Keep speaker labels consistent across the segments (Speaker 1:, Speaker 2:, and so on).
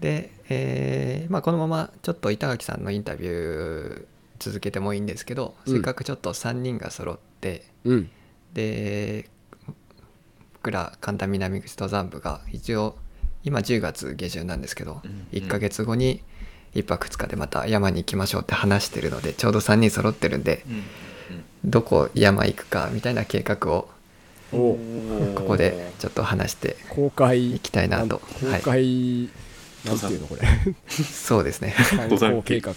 Speaker 1: で、えーまあ、このままちょっと板垣さんのインタビュー続けてもいいんですけど、
Speaker 2: うん
Speaker 1: せっかくちょっと3人が揃って
Speaker 2: うん
Speaker 1: で僕ら神田南口登山部が一応今10月下旬なんですけど、
Speaker 3: うん
Speaker 1: 1ヶ月後に1泊2日でまた山に行きましょうって話してるのでちょうど3人揃ってるんで
Speaker 3: うん
Speaker 1: どこ山行くかみたいな計画を
Speaker 2: お
Speaker 1: ここでちょっと話して
Speaker 2: 公開
Speaker 1: いきたいなと
Speaker 2: 公開、なんていうのこれ
Speaker 1: そうですね
Speaker 2: 観
Speaker 3: 登
Speaker 2: 光
Speaker 3: 山
Speaker 2: 計
Speaker 3: 計
Speaker 2: 画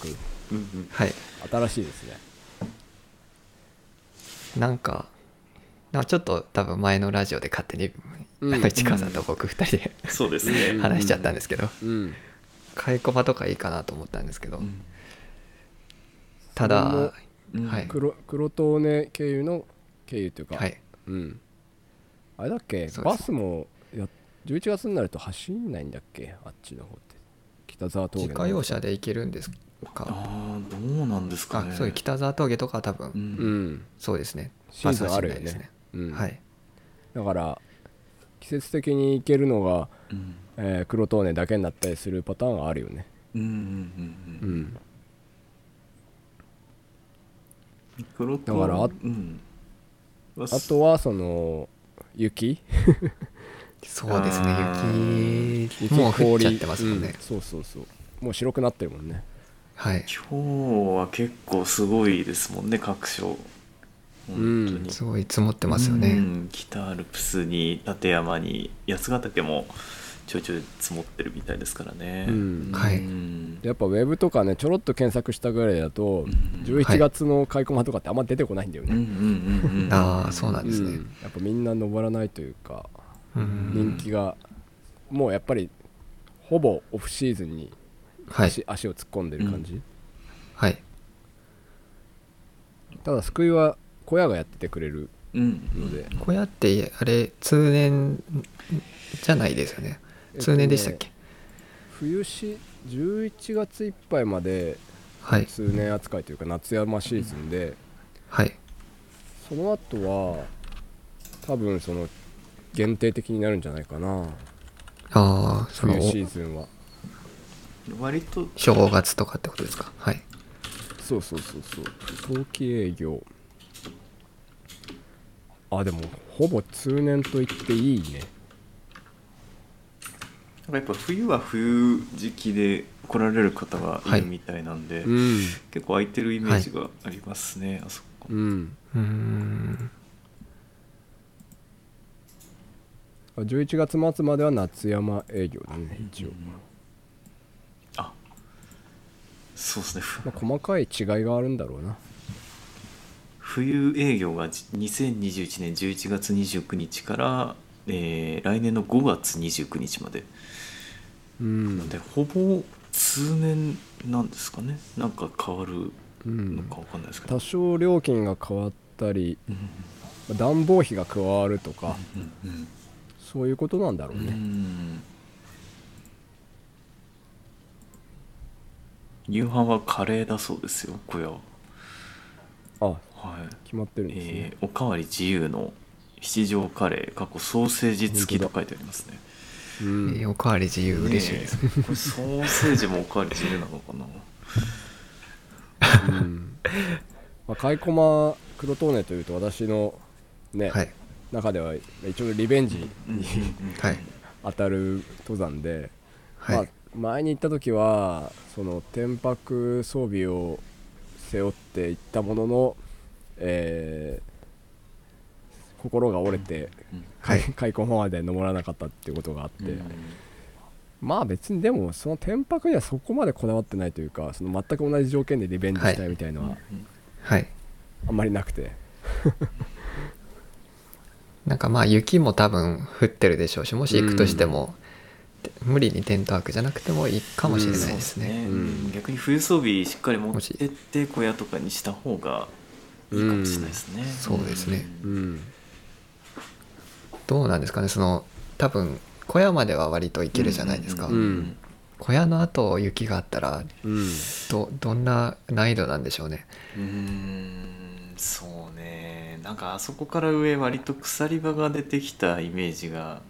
Speaker 3: うんうん
Speaker 1: はい
Speaker 2: 新しいですね
Speaker 1: なんかなんかちょっと多分前のラジオで勝手に、
Speaker 2: うん
Speaker 1: 市川さんと僕2人で
Speaker 3: そうです
Speaker 2: う
Speaker 3: ね。
Speaker 2: ん
Speaker 1: 話しちゃったんですけど
Speaker 2: うん
Speaker 1: 買いコマとかいいかなと思ったんですけど、
Speaker 3: うん
Speaker 1: ただ、
Speaker 3: うん
Speaker 1: はい
Speaker 2: 黒黒トーネ経由の経由というか、
Speaker 1: はい、
Speaker 2: うん、あれだっけ
Speaker 1: そうで
Speaker 2: バ
Speaker 1: す
Speaker 2: スもや11月になると走んないんだっけあっちの方って北沢峠
Speaker 1: 自
Speaker 2: の
Speaker 1: 家用車で行けるんですか
Speaker 3: ああ、どうなんですか
Speaker 1: あ
Speaker 3: ね。
Speaker 1: そういう北沢峠とかは多分、
Speaker 3: うん
Speaker 2: うん
Speaker 1: そうですね
Speaker 2: シーズンあるよね
Speaker 1: バスはしないです
Speaker 2: うん
Speaker 1: はい
Speaker 2: だから季節的に行けるのが、
Speaker 3: うん
Speaker 2: えー黒トーネだけになったりするパターンがあるよね
Speaker 3: うんうん
Speaker 2: う
Speaker 3: う
Speaker 2: ん
Speaker 3: うん。
Speaker 2: ん
Speaker 3: 黒と
Speaker 2: だからあ
Speaker 3: うん。あ
Speaker 2: あとはその雪
Speaker 1: そうです
Speaker 3: あー
Speaker 1: ね雪
Speaker 2: 雪
Speaker 1: もう降っちゃってますもんね、
Speaker 2: うんそうそうそうもう白くなってるもんね
Speaker 1: はい
Speaker 3: 今日は結構すごいですもんね各所本当
Speaker 2: う
Speaker 3: に
Speaker 1: すごい積もってますよね、
Speaker 3: うん北アルプスに立山に八ヶ岳もちょいちょい積もってるみたいですからね、
Speaker 2: うん
Speaker 1: はい
Speaker 3: うん
Speaker 2: やっぱウェブとかねちょろっと検索したぐらいだと
Speaker 3: ん
Speaker 2: 11月の開コマとかってあんま出てこないんだよ
Speaker 3: うんう
Speaker 2: ね、
Speaker 3: んうんうん
Speaker 1: ああそうなんです
Speaker 2: う
Speaker 1: ね
Speaker 2: ん、やっぱみんな登らないというか
Speaker 1: うん
Speaker 2: 人気が、もうやっぱりほぼオフシーズンに
Speaker 1: はい
Speaker 2: 足,、足を突っ込んでる感じ、
Speaker 1: はい
Speaker 2: ただ救いは小屋がやっててくれる
Speaker 3: うん
Speaker 2: ので、
Speaker 1: 小屋ってあれ通年じゃないですよね
Speaker 2: えっとね
Speaker 1: 通年でしたっけ、
Speaker 2: 冬し11月いっぱいまで
Speaker 1: はい
Speaker 2: 通年扱いというか夏山シーズンで、
Speaker 1: はい
Speaker 2: その後は多分その限定的になるんじゃないかな
Speaker 1: ああその
Speaker 2: 冬シーズンは
Speaker 3: 割と
Speaker 1: 正月とかってことですかはい
Speaker 2: そうそうそうそう早期営業あでもほぼ通年と言っていいね
Speaker 3: なんかやっぱ冬は冬時期で来られる方が
Speaker 1: はいい
Speaker 3: るみたいなんで、
Speaker 2: うん
Speaker 3: 結構空いてるイメージがありますね、あそこ
Speaker 2: うん
Speaker 1: うーん
Speaker 2: 11月末までは夏山営業だね一応、
Speaker 3: あそうですねふ
Speaker 2: まあ、細かい違いがあるんだろうな
Speaker 3: 冬営業がじ2021年11月29日から、えー来年の5月29日まで
Speaker 2: う
Speaker 3: なん
Speaker 2: ん
Speaker 3: で、ほぼ通年なんですかねなんか変わる
Speaker 2: う
Speaker 3: の
Speaker 2: ん
Speaker 3: かわかんないですけど、
Speaker 2: 多少料金が変わったり
Speaker 3: うん
Speaker 2: まあ暖房費が加わるとか
Speaker 3: うん
Speaker 2: そういうことなんだろう
Speaker 3: うんう
Speaker 2: ね
Speaker 3: ん夕飯はカレーだそうですよ小屋は
Speaker 2: あ
Speaker 3: はい
Speaker 2: 決まってるんですね
Speaker 3: えーおかわり自由の七条カレー過去ソーセージ付きと書いてありますね
Speaker 2: う
Speaker 1: え
Speaker 2: ん
Speaker 1: ーおかわり自由嬉しいです、
Speaker 3: ねえこれソーセージもおかわり自由なのかな
Speaker 2: うんまあ、カイコマ黒トーネというと私のね、
Speaker 1: はい
Speaker 2: 中では一応リベンジに
Speaker 1: はい
Speaker 2: 当たる登山で、
Speaker 1: はい、
Speaker 2: まあ、前に行った時はその天白装備を背負って行ったものの、えー心が折れて
Speaker 3: うん
Speaker 1: はい
Speaker 2: カイコマまで登らなかったっていうことがあって、
Speaker 3: うん
Speaker 2: まあ別にでもその天白にはそこまでこだわってないというかその全く同じ条件でリベンジしたいみたいのは
Speaker 1: はい
Speaker 2: あんまりなくて、
Speaker 1: なんかまあ雪も多分降ってるでしょうしもし行くとしても、て無理にテント泊じゃなくてもいいかもしれないですね,、
Speaker 2: うん
Speaker 3: 逆に冬装備しっかり持ってって小屋とかにした方がいいかもしれないですね、
Speaker 1: そうですね
Speaker 2: うん
Speaker 1: どうなんですかねその多分小屋までは割と行けるじゃないですか、
Speaker 3: うんうん
Speaker 1: 小屋の後雪があったら
Speaker 2: うん
Speaker 1: どどんな難易度なんでしょうね
Speaker 3: うんうんそうねなんかあそこから上割と鎖場が出てきたイメージが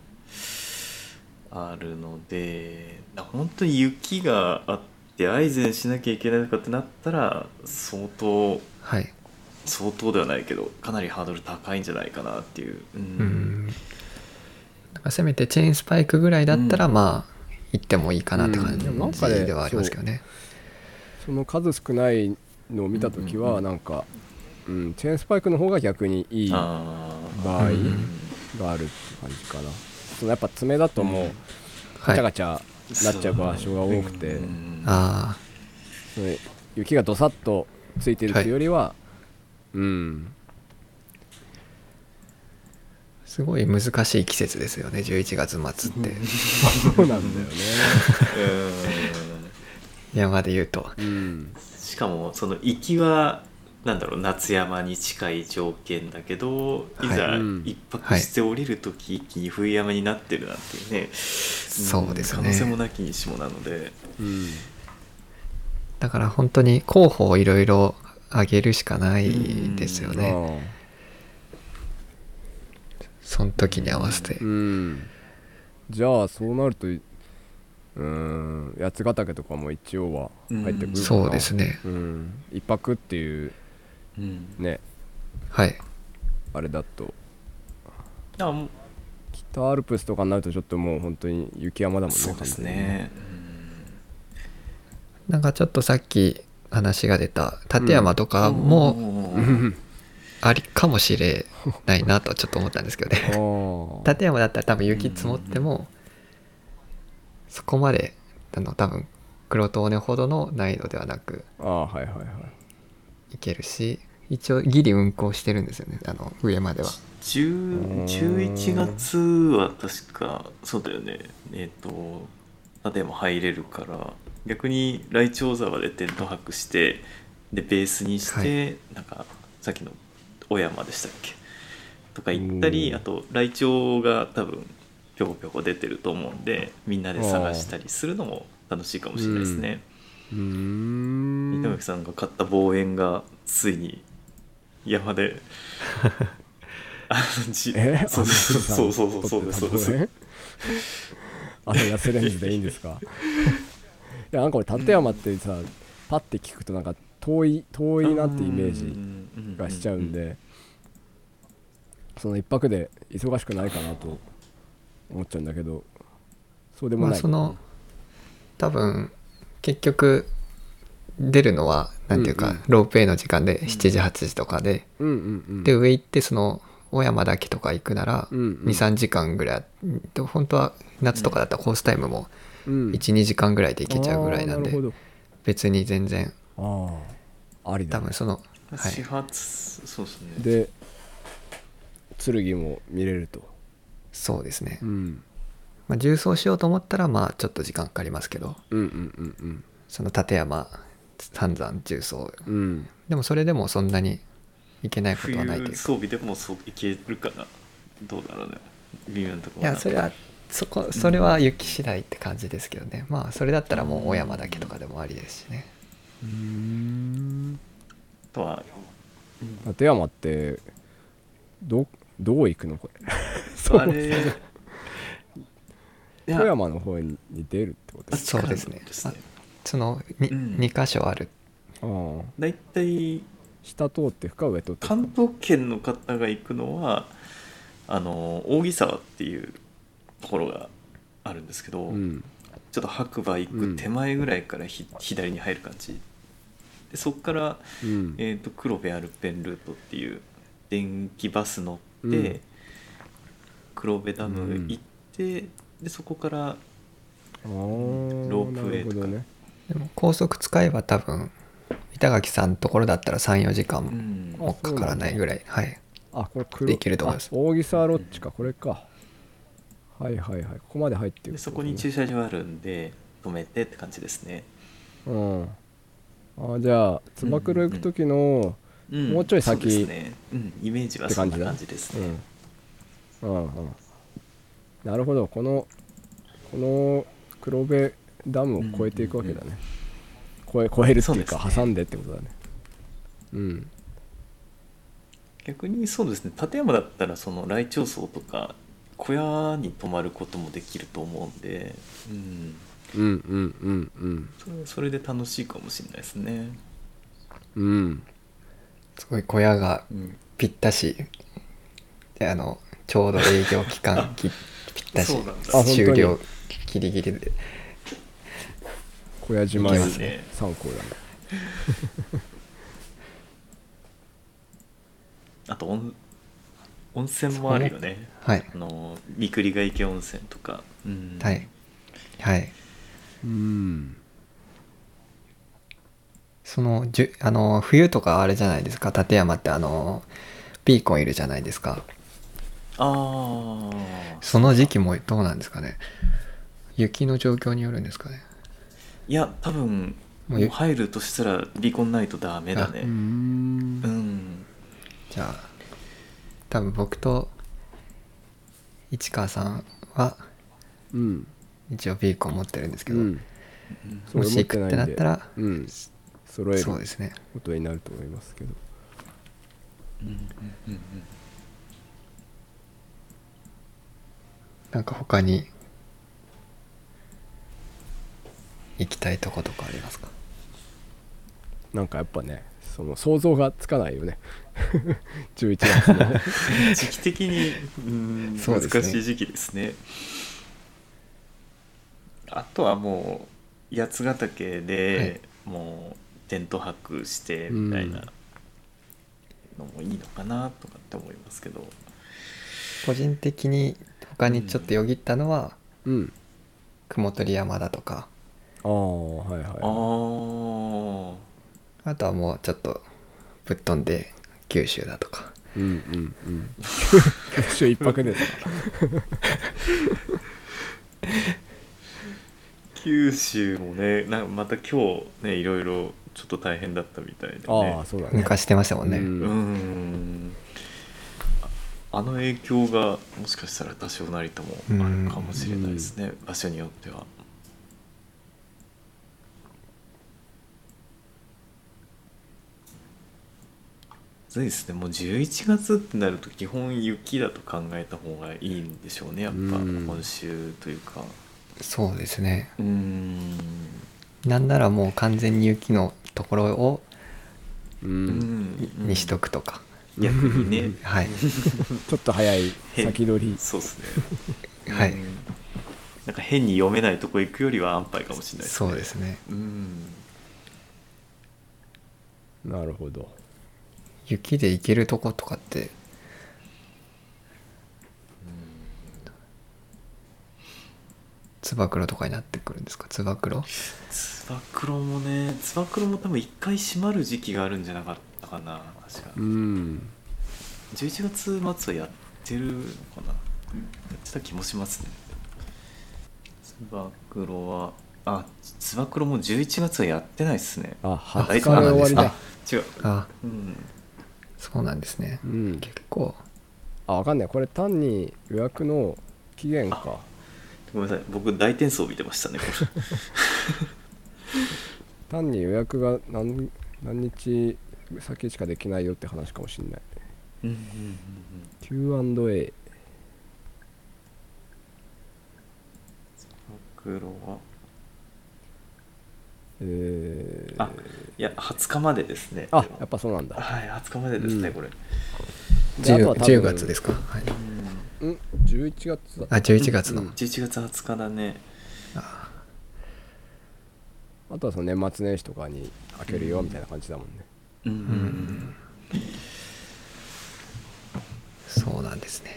Speaker 3: あるので本当に雪があってアイゼンしなきゃいけないとかってなったら相当
Speaker 1: はい
Speaker 3: 相当ではないけどかなりハードル高いんじゃないかなっていう、うん
Speaker 1: うんなんかせめてチェーンスパイクぐらいだったら
Speaker 3: うん
Speaker 1: まあ行ってもいいかなって感じ
Speaker 3: うんなんかね
Speaker 1: ではありますけどね、
Speaker 2: その数少ないのを見た時
Speaker 3: うんうんう
Speaker 2: は
Speaker 3: ん
Speaker 2: なんか、うん、チェーンスパイクの方が逆にいい場
Speaker 3: あー
Speaker 2: 合
Speaker 1: うん
Speaker 2: があるって感じかなそのやっぱ爪だともうガ
Speaker 1: は
Speaker 2: チャ
Speaker 1: い
Speaker 2: ガチャなっちゃう場所が多くて、
Speaker 3: うん
Speaker 1: あ
Speaker 2: その雪がどさっとついてるというよりは、うん
Speaker 1: ーすごい難しい季節ですよね11月末って、
Speaker 2: そうなんだよね、
Speaker 1: 山で言うと
Speaker 2: うん、
Speaker 3: しかもその行きはなんだろう夏山に近い条件だけどいざ
Speaker 1: はい
Speaker 2: うん
Speaker 3: 一泊して降りるとき一気に冬山になってるなんていうね、
Speaker 1: そうですね
Speaker 3: 可能性もなきにしもなので
Speaker 2: うん、
Speaker 1: だから本当に候補をいろいろ上げるしかないですよね
Speaker 2: ああ
Speaker 1: その時に合わせて
Speaker 2: うんじゃあそうなるというん八ヶ岳とかも一応は入ってくるかな、
Speaker 3: うん
Speaker 1: そうですね
Speaker 2: うん一泊っていう
Speaker 3: うん
Speaker 2: ね
Speaker 1: はい
Speaker 2: あれだと
Speaker 3: あもう
Speaker 2: 北アルプスとかになるとちょっともう本当に雪山だもんね
Speaker 3: そうですね
Speaker 1: なんかちょっとさっき話が出た立山とかも
Speaker 3: う
Speaker 2: 完全に
Speaker 1: ありかもしれないなとちょっと思ったんですけど ね
Speaker 2: うんああ
Speaker 1: 立山だったら多分雪積もってもそこまであの多分黒トーネほどの難易度ではなく
Speaker 2: ああはいはいはい
Speaker 1: いけるし一応ギリ運行してるんですよねあの上までは
Speaker 3: 10 11月は確かそうだよねえっ、とあでも入れるから逆にライチョウ沢でテント泊してでベースにして、なんかさっきの小山でしたっけとか行ったり
Speaker 2: うん
Speaker 3: あとライチョウが多分ぴょこぴょこ出てると思うんでみんなで探したりするのも楽しいかもしれないですね。
Speaker 2: うー
Speaker 3: 稲
Speaker 2: ん
Speaker 3: 垣さんが買った望遠がついに山で あのじ
Speaker 2: え
Speaker 3: そうそうそうそうそうですそうです
Speaker 2: すあの痩せレンズでいいんですかいやなんか俺立山ってさパッて聞くとなんか遠い遠いなってイメージ
Speaker 3: ジ
Speaker 2: がしちゃうんでその一泊で忙しくないかなと思っちゃうんだけどそうでも
Speaker 1: まあ
Speaker 2: ない
Speaker 1: その多分結局出るのは何ていうか、
Speaker 2: うんうん
Speaker 1: ロープウェイの時間で7時8時とかで、
Speaker 2: うんうんうん
Speaker 1: で上行ってその小山だけとか行くなら
Speaker 2: うんうん
Speaker 1: 23時間ぐらいうんと本当は夏とかだったらコースタイムも
Speaker 2: うん
Speaker 1: 12時間ぐらいで行けちゃうぐらいなんで、
Speaker 2: あーなる
Speaker 1: 別に全然
Speaker 2: ほどあーありだ
Speaker 1: 多分その、は
Speaker 3: 始
Speaker 1: い、
Speaker 3: 発そうですね
Speaker 2: で剣も見れると
Speaker 1: そうですね、
Speaker 2: うん
Speaker 1: まあ、重走しようと思ったらまあちょっと時間かかりますけど
Speaker 2: うんうんうん
Speaker 1: その立山三山重走
Speaker 2: うんうん
Speaker 1: でもそれでもそんなに行けないことはないという
Speaker 3: 冬
Speaker 1: か
Speaker 3: 装備でもそういけるかなどうだろうね微妙なとこ
Speaker 1: いやそれはそこそれは雪次第って感じですけどねまあそれだったらもう小山だけとかでもありですしね
Speaker 2: うーん
Speaker 3: あとは
Speaker 2: 立山ってどどう行くのこれ
Speaker 3: あれいや
Speaker 2: 富山の方に出るってことです
Speaker 1: そうですね
Speaker 3: 近いですね
Speaker 1: その
Speaker 3: う
Speaker 1: 2,
Speaker 3: ん
Speaker 1: 二箇所ある
Speaker 2: ああ
Speaker 3: 大体
Speaker 2: 下通って深上通って
Speaker 3: 関東圏の方が行くのはあの扇沢っていうところがあるんですけど、
Speaker 2: うん
Speaker 3: ちょっと白馬行く手前ぐらいからひ、左に入る感じでそこから、
Speaker 2: うん
Speaker 3: えー、と黒部アルペンルートっていう電気バス乗って、
Speaker 2: うん
Speaker 3: 黒部ダム行って、でそこから
Speaker 2: あー
Speaker 3: ロープウェイとか
Speaker 2: なるほどね
Speaker 1: でも高速使えば多分板垣さんのところだったら34時
Speaker 3: う
Speaker 1: 間
Speaker 3: ん
Speaker 1: もかからないぐらいはい
Speaker 2: あこれ黒
Speaker 1: できると思います
Speaker 2: あ大木沢ロッチかこれかはいはいはいここまで入ってる
Speaker 3: でそこに駐車場あるんで止めてって感じですね、
Speaker 2: うんあじゃあつば九郎行く時の
Speaker 3: うん
Speaker 2: もうちょい先
Speaker 3: そうですね、うん、イメージはそんな感じです
Speaker 2: う
Speaker 3: ね、
Speaker 2: んうんうんなるほどこのこの黒部ダムを越えていくわけだね越え越えるっていう
Speaker 3: そう
Speaker 2: か
Speaker 3: ですね
Speaker 2: 挟んでってことだねうん
Speaker 3: 逆にそうですね立山だったらその来鳥荘とか小屋に泊まることもできると思うんで、うん、
Speaker 2: うんうんうんうん
Speaker 3: それそれで楽しいかもしれないですね。
Speaker 2: うん
Speaker 1: すごい小屋が
Speaker 3: うん、
Speaker 1: ぴったしであのちょうど営業期間 きぴったし
Speaker 3: そうなんだ
Speaker 2: あ本当に
Speaker 1: 終了ギリギリで
Speaker 2: 小屋島へ
Speaker 1: い
Speaker 3: いですね
Speaker 2: 参考だね
Speaker 3: あと温温泉もあるよね。
Speaker 1: はい
Speaker 3: あの三栗ヶ池温泉とか、うん
Speaker 1: はいはい
Speaker 2: うん
Speaker 1: そのじゅあの冬とかあれじゃないですか立山ってあのビーコンいるじゃないですか
Speaker 3: ああ
Speaker 1: その時期もどうなんですかね雪の状況によるんですかね
Speaker 3: いや多分
Speaker 1: も
Speaker 3: も
Speaker 1: う
Speaker 3: う入るとしたらビコンないとダメだ
Speaker 2: う
Speaker 3: ね
Speaker 2: ん
Speaker 3: うん
Speaker 1: じゃあ多分僕と市川さんは
Speaker 2: うん
Speaker 1: 一応ビーコン持ってるんですけど、
Speaker 2: うん
Speaker 1: もし行くってなったら
Speaker 2: うん揃える
Speaker 1: そう
Speaker 2: こ
Speaker 1: ですね
Speaker 2: とになると思いますけど
Speaker 1: なんか他に行きたいとことかありますか
Speaker 2: なんかやっぱねその想像がつかないよね 11月のね
Speaker 3: 時期的にうん
Speaker 1: そうですね
Speaker 3: 難しい時期ですねあとはもう八ヶ岳で、もうテント泊してみたいなのもいいのかなとかって思いますけど、
Speaker 1: 個人的に他にちょっとよぎったのは
Speaker 2: うん
Speaker 1: 雲取山だとか
Speaker 2: ああはいは
Speaker 3: ああ
Speaker 1: あとはもうちょっとぶっ飛んで九州だとか
Speaker 2: いうんうんうん 九州一泊ですか
Speaker 3: 九州もねなんかまた今日ねいろいろちょっと大変だったみたいでね
Speaker 2: ああそうだね
Speaker 1: 抜かしてましたもんね、
Speaker 2: うん
Speaker 3: うーんああの影響がもしかしたら多少なりともあるかもしれないですね場所によってはそうですねもう11月ってなると基本雪だと考えた方がいいんでしょうねやっぱ
Speaker 2: うん
Speaker 3: 今週というか
Speaker 1: そうですね
Speaker 3: うーん
Speaker 1: なんならもう完全に雪のところを
Speaker 2: う
Speaker 3: うんん
Speaker 1: にしとくとか、
Speaker 3: 逆にね
Speaker 1: はい
Speaker 2: ちょっと早い先取り
Speaker 3: そうですね。
Speaker 1: はい
Speaker 3: うんなんか変に読めないとこ行くよりは安牌かもしれないですね。
Speaker 1: そうですね
Speaker 3: うん。
Speaker 2: なるほど
Speaker 1: 雪で行けるとことかってつば九郎とかになってくるんですかつば九郎
Speaker 3: つば九郎もね、つば九郎も多分一回閉まる時期があるんじゃなかったかな。確か。
Speaker 2: うん
Speaker 3: 十一月末はやってるのかな。やってた気もしますね。つば九郎は、あ、つば九郎も十一月はやってないですね。
Speaker 2: あ
Speaker 1: あ
Speaker 2: 20日で
Speaker 1: そうなん
Speaker 2: 終
Speaker 1: で
Speaker 2: わ
Speaker 1: す
Speaker 2: り
Speaker 1: ね
Speaker 2: だ
Speaker 3: 違う。
Speaker 1: あ
Speaker 3: うん。
Speaker 1: そうなんですね
Speaker 2: うん
Speaker 1: 結構
Speaker 2: あわかんないこれ単に予約の期限か
Speaker 3: ごめんなさい。僕大転送見てましたね。これ
Speaker 2: 単に予約が何何日先しかできないよって話かもしんない
Speaker 3: うんうんうんうん。
Speaker 2: Q&A
Speaker 3: 黒は
Speaker 2: えー
Speaker 3: あいや20日までですね
Speaker 2: あ
Speaker 3: でも
Speaker 2: やっぱそうなんだ
Speaker 3: はい20日までですね、
Speaker 2: うん
Speaker 3: これ、
Speaker 2: であと
Speaker 1: 10,
Speaker 2: は多分
Speaker 1: 10月ですか、はい、
Speaker 2: うん11月だ
Speaker 1: あ11月の、
Speaker 2: うん
Speaker 3: 11月20日だね
Speaker 2: あとはその年末年始とかに開けるよみたいな感じだもんね
Speaker 3: うん、
Speaker 1: そうなんですね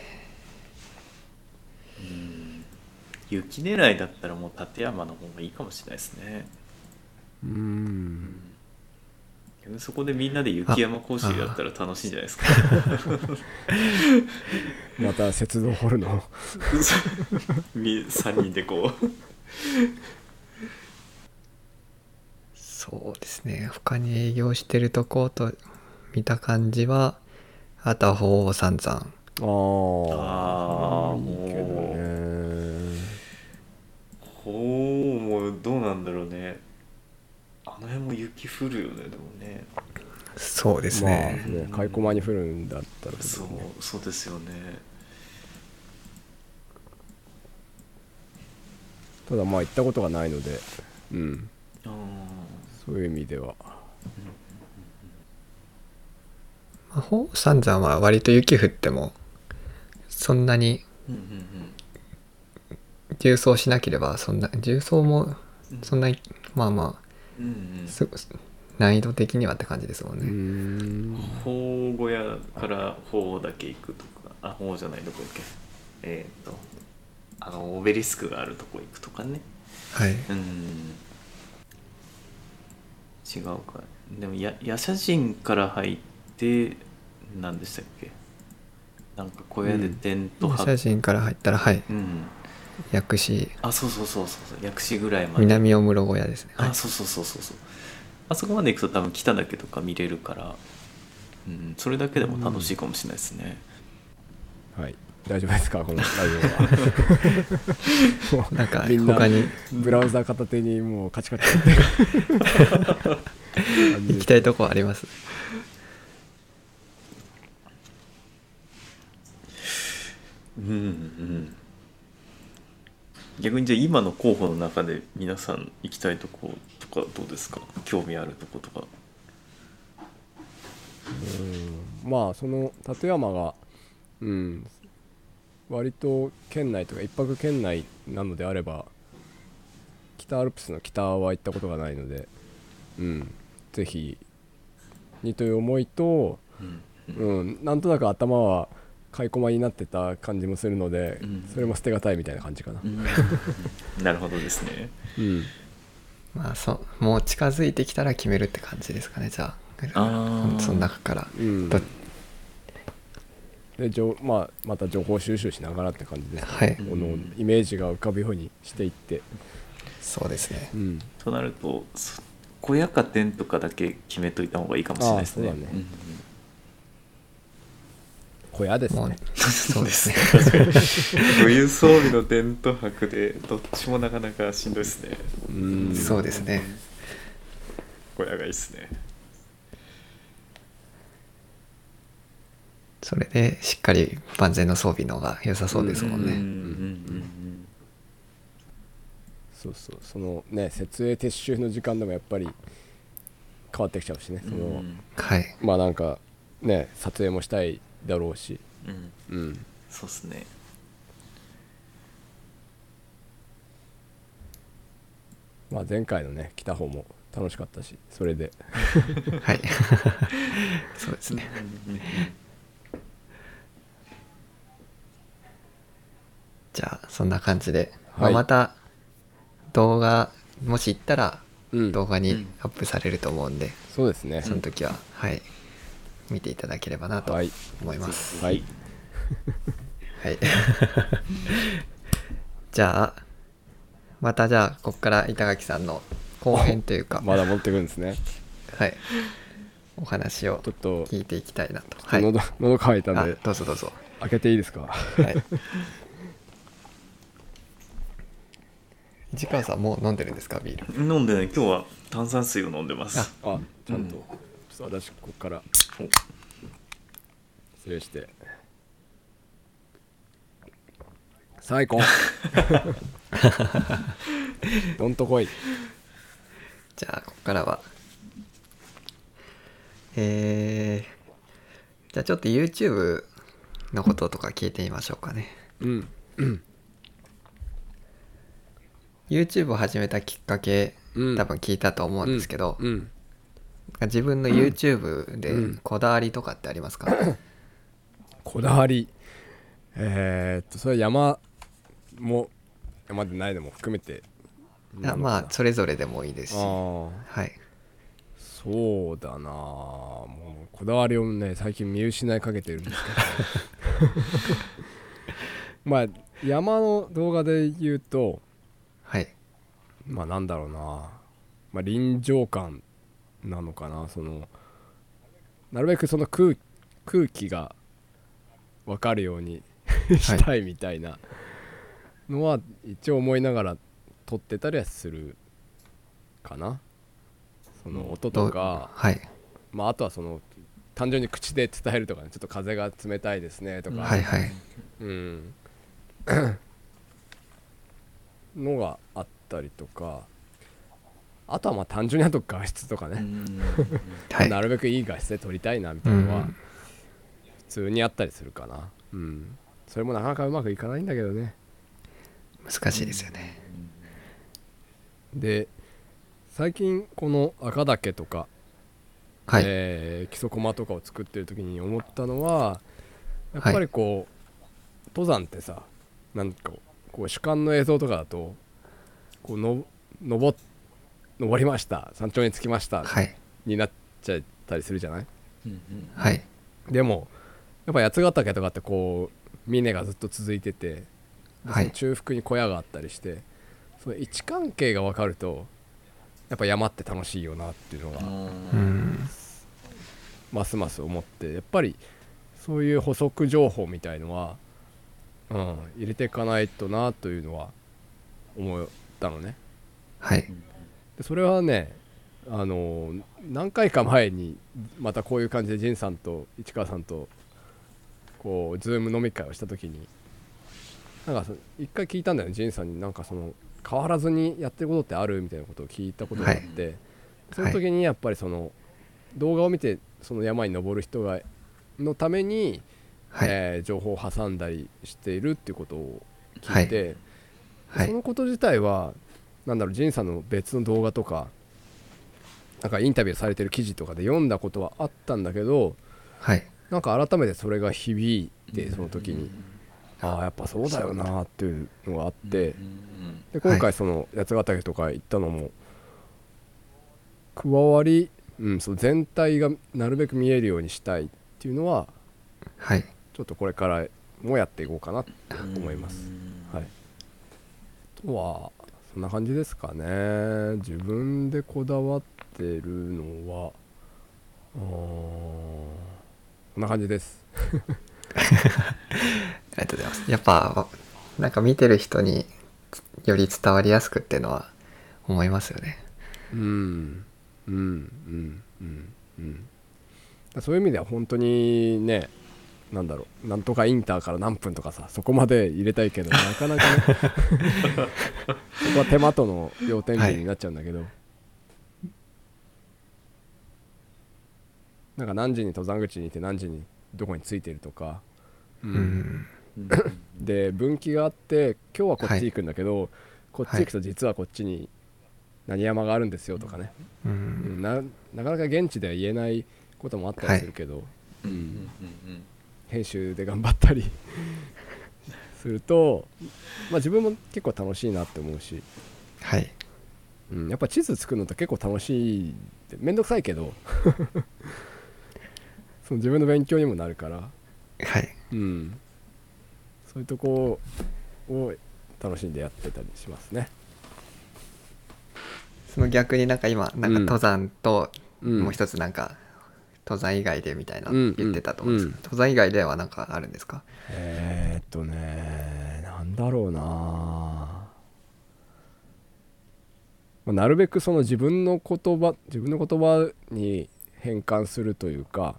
Speaker 3: 雪狙いだったらもう立山の方がいいかもしれないですね
Speaker 2: うん
Speaker 3: そこでみんなで雪山講習やったら楽しいんじゃないです か
Speaker 2: また雪道掘るの
Speaker 3: み3人でこう
Speaker 1: そうですね他に営業してるとこと見た感じはあとは鳳凰三山
Speaker 2: あ
Speaker 3: ああ
Speaker 2: いいけど
Speaker 3: もう
Speaker 2: ね
Speaker 3: ほうもうどうなんだろうねあの辺も雪降るよねでもね
Speaker 1: そうです
Speaker 2: まあ
Speaker 1: ね、
Speaker 2: ね開口前に降るんだったら
Speaker 3: そう
Speaker 2: ね
Speaker 3: そうですよね
Speaker 2: ただまあ行ったことがないのでうん
Speaker 3: あ
Speaker 2: そういう意味では
Speaker 1: まあ鳳山山は割と雪降ってもそんなに
Speaker 3: ーうんうん
Speaker 1: 重曹しなければそんな重曹も
Speaker 3: うん
Speaker 1: そんなにまあま
Speaker 3: うんうん
Speaker 1: あす難易度的にはって感じですもん
Speaker 2: う
Speaker 1: ね、
Speaker 2: ん
Speaker 3: 法小屋から法だけ行くとかあ法じゃないどこ行けえっ、とあのオベリスクがあるとこ行くとかね
Speaker 1: はい
Speaker 3: うん違うかでもや夜叉神から入って何でしたっけなんか小屋でテント
Speaker 1: 武
Speaker 3: 張
Speaker 1: 者
Speaker 3: っ
Speaker 1: 陣から入ったらはい
Speaker 3: うん、
Speaker 1: 薬師
Speaker 3: あそうそうそうそうそう薬師ぐらいまで
Speaker 1: 南大室小屋ですねはい
Speaker 3: あそうそうそうそうそうあそこまで行くと多分北岳とか見れるから、うん、それだけでも楽しいかもしれないですね、
Speaker 2: はい大丈夫ですかこのラジオはもう
Speaker 1: なんか
Speaker 2: みんな
Speaker 1: 他に
Speaker 2: ブラウザ片手にもうカチカチやってる感じ
Speaker 1: 行きたいとこあります
Speaker 3: うんうん逆にじゃあ今の候補の中で皆さん行きたいとことかどうですか興味あるとことか
Speaker 2: うん まあその立山がうん割と県内とか一泊県内なのであれば北アルプスの北は行ったことがないのでうんぜひにという思いと、
Speaker 3: うん
Speaker 2: うん、なんとなく頭は買い駒になってた感じもするので、
Speaker 3: うん
Speaker 2: それも捨てがたいみたいな感じかな、
Speaker 3: なるほどですね
Speaker 2: うん
Speaker 1: まあそもう近づいてきたら決めるって感じですかねじゃ
Speaker 3: あ
Speaker 1: あ
Speaker 3: ー
Speaker 1: その中から
Speaker 2: うん
Speaker 1: ど
Speaker 2: で情まあ、また情報収集しながらって感じですね、
Speaker 1: はい
Speaker 3: うん
Speaker 2: このイメージが浮かぶようにしていって、
Speaker 1: そうですね
Speaker 2: うん、
Speaker 3: となるとそ小屋かテントかだけ決めといた方がいいかもしれないですね
Speaker 2: あーそうだね
Speaker 3: んん
Speaker 2: 小屋です
Speaker 1: も
Speaker 2: ね
Speaker 1: うそうですね
Speaker 3: 確かに冬装備のテント泊でどっちもなかなかしんどいですね
Speaker 2: うん
Speaker 1: そうですね
Speaker 3: 小屋がいいですね
Speaker 1: それでしっかり万全の装備の方が良さそうですもん
Speaker 3: うんうん
Speaker 1: ね
Speaker 3: うん
Speaker 2: そうそうそのね設営撤収の時間でもやっぱり変わってきちゃうしね
Speaker 3: うん
Speaker 2: その、
Speaker 3: うん
Speaker 1: はい
Speaker 2: まあなんかね撮影もしたいだろうし、
Speaker 3: うん
Speaker 2: うん、
Speaker 3: そうっすね
Speaker 2: まあ前回のね来た方も楽しかったしそれで
Speaker 1: はいそうですねじゃあそんな感じで、まあ
Speaker 2: はい
Speaker 1: また動画もし行ったら
Speaker 2: うん
Speaker 1: 動画にアップされると思うんで、
Speaker 2: そうですね
Speaker 1: その時は、はい見ていただければなと
Speaker 2: はい
Speaker 1: 思います、
Speaker 2: はい
Speaker 1: はい。 じゃあ、またじゃあ、ここから板垣さんの後編というか、
Speaker 2: まだ持ってくるんですね
Speaker 1: はい。お話を
Speaker 2: ちょっと
Speaker 1: 聞いていきたいなと。はい。
Speaker 2: 喉喉乾いた
Speaker 1: あ
Speaker 2: んで
Speaker 1: どうぞどうぞ。
Speaker 2: 開けていいですか
Speaker 1: はい。 市川さん、もう飲んでるんですか、ビール。
Speaker 3: 飲んでね今日は炭酸水を飲んでます
Speaker 2: あちゃんと、
Speaker 3: うん
Speaker 2: ちょっと私ここから
Speaker 3: お
Speaker 2: 失礼して最高どんとこい
Speaker 1: じゃあ、ここからは。えー、じゃあ、ちょっと YouTube のこととか聞いてみましょうかね。
Speaker 2: うん、
Speaker 1: YouTube を始めたきっかけ、
Speaker 2: うん
Speaker 1: 多分聞いたと思うんですけど、
Speaker 2: うん、
Speaker 1: 自分の YouTube
Speaker 2: うん
Speaker 1: でこだわりとかってありますか、
Speaker 2: こだわりえー、っとそれは山も山でないのも含めて
Speaker 1: いやまあそれぞれでもいいですし
Speaker 2: あー
Speaker 1: はい
Speaker 2: そうだなあもうこだわりをね最近見失いかけてるんです けどまあ山の動画で言うと
Speaker 1: はい
Speaker 2: まあなんだろうな、まあ、臨場感なのかなそのなるべくその空空気が分かるようにしたいみたいなのは一応思いながら撮ってたりはするかなその音
Speaker 1: ど
Speaker 2: と
Speaker 1: う
Speaker 2: か、
Speaker 1: はい
Speaker 2: まあ、あとはその単純に口で伝えるとかねちょっと風が冷たいですねとか、
Speaker 1: はいはい
Speaker 2: うんのがあったりとかあとはまあ単純にあと画質とかね、
Speaker 1: はい
Speaker 2: なるべくいい画質で撮りたいなみたいなの
Speaker 1: う
Speaker 2: は
Speaker 1: ん
Speaker 2: 普通にあったりするかなうん、それもなかなかうまくいかないんだけどね
Speaker 1: 難しいですよね
Speaker 2: で最近この赤岳とか、
Speaker 1: はい、
Speaker 2: えー基礎駒とかを作ってる時に思ったのはやっぱりこう、登山ってさなんかこう主観の映像とかだとこうの登っ登りました山頂に着きました、
Speaker 1: はい
Speaker 2: になっちゃったりするじゃない
Speaker 1: はい
Speaker 2: でもやっぱ八ヶ岳とかってこう峰がずっと続いててで
Speaker 1: は
Speaker 2: その
Speaker 1: い
Speaker 2: 中腹に小屋があったりして、その位置関係が分かるとやっぱ山って楽しいよなっていうのが
Speaker 1: うん
Speaker 2: ますます思ってやっぱりそういう補足情報みたいのは、うん、入れていかないとなというのは思ったのね
Speaker 1: はい
Speaker 2: でそれはねあの何回か前にまたこういう感じで仁さんと市川さんとこうズーム飲み会をした時になんかそ一回聞いたんだよね仁さんになんかその変わらずにやってることってあるみたいなことを聞いたことがあって、その時にやっぱりその動画を見てその山に登る人がのために、
Speaker 1: はい
Speaker 2: えー情報を挟んだりしているっていうことを
Speaker 1: は
Speaker 2: 聞いて。
Speaker 1: いは
Speaker 2: そ
Speaker 1: い
Speaker 2: のこと自体はなんだろう仁さんの別の動画とかなんかインタビューされてる記事とかで読んだことはあったんだけど
Speaker 1: はい
Speaker 2: なんか改めてそれが響いてその時にああやっぱそうだよなっていうのがあってで今
Speaker 1: は
Speaker 2: 回その八ヶ岳とか行ったのも加わり、うん、その全体がなるべく見えるようにしたいっていうのは
Speaker 1: はい
Speaker 2: ちょっとこれからもやっていこうかなって思います。はい、あとはそんな感じですかね自分でこだわってるのはうーんこんな感じです
Speaker 1: ありがとうございますやっぱなんか見てる人により伝わりやすくっていうのは思いますよね
Speaker 2: うんうんうんうんうんそういう意味では本当にねなんだろうなんとかインターから何分とかさそこまで入れたいけどなかなかねそこは手間との要点
Speaker 1: は
Speaker 2: 点
Speaker 1: い
Speaker 2: になっちゃうんだけど、なんか何時に登山口にいて何時にどこについてるとか、う
Speaker 1: うんん
Speaker 2: で分岐があって今日はこっち行くんだけど、こっち行くと実はこっちに何山があるんですよとかね、
Speaker 1: う
Speaker 2: うんんななかなか現地では言えないこともあったりするけど、編集で頑張ったり すると、まあ、自分も結構楽しいなって思うし、
Speaker 1: はい
Speaker 2: うん、やっぱ地図作るのって結構楽しいって面倒くさいけど その自分の勉強にもなるから、
Speaker 1: はい
Speaker 2: うん、そういうとこを楽しんでやってたりしますね。
Speaker 1: その逆になんか今なんか登山と
Speaker 2: うん
Speaker 1: もう一つなんか登山以外でみたいな
Speaker 2: うん
Speaker 1: 言ってたと思うんですけど、
Speaker 2: うん
Speaker 1: 登山以外ではなんかあるんですか
Speaker 2: えー、っとねなんだろうな、まあなるべくその自分の言葉自分の言葉に変換するというか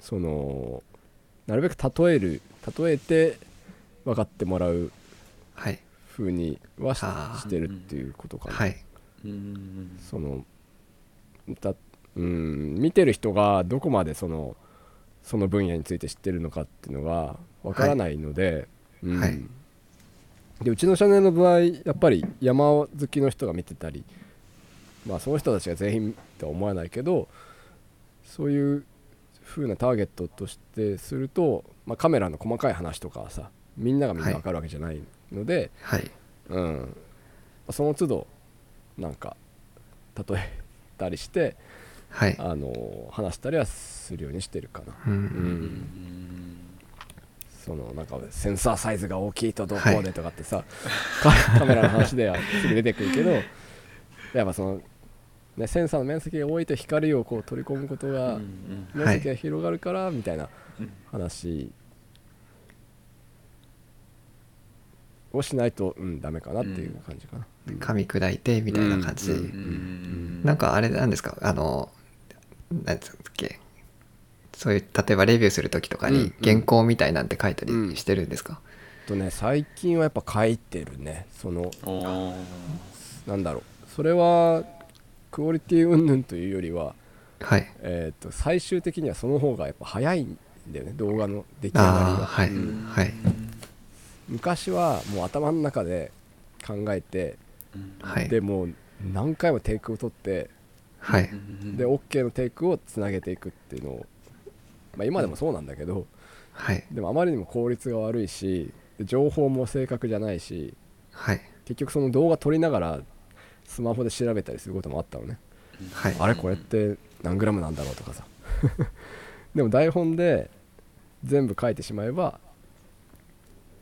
Speaker 2: そのなるべく例える例えて分かってもらう
Speaker 1: はい
Speaker 2: 風にはし
Speaker 1: はあ
Speaker 2: してるっていうことかな、
Speaker 1: はい
Speaker 2: そのだうん見てる人がどこまでそのその分野について知ってるのかっていうのがわからないので、うん
Speaker 1: はい
Speaker 2: でうちのチャンネルの場合やっぱり山好きの人が見てたりまあその人たちが全員とは思わないけどそういう風なターゲットとしてすると、まあ、カメラの細かい話とかはさみんながみんなわかるわけじゃないので、
Speaker 1: はい
Speaker 2: うん、その都度なんか例えたりして、
Speaker 1: はい
Speaker 2: あの話したりはするようにしてるかな、
Speaker 1: う
Speaker 2: うん
Speaker 1: ん
Speaker 2: そのなんかセンサーサイズが大きいとどうこうでとかってさ、 カカメラの話ではすぐ出てくるけどやっぱその、ね、センサーの面積が多いと光をこう取り込むことが面積が広がるからみたいな話をしないと、うん、ダメかなっていう感じかな。うん
Speaker 1: 噛み砕いてみたいな感じ、
Speaker 2: うんうんうん
Speaker 1: なんかあれなんですかあのなんつうんですっけそういう例えばレビューする時とか
Speaker 2: うんう
Speaker 1: に
Speaker 2: ん
Speaker 1: 原稿みたいなんて書いた
Speaker 2: うん
Speaker 1: りしてるんですか、
Speaker 2: とね最近はやっぱ書いてるねその
Speaker 3: おー
Speaker 2: なんだろうそれはクオリティ云々というよりは、
Speaker 1: はい
Speaker 2: えー、と最終的にはその方がやっぱ早いんだよね動画の出来上がり
Speaker 1: ああ
Speaker 2: が、
Speaker 1: はい、
Speaker 2: うん
Speaker 1: はい
Speaker 2: 昔はもう頭の中で考えて、
Speaker 3: うん
Speaker 1: はい
Speaker 2: でもう何回もテイクを取って
Speaker 1: は
Speaker 3: う
Speaker 1: い
Speaker 3: ん
Speaker 2: で OK のテイクをつなげていくっていうのを、まあ、今でもそうなんだけど、
Speaker 1: はい
Speaker 2: でもあまりにも効率が悪いしで情報も正確じゃないし
Speaker 1: はい
Speaker 2: 結局その動画撮りながらスマホで調べたりすることもあったのね、
Speaker 1: はい
Speaker 2: あれこれって何グラムなんだろうとかさ でも台本で全部書いてしまえば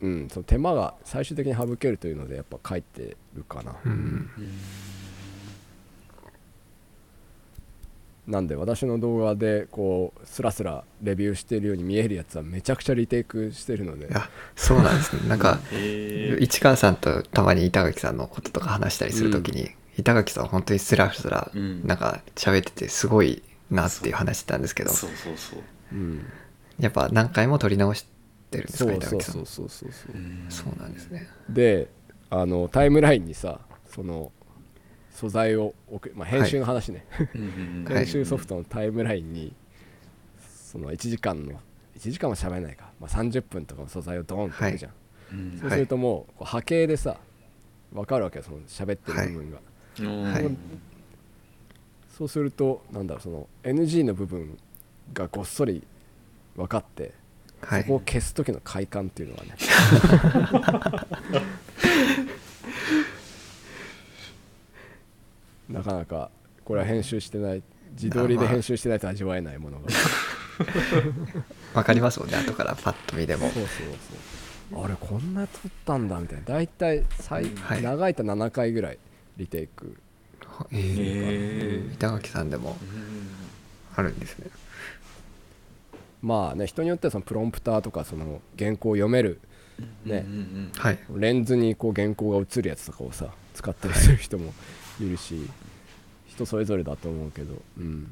Speaker 2: うんその手間が最終的に省けるというのでやっぱ書いてるかな、
Speaker 1: うん
Speaker 2: なんで私の動画でこうスラスラレビューしてるように見えるやつはめちゃくちゃリテイクしてるので
Speaker 1: いやそうなんです ねなんか
Speaker 3: えー
Speaker 1: 市川さんとたまに板垣さんのこととか話したりするときに、板垣さんは本当にスラスラ
Speaker 3: うん
Speaker 1: なんか喋っててすごいなっていう話してたんですけど、
Speaker 3: そうそうそう、
Speaker 2: うん、
Speaker 1: やっぱ何回も撮り直してるんです
Speaker 2: そ
Speaker 1: か
Speaker 2: う
Speaker 1: 板
Speaker 2: そう
Speaker 1: 垣さん
Speaker 2: そうそうそうそう
Speaker 3: うん
Speaker 1: そうなんですね
Speaker 2: であのタイムラインにさその素材を送る、まあ、編集の話ね、
Speaker 3: うんうんうん
Speaker 1: はい
Speaker 2: 編集ソフトのタイムラインにその1時間の1時間は喋らないか、まあ、30分とかの素材をドーンと置くじゃん、
Speaker 3: うん
Speaker 2: そうするともうこう波形でさ分かるわけよその喋ってる部分が、
Speaker 1: はい
Speaker 2: そうするとなんだろうその NG の部分がごっそり分かって
Speaker 1: は
Speaker 2: そこを
Speaker 1: い
Speaker 2: 消す時の快感っていうの がねなかなかこれは編集してない自撮りで編集してないと味わえないものがそう
Speaker 1: わかりますもんね後からパッと見ても
Speaker 2: そうそうあれこんなやつ撮ったんだみたいな大体最、
Speaker 1: はい
Speaker 2: 長いと7回ぐらいリテイク
Speaker 1: えー
Speaker 3: え
Speaker 1: 板垣さんでもあるんですね
Speaker 2: まあね人によってはそのプロンプターとかその原稿を読める
Speaker 3: ー
Speaker 2: ね
Speaker 3: うんうん
Speaker 1: はい
Speaker 2: レンズにこう原稿が映るやつとかをさ使ったりする人もいるし人それぞれだと思うけど、うん、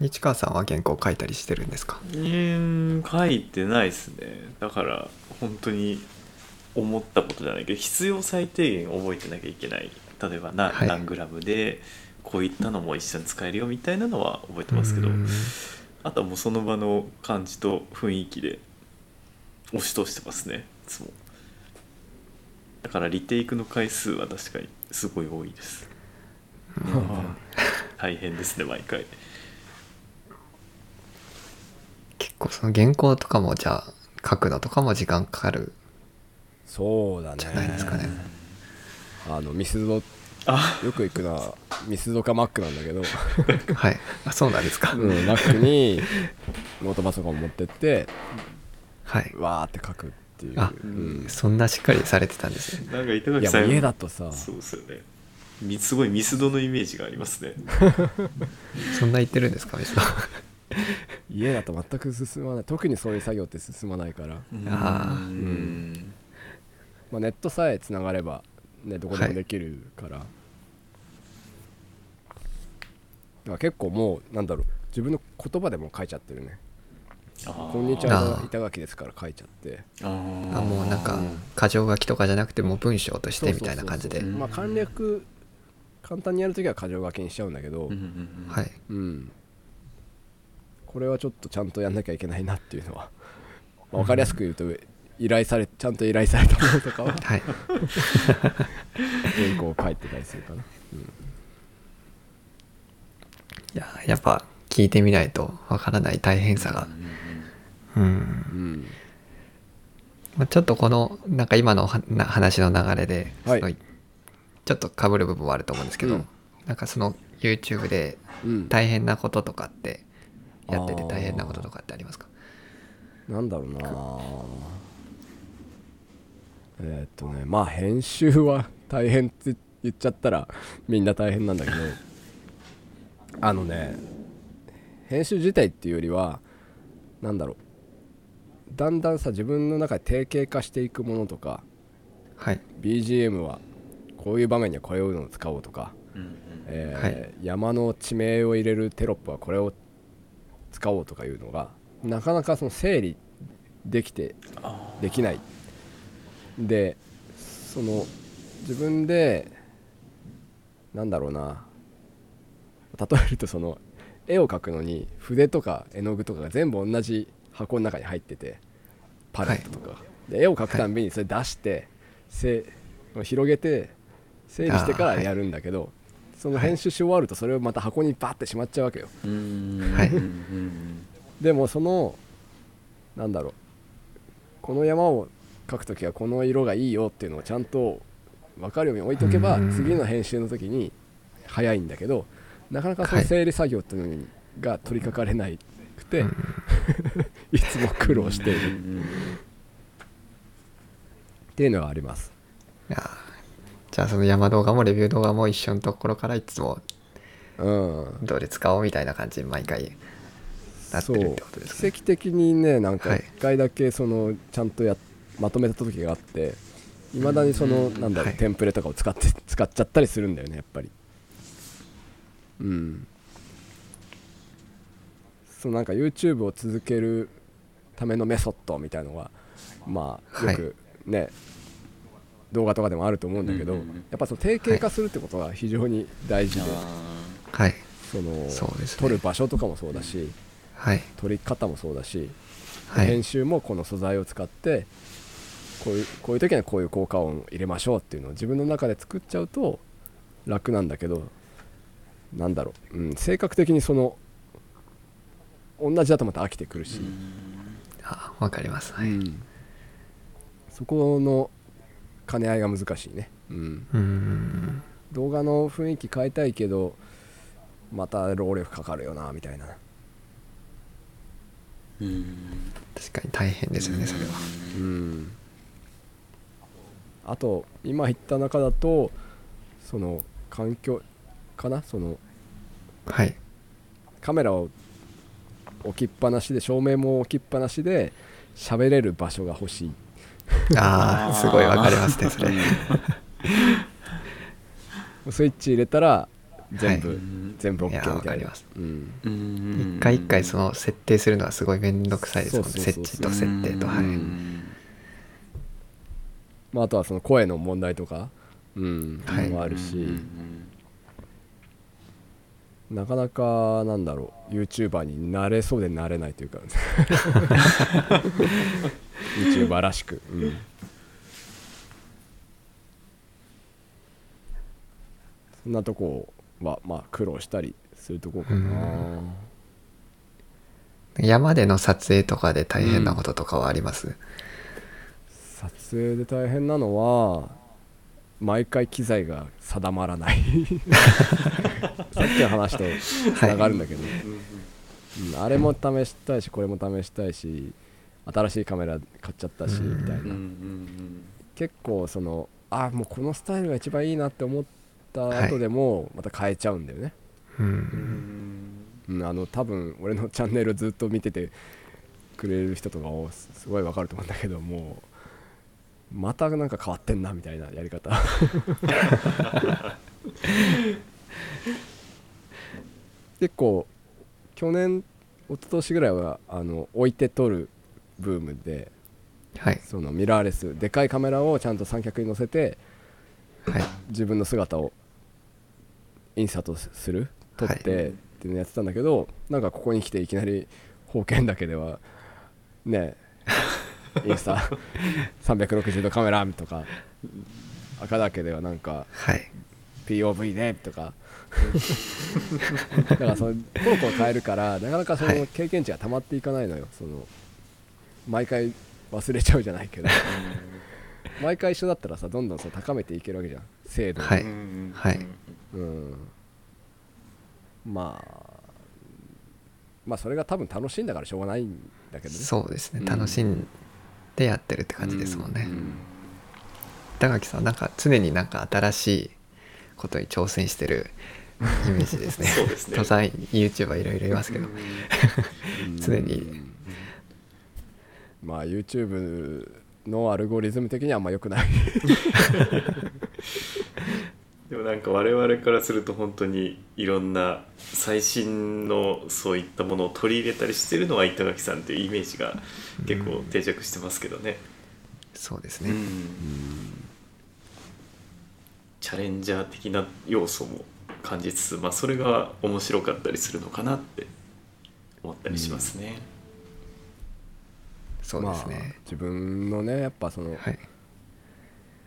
Speaker 1: 市川さんは原稿書いたりしてるんですか
Speaker 3: うん書いてないですねだから本当に思ったことじゃないけど必要最低限覚えてなきゃいけない例えば何,、
Speaker 1: はい
Speaker 3: 何グラムでこういったのも一緒に使えるよみたいなのは覚えてますけど
Speaker 1: うん
Speaker 3: あとはもうその場の感じと雰囲気で押し通してますねいつもだからリテイクの回数は確かにすごい多いです、うん 大変ですね毎回
Speaker 1: 結構その原稿とかもじゃあ書くのとかも時間かかる
Speaker 2: そうだね
Speaker 1: じゃないですかね
Speaker 2: あのミスドよ
Speaker 3: あ
Speaker 2: く行くのはミスドかマックなんだけど、
Speaker 1: はいあそうなんですか、
Speaker 2: うん、マックにノートパソコン持ってって
Speaker 1: はい
Speaker 2: わーって書くっていう、
Speaker 1: あ
Speaker 2: うん、
Speaker 1: そんなしっかりされてたんですね
Speaker 3: なんか板
Speaker 2: い
Speaker 3: 垣
Speaker 2: や
Speaker 3: さ
Speaker 2: も
Speaker 3: ん
Speaker 2: う家だとさ
Speaker 3: そうですよねみすごいミスドのイメージがありますね
Speaker 1: そんな言ってるんですか水野
Speaker 2: 家だと全く進まない特にそういう作業って進まないから、
Speaker 1: あー
Speaker 3: うん
Speaker 2: まあ、ネットさえつながれば、ね、どこでもできるから、だから結構もうなんだろう自分の言葉でも書いちゃってるね「
Speaker 3: あー
Speaker 2: こんにち
Speaker 1: あ
Speaker 2: は
Speaker 1: ー」
Speaker 2: 板垣ですから書いちゃって
Speaker 3: あー
Speaker 1: あもうなんか箇条書きとかじゃなくてもう文章としてみたいな感じで
Speaker 2: そうそうそうまあ簡略簡単にやるときは箇条書きにしちゃうんだけど、
Speaker 3: うんうんうん
Speaker 1: はい
Speaker 2: うんこれはちょっとちゃんとやんなきゃいけないなっていうのは、まあ、分かりやすく言うと依頼されちゃんと依頼されたものとかは
Speaker 1: はい
Speaker 2: 原稿を書いてたりするかな、うん
Speaker 1: いややっぱ聞いてみないとわからない大変さが
Speaker 3: うんうんうん
Speaker 1: うん
Speaker 2: うん、
Speaker 1: まあ、ちょっとこのなんか今のはな話の流れで、
Speaker 2: はい
Speaker 1: そのちょっとかぶる部分はあると思うんですけど、
Speaker 2: うん
Speaker 1: なんかその YouTube で
Speaker 2: うん
Speaker 1: 大変なこととかってやってて
Speaker 2: あー
Speaker 1: 大変なこととかってありますか
Speaker 2: なんだろうなえーっとねまあ編集は大変って言っちゃったらみんな大変なんだけどあのね編集自体っていうよりはなんだろうだんだんさ自分の中で定型化していくものとか
Speaker 1: はい、
Speaker 2: BGM はこういう場面にはこれをのを使おうとか、
Speaker 3: うん
Speaker 2: えー
Speaker 1: はい
Speaker 2: 山の地名を入れるテロップはこれを使おうとかいうのがなかなかその整理できて
Speaker 3: あ
Speaker 2: できないでその自分でなんだろうな例えるとその絵を描くのに筆とか絵の具とかが全部同じ箱の中に入っててパレットとか、で絵を描くたんびにそれ出して、せ広げて整理して
Speaker 1: あー
Speaker 2: か
Speaker 1: は
Speaker 2: ら
Speaker 1: い
Speaker 2: やるんだけど、その
Speaker 1: はい
Speaker 2: 編集し終わるとそれをまた箱にバッてしまっちゃうわけよ
Speaker 3: ーうん
Speaker 1: はい
Speaker 3: うんうん
Speaker 2: でもそのなんだろうこの山を描くときはこの色がいいよっていうのをちゃんと分かるように置いとけば
Speaker 1: うん
Speaker 2: 次の編集の時に早いんだけどなかなかそ
Speaker 1: はい
Speaker 2: の整理作業っていうのにが取り掛かれなくて、
Speaker 1: うん
Speaker 2: いつも苦労している
Speaker 3: うん
Speaker 2: っていうのがあります
Speaker 1: いやーじゃあその山動画もレビュー動画も一緒のところからいつも
Speaker 2: うん
Speaker 1: どれ使おうみたいな感じに毎回なって
Speaker 2: そ
Speaker 1: るっ
Speaker 2: う
Speaker 1: てことですか
Speaker 2: 奇
Speaker 1: ね
Speaker 2: 跡的にねなんか
Speaker 1: はい
Speaker 2: 一回だけそのちゃんとやまとめた時があっていまだにその
Speaker 3: うん
Speaker 2: なんだろう
Speaker 1: はい
Speaker 2: テンプレとかを使って使っちゃったりするんだよねやっぱりうんそうなんか YouTube を続けるためのメソッドみたいのはまあ
Speaker 1: はい
Speaker 2: よくね、動画とかでもあると思うんだけど、
Speaker 3: うんうんうん
Speaker 2: やっぱその定型化するってことが非常に大事で、
Speaker 3: あ
Speaker 1: はい
Speaker 2: その
Speaker 1: そうですね
Speaker 2: 撮る場所とかもそうだし
Speaker 1: はい
Speaker 2: 撮り方もそうだし
Speaker 1: はい
Speaker 2: 編集もこの素材を使ってこういうこういう時にはこういう効果音を入れましょうっていうのを自分の中で作っちゃうと楽なんだけどなんだろう、うん、性格的にその同じだとまた飽きてくるし、
Speaker 1: あわかりますは
Speaker 2: う
Speaker 1: いうん
Speaker 2: そこの兼ね合いが難しいね、うん、
Speaker 1: ーん
Speaker 2: 動画の雰囲気変えたいけどまた労力かかるよなみたいな、
Speaker 3: ーうん
Speaker 1: 確かに大変ですよねそれは
Speaker 2: うん、あと今言った中だとその環境かなその
Speaker 1: はい
Speaker 2: カメラを置きっぱなしで照明も置きっぱなしで喋れる場所が欲しい
Speaker 1: ああすごいわかりますねそれ
Speaker 2: スイッチ入れたら全部、
Speaker 1: は
Speaker 3: うん
Speaker 2: 全部 OK
Speaker 1: い
Speaker 2: み
Speaker 1: や
Speaker 2: たいな
Speaker 1: わかります
Speaker 2: うん
Speaker 3: うん
Speaker 1: 一回一回その設定するのはすごい面倒くさいですもんね
Speaker 2: そうそうそ
Speaker 1: 設
Speaker 2: う
Speaker 1: 置と設定と
Speaker 3: うん
Speaker 1: はい
Speaker 2: まあ、あとはその声の問題とか、うん
Speaker 1: はい
Speaker 2: もあるし、
Speaker 3: うん
Speaker 2: なかなかなんだろう YouTuber になれそうでなれないというか YouTuber らしく、うんそんなとこはまあ苦労したりするとこかな、
Speaker 1: 山での撮影とかで大変なこととかはあります、
Speaker 2: 撮影で大変なのは毎回機材が定まらないさっきの話とつながるんだけど、うんあれも試したいしこれも試したいし新しいカメラ買っちゃったしみたい
Speaker 3: うんう
Speaker 2: なん結構そのあもうこのスタイルが一番いいなって思った
Speaker 1: はい
Speaker 2: 後でもまた変えちゃうんだよね、
Speaker 1: う
Speaker 3: うん
Speaker 1: ん
Speaker 2: うん、あの多分俺のチ ャンネルずっと見ててくれる人とかをすすごいわかると思うんだけどもうまたなんか変わってんなみたいなやり方結構去年一昨年ぐらいはあの置いて撮るブームで
Speaker 1: はい
Speaker 2: そのミラーレスでかいカメラをちゃんと三脚に乗せて
Speaker 1: はい
Speaker 2: 自分の姿をインサートする撮って、
Speaker 1: は
Speaker 2: っていうのやってたんだけどなんかここに来ていきなり封建だけではねえインス タ360度カメラとか赤だけではなんか
Speaker 1: はい
Speaker 2: POV でとかだからそのコロコロ変えるからなかなかそ
Speaker 1: は
Speaker 2: の
Speaker 1: い
Speaker 2: 経験値が溜まっていかないのよその毎回忘れちゃうじゃないけど毎回一緒だったらさどんどんそう高めていけるわけじゃん精度を
Speaker 1: はい
Speaker 3: うん
Speaker 1: はい
Speaker 2: うんまあまあそれが多分楽しいんだからしょうがないんだけどね
Speaker 1: そうですね
Speaker 3: うん
Speaker 1: 楽しんでやってるって感じですもんね、
Speaker 3: うん
Speaker 1: 高木さんなんか常になんか新しいことに挑戦してるイメージ ですね
Speaker 3: そうです ね
Speaker 1: 登山 YouTuber いろいろいますけど、
Speaker 2: うん
Speaker 1: 常に
Speaker 2: まあ YouTube のアルゴリズム的にはあんま良くない
Speaker 3: でもなんか我々からすると本当にいろんな最新のそういったものを取り入れたりしてるのは板垣さんというイメージが結構定着してますけどね。
Speaker 1: そうです
Speaker 3: う
Speaker 1: ね、
Speaker 3: んチャレンジャー的な要素も感じつつ、まあ、それが面白かったりするのかなって思ったりしますね。
Speaker 1: そうです
Speaker 2: まあ
Speaker 1: ね、、
Speaker 2: 自分のねやっぱその、
Speaker 1: はい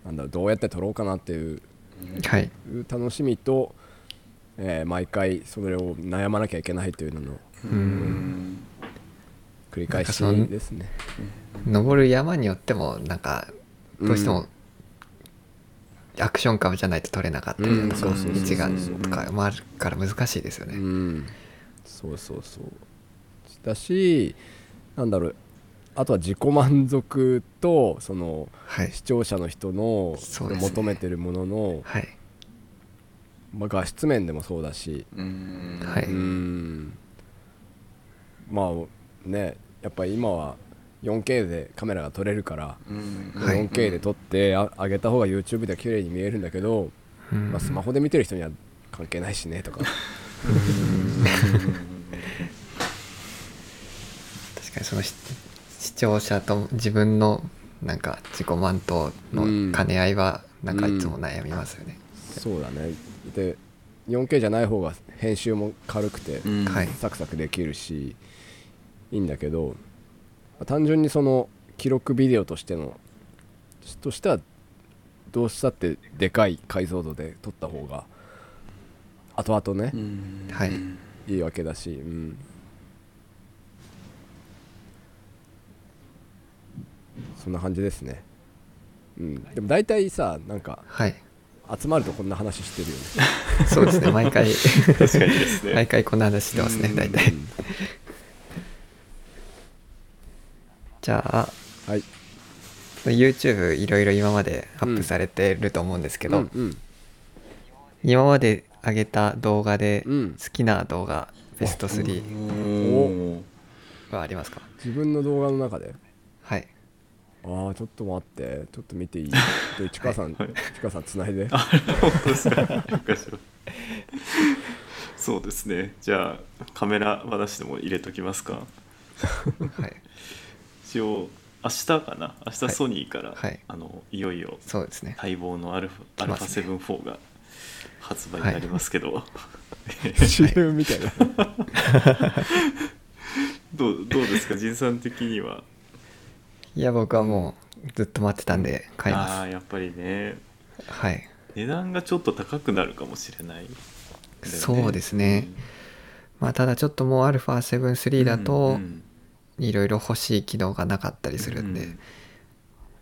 Speaker 2: なんだろうどうやって撮ろうかなっていう
Speaker 1: はい
Speaker 2: 楽しみと、えー毎回それを悩まなきゃいけないというのの
Speaker 3: うん
Speaker 2: 繰り返し
Speaker 1: なんかその
Speaker 2: ですね。
Speaker 1: 登る山によってもなんかどうしてもアクション感じゃないと取れなかったりだとか
Speaker 2: うんそうそうそうそ
Speaker 1: 道
Speaker 2: う
Speaker 1: がとかもあるから難しいですよ
Speaker 2: う
Speaker 1: ね、
Speaker 2: ん、そうそうそうだしなんだろうあとは自己満足とその
Speaker 1: はい
Speaker 2: 視聴者の人の
Speaker 1: そうですね
Speaker 2: 求めてるものの、
Speaker 1: はい
Speaker 2: まあ、画質面でもそうだし、
Speaker 3: うん
Speaker 1: はいううん
Speaker 2: んまあねやっぱり今は 4K でカメラが撮れるから、
Speaker 3: うん
Speaker 1: はい
Speaker 2: 4K で撮ってあ上げた方が YouTube では綺麗に見えるんだけど、
Speaker 1: うん
Speaker 2: まあ、スマホで見てる人には関係ないしねとか
Speaker 1: 確かにそのし視聴者と自分のなんか自己満との兼ね合いはなんかいつも悩みますよね、
Speaker 2: そうだねで 4K じゃない方が編集も軽くて
Speaker 3: うん
Speaker 1: はい
Speaker 2: サクサクできるしいいんだけどまあ単純にその記録ビデオとしてのとしてはどうしたってでかい解像度で撮った方が後々ね
Speaker 3: うん
Speaker 1: はい
Speaker 2: いいわけだし、うん、そんな感じですね、うん、でも大体さなんか
Speaker 1: はい
Speaker 2: 集まるとこんな話してるよね
Speaker 1: そうですね毎回
Speaker 3: 確かにですね。
Speaker 1: 毎回こんな話してますね大 体じゃあ
Speaker 2: はい。
Speaker 1: YouTube いろいろ今までアップされてると思うんですけど、
Speaker 2: うん
Speaker 1: 今まで上げた動画で
Speaker 2: うん
Speaker 1: 好きな動画ベスト3
Speaker 3: お
Speaker 1: はありますか、
Speaker 2: 自分の動画の中で。
Speaker 1: はい
Speaker 2: ああ、ちょっと待って、ちょっと見ていい。で、市川さん、
Speaker 3: はい
Speaker 2: 市川さんつないで。
Speaker 3: 本当ですかなんかしら そうですねじゃあカメラ話でも入れときますか
Speaker 1: はい
Speaker 3: 一応明日かな明日ソニーから、
Speaker 1: はいはい
Speaker 3: あのいよいよ
Speaker 1: そうですね
Speaker 3: 待望のアルファ、
Speaker 1: 来
Speaker 3: アル
Speaker 1: ま
Speaker 3: フ
Speaker 1: すね
Speaker 3: ァ7-4が発売になりますけど、
Speaker 2: CM みたいな。
Speaker 3: どうどうですか仁さん的にはい
Speaker 1: や僕はもうずっと待ってたんで買い
Speaker 3: あ
Speaker 1: ま
Speaker 3: あやっぱりね
Speaker 1: すはい
Speaker 3: 値段がちょっと高くなるかもしれないんだよね、
Speaker 1: そうですねまあただちょっともう α7-3 だ
Speaker 3: うんう
Speaker 1: と
Speaker 3: ん
Speaker 1: いろいろ欲しい機能がなかったりするんで、
Speaker 3: うん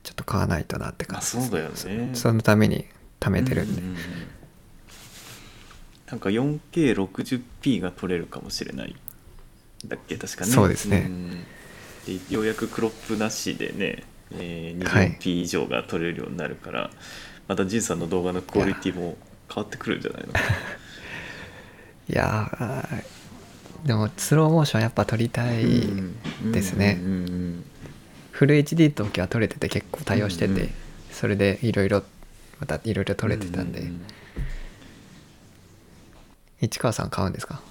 Speaker 1: ちょっと買わないとなって
Speaker 3: ま
Speaker 1: 感
Speaker 3: あ
Speaker 1: じ
Speaker 3: そうだよね
Speaker 1: そのために貯めてるんで、
Speaker 3: うううんなんか 4K60p が取れるかもしれないだっけ確かね
Speaker 1: そうですね
Speaker 3: んでようやくクロップなしでね、えー
Speaker 1: はい
Speaker 3: 20p 以上が取れるようになるから、またジンさんの動画のクオリティも変わってくるんじゃないのか
Speaker 1: いやーでもスローモーションやっぱ撮りた い、
Speaker 3: うん
Speaker 1: ですね
Speaker 3: うんうん
Speaker 1: フル HD の時は撮れてて結構対応してて、
Speaker 3: うんうん
Speaker 1: それでいろいろまたいろいろ撮れてたんで、
Speaker 3: うう
Speaker 1: 市川さん買うんですか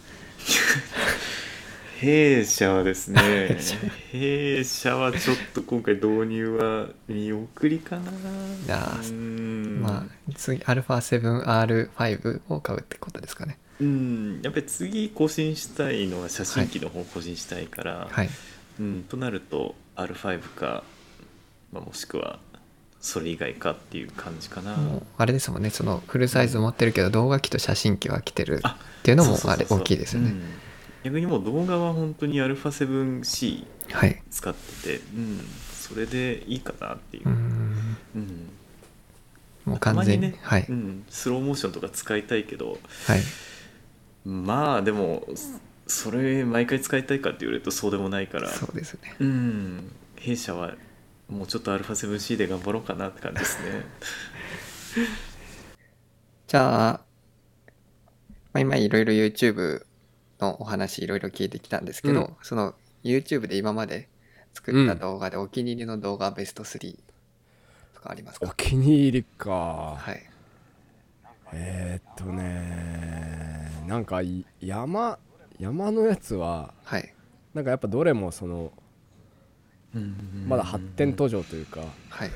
Speaker 3: 弊社はで すね
Speaker 1: 弊社
Speaker 3: 弊社はちょっと今回導入は見送りかな
Speaker 1: あー
Speaker 3: うん
Speaker 1: まあ次 α7R5 を買うってことですかね
Speaker 3: うんやっぱり次更新したいのは写真機の方を更新したいから、
Speaker 1: はい
Speaker 3: うん、となると R5 か、まあ、もしくはそれ以外かっていう感じかな、
Speaker 1: もうあれですもんねそのフルサイズ持ってるけど動画機と写真機は来てるっていうのも
Speaker 3: そうそうそうそ
Speaker 1: あ
Speaker 3: う
Speaker 1: れ大きいですよ
Speaker 3: う
Speaker 1: ね
Speaker 3: ん逆にもう動画は本当に α7C
Speaker 1: はい
Speaker 3: 使ってて、うん、それでいいかなってい
Speaker 1: う
Speaker 3: う、
Speaker 1: ーん
Speaker 3: うん
Speaker 1: もう完全に
Speaker 3: たまね
Speaker 1: はい、
Speaker 3: うん、スローモーションとか使いたいけど
Speaker 1: はい
Speaker 3: まあでもそれ毎回使いたいかって言われるとそうでもないから
Speaker 1: そうですね
Speaker 3: うん弊社はもうちょっと α7C で頑張ろうかなって感じですね
Speaker 1: じゃあ、まあ、今いろいろ YouTube のお話いろいろ聞いてきたんですけど、
Speaker 2: うん
Speaker 1: その YouTube で今まで作った動画でお気に入りの動画ベスト3とかあります
Speaker 2: お
Speaker 1: か、
Speaker 2: 気に入りか。
Speaker 1: はい
Speaker 2: えーっとねなんかい山山のやつは
Speaker 1: はい
Speaker 2: なんかやっぱどれもそのまだ発展途上というか
Speaker 1: はい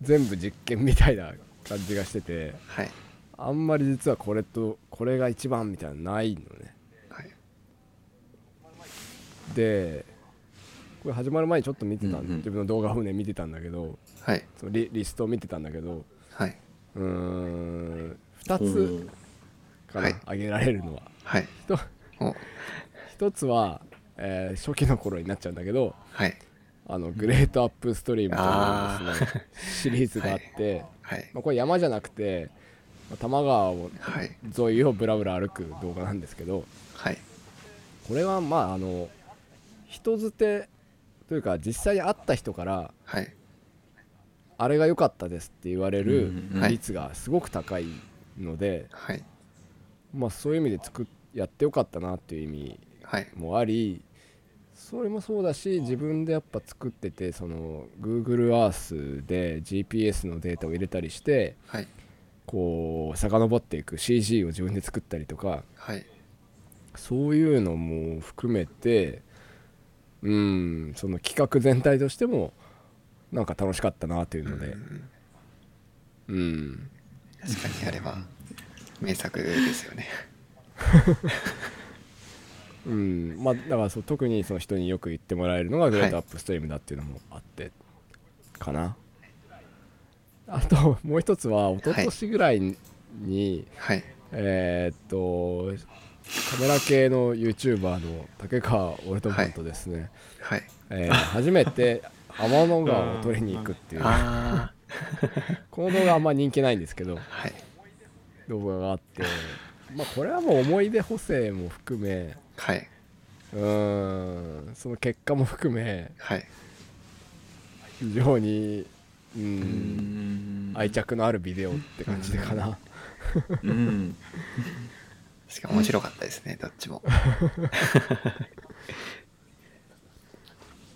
Speaker 2: 全部実験みたいな感じがしてて
Speaker 1: はい
Speaker 2: あんまり実はこれとこれが一番みたいなのないのね
Speaker 1: はい
Speaker 2: でこれ始まる前にちょっと見てた、
Speaker 3: うんうん
Speaker 2: 自分の動画をね見てたんだけど
Speaker 1: はい
Speaker 2: そのリリストを見てたんだけど
Speaker 1: はいう
Speaker 2: ーん2
Speaker 3: うん
Speaker 2: つかな、
Speaker 1: はい
Speaker 2: 挙げられるのは
Speaker 1: はい
Speaker 2: ひと
Speaker 1: お
Speaker 2: 一つは、えー初期の頃になっちゃうんだけど
Speaker 1: はい
Speaker 2: あのグレートアップストリームというですねシリーズがあって、
Speaker 1: はい
Speaker 2: まあ、これ山じゃなくてまあ多摩川を
Speaker 1: はい
Speaker 2: 沿いをぶらぶら歩く動画なんですけど
Speaker 1: はい
Speaker 2: これはまああの人づてというか実際に会った人から
Speaker 1: はい
Speaker 2: あれが良かったですって言われる
Speaker 3: うん
Speaker 1: うんはい
Speaker 2: 率がすごく高いので、
Speaker 1: はい
Speaker 2: まあ、そういう意味で作っやってよかったなっていう意味
Speaker 1: はい
Speaker 2: もありそれもそうだし自分でやっぱ作っててその Google Earth で GPS のデータを入れたりして
Speaker 1: はい
Speaker 2: こう遡っていく CG を自分で作ったりとか
Speaker 1: はい
Speaker 2: そういうのも含めてうんその企画全体としてもなんか楽しかったなというので
Speaker 1: うん
Speaker 2: うん
Speaker 1: 確かにあれは名作ですよね
Speaker 2: うんまあだからそう特にその人によく言ってもらえるのがグレートアップストリームだっていうのもあってかな、あともう一つは一昨年ぐらいに、
Speaker 1: はい
Speaker 2: えーっとカメラ系の YouTuber の竹川オルトマンとですね、
Speaker 1: はい
Speaker 2: えー初めて天の川を撮りに行くっていう
Speaker 1: あ
Speaker 2: この動画あんま人気ないんですけど
Speaker 1: あはい
Speaker 2: 動画があってまあこれはもう思い出補正も含め
Speaker 1: はい
Speaker 2: うーんその結果も含め
Speaker 1: はい
Speaker 2: 非常にうん、愛
Speaker 3: 愛
Speaker 2: 着のあるビデオって感じかな、
Speaker 3: うん
Speaker 1: しかも面白かったです ねどっちも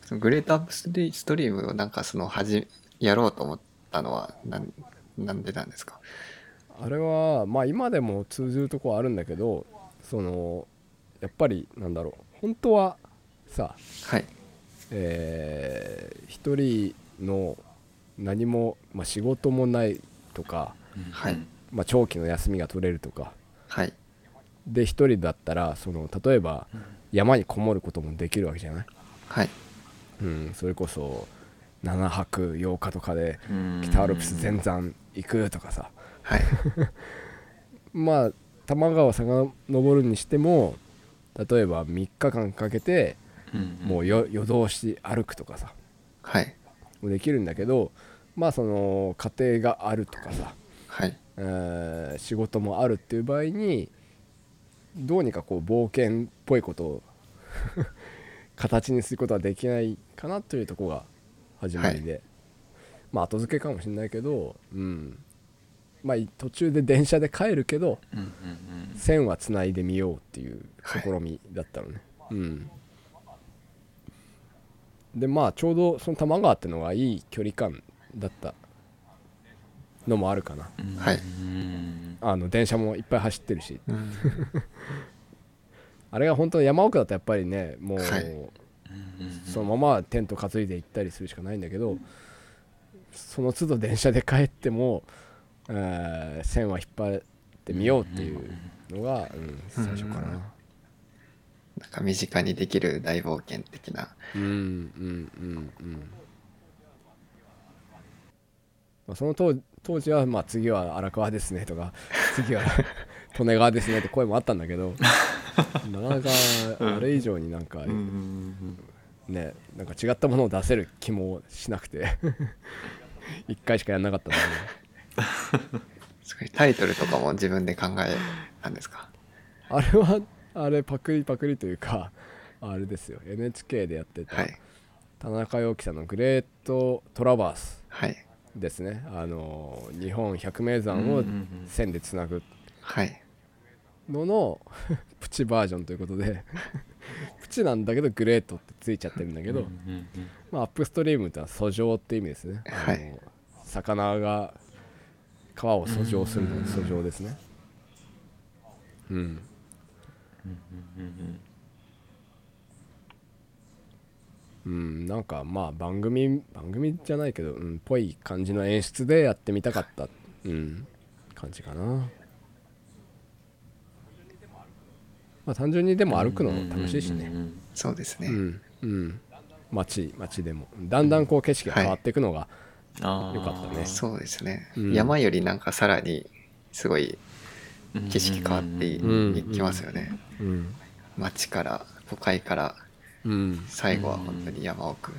Speaker 1: そのグレートアップストリストリームをなんかそのはじやろうと思ったのはなんなんでなんですか
Speaker 2: あれはまあ今でも通じるとこはあるんだけどそのやっぱりなんだろう本当はさ
Speaker 1: はい
Speaker 2: えー一人の何も、まあ、仕事もないとか、
Speaker 1: はい
Speaker 2: まあ、長期の休みが取れるとか
Speaker 1: はい
Speaker 2: で一人だったらその例えば山にこもることもできるわけじゃない、
Speaker 1: はい
Speaker 2: うん、それこそ7泊8日とかで北アルプス全山行くとかさ
Speaker 1: はい
Speaker 2: まあ多摩川を遡るにしても例えば3日間かけてもうよ夜通し歩くとかさ
Speaker 1: はい
Speaker 2: できるんだけどまあその家庭があるとかさ、
Speaker 1: はい
Speaker 2: えー仕事もあるっていう場合にどうにかこう冒険っぽいことを 形にすることはできないかなというとこが始まりで、まあ後付けかもしれないけど、うんまあ、い途中で電車で帰るけど線はつないでみようっていう試みだったのね、うんでまあちょうどその多摩川ってのがいい距離感だったのもあるかな
Speaker 1: はい
Speaker 2: あの電車もいっぱい走ってるし
Speaker 1: うん
Speaker 2: あれが本当に山奥だとやっぱりねもう、
Speaker 1: はい
Speaker 2: そのままテント担いで行ったりするしかないんだけどその都度電車で帰っても、えー線は引っ張ってみようっていうのが、うん、最初かな。
Speaker 1: なんか身近にできる大冒険的な
Speaker 2: うんうんうんうんまあその当当時はまあ次は荒川ですね とか次は利根川ですねって声もあったんだ けどなかなかあれ以上になんかねなんか違ったものを出せる気もしなくて 一回しかやんなかったんだけ
Speaker 1: すごいタイトルとかも自分で考えたんですか
Speaker 2: どあれはあれパクリパクリというかあれですよ NHK でやってた
Speaker 1: はい
Speaker 2: 田中陽樹さんの「グレートトラバース」
Speaker 1: はい
Speaker 2: ですねあの日本百名山を線でつなぐ
Speaker 1: はい
Speaker 2: のの プチバージョンということ でプチなんだけどグレートってついちゃってるんだけど、まあ、アップストリームってのは遡上って意味ですね、
Speaker 1: はい
Speaker 2: あの魚が皮を遡上するの遡上ですねうんうん、なんかまあ番組番組じゃないけどうんぽい感じの演出でやってみたかった、うん、感じかなまあ単純にでも歩くのも楽しいしね
Speaker 1: そうですね、
Speaker 2: うんうん街街でもだんだんこう景色が変わっていくのが、
Speaker 3: ああ
Speaker 2: よかったね
Speaker 1: そうですね、
Speaker 2: うん
Speaker 1: 山よりなんかさらにすごい景色変わってい,、
Speaker 2: うん
Speaker 1: きますよね、
Speaker 2: うん
Speaker 1: 街から都会から
Speaker 2: うん
Speaker 1: 最後は本当に山奥、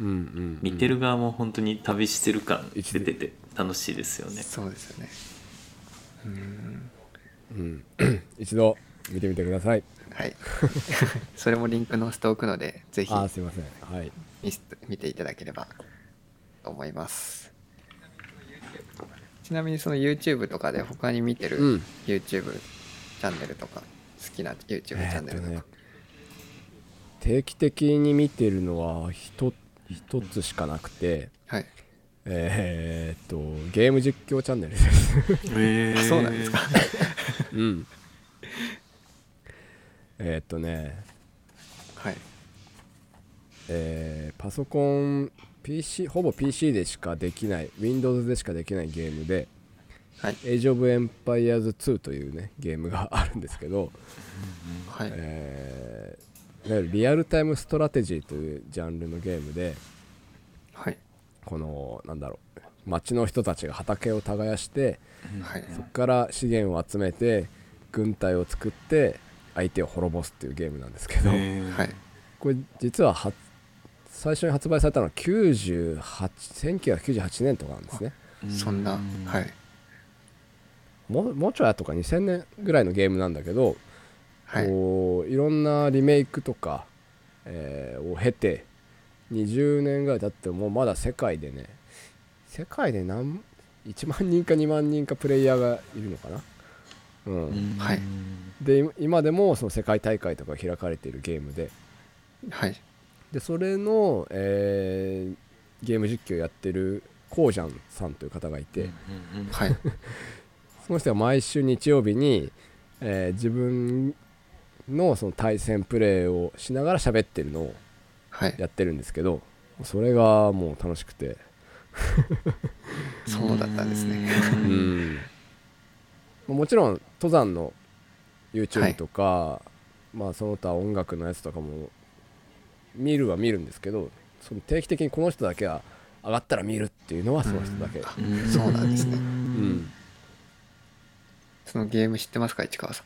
Speaker 2: うんうん
Speaker 3: 見てる側も本当に旅してる感出
Speaker 2: 一年
Speaker 3: てて楽しいですよね
Speaker 1: そうですよね
Speaker 2: うん、 一度見てみてください
Speaker 1: はい それもリンク載せておくのでぜひ
Speaker 2: あーすいませんはい
Speaker 1: 見せ見ていただければと思いますちなみにその YouTube とかで他に見て
Speaker 2: う
Speaker 1: る
Speaker 2: ん
Speaker 1: YouTube チャンネルとか好きな YouTube チャンネルとか、
Speaker 2: えーっとね定期的に見てるのは一一つしかなくて
Speaker 1: はい
Speaker 2: えーっとゲーム実況チャンネルです、
Speaker 3: へ
Speaker 1: あそうなんですか
Speaker 2: うん、 えーっとね
Speaker 1: はい
Speaker 2: えーパソコン PC ほぼ PC でしかできない Windows でしかできないゲームで
Speaker 1: はい
Speaker 2: 「Age of Empires 2」というねゲームがあるんですけど、
Speaker 1: はい、
Speaker 2: えーいわゆるリアルタイムストラテジーというジャンルのゲームで
Speaker 1: はい
Speaker 2: このなんだろう町の人たちが畑を耕して
Speaker 1: はい
Speaker 2: そこから資源を集めて軍隊を作って相手を滅ぼすっていうゲームなんですけど
Speaker 1: はい
Speaker 2: これ実はは最初に発売されたのは98 1998年とかなんですね
Speaker 1: そんなはい
Speaker 2: もうもうちょい後か2000年ぐらいのゲームなんだけど、
Speaker 1: はい
Speaker 2: こういろんなリメイクとか、えーを経て20年ぐらい経ってもまだ世界でね世界で何1万人か2万人かプレイヤーがいるのかな、うん
Speaker 1: はい
Speaker 2: で今今でもその世界大会とか開かれているゲームで
Speaker 1: はい
Speaker 2: でそれの、えーゲーム実況やってるコージャンさんという方がいて、
Speaker 1: はい
Speaker 2: その人は毎週日曜日に、えー自分のその対戦プレーをしながら喋ってるのを
Speaker 1: はい
Speaker 2: やってるんですけどそれがもう楽しくて
Speaker 1: そうだったんですね
Speaker 2: うんもちろん登山の
Speaker 1: は
Speaker 2: YouTube
Speaker 1: い
Speaker 2: とか、まあその他音楽のやつとかも見るは見るんですけどその定期的にこの人だけは上がったら見るっていうのはその人だけ
Speaker 1: あそうなんですね
Speaker 2: うん
Speaker 1: そのゲーム知ってますか市川さ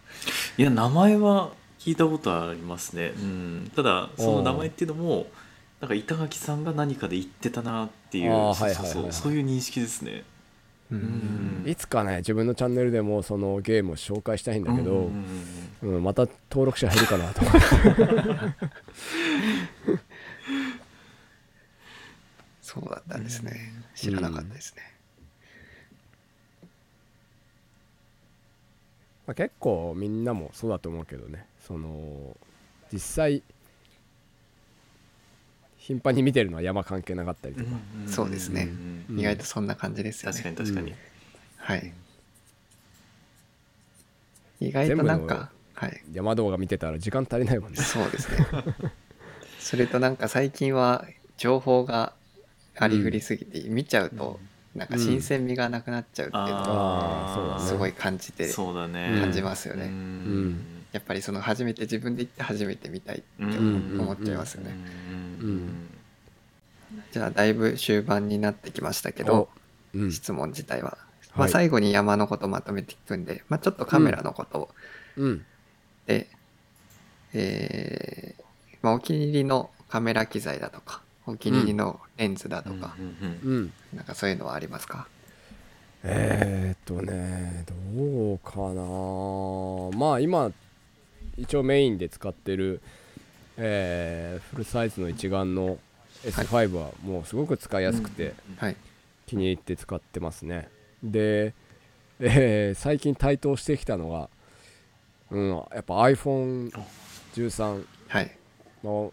Speaker 1: ん
Speaker 3: いや名前は聞いたことありますね、うん、ただその名前っていうのもなんか板垣さんが何かで言ってたなっていう
Speaker 2: あー
Speaker 3: そう
Speaker 2: はい
Speaker 3: そう
Speaker 2: はい
Speaker 3: そ
Speaker 2: は
Speaker 3: う、
Speaker 2: いはい
Speaker 3: そういう認識ですね
Speaker 1: う
Speaker 3: うんん
Speaker 2: いつかね自分のチャンネルでもそのゲームを紹介したいんだけど、
Speaker 3: うんうんうん
Speaker 2: うん、また登録者減るかなと思って
Speaker 1: そうだったんですね知らなかったですね
Speaker 2: まあ結構みんなもそうだと思うけどねその実際頻繁に見てるのは山関係なかったりとか、
Speaker 3: うんんん
Speaker 1: そうですね
Speaker 3: ん
Speaker 2: うん
Speaker 1: 意外とそんな感じですよ
Speaker 3: 確か
Speaker 1: ね
Speaker 3: に確かに、
Speaker 2: うん
Speaker 1: はい意外となんかはい
Speaker 2: 山動画見てたら時間足りないもんね
Speaker 1: そうですね それとなんか最近は情報がありふりすぎて見ちゃうとなんか新鮮味がなくなっちゃうっていうのが
Speaker 2: あー
Speaker 1: すごい感じて
Speaker 3: そうだね
Speaker 1: 感じますよね
Speaker 3: うん
Speaker 1: やっぱりその初めて自分で行って初めて見たいって
Speaker 3: うん
Speaker 1: 思っちゃいますよね、
Speaker 3: うんうん
Speaker 1: じゃあだいぶ終盤になってきましたけど
Speaker 2: お、うん、
Speaker 1: 質問自体は、ま
Speaker 2: は
Speaker 1: あ、
Speaker 2: い
Speaker 1: 最後に山のことまとめていくんで、まあ、ちょっとカメラのこと
Speaker 2: うん、
Speaker 1: で、えーまあ、お気に入りのカメラ機材だとかお気に入りのレンズだとか
Speaker 3: う、んうんうん
Speaker 2: うん、
Speaker 1: なんかそういうのはありますか
Speaker 2: えー、っとねどうかなまあ今一応メインで使ってる、えーフルサイズの一眼の S5 はもうすごく使いやすくて
Speaker 1: はい
Speaker 2: 気に入って使ってますねで、えー最近台頭してきたのが、うん、やっぱ iPhone13
Speaker 1: はい
Speaker 2: の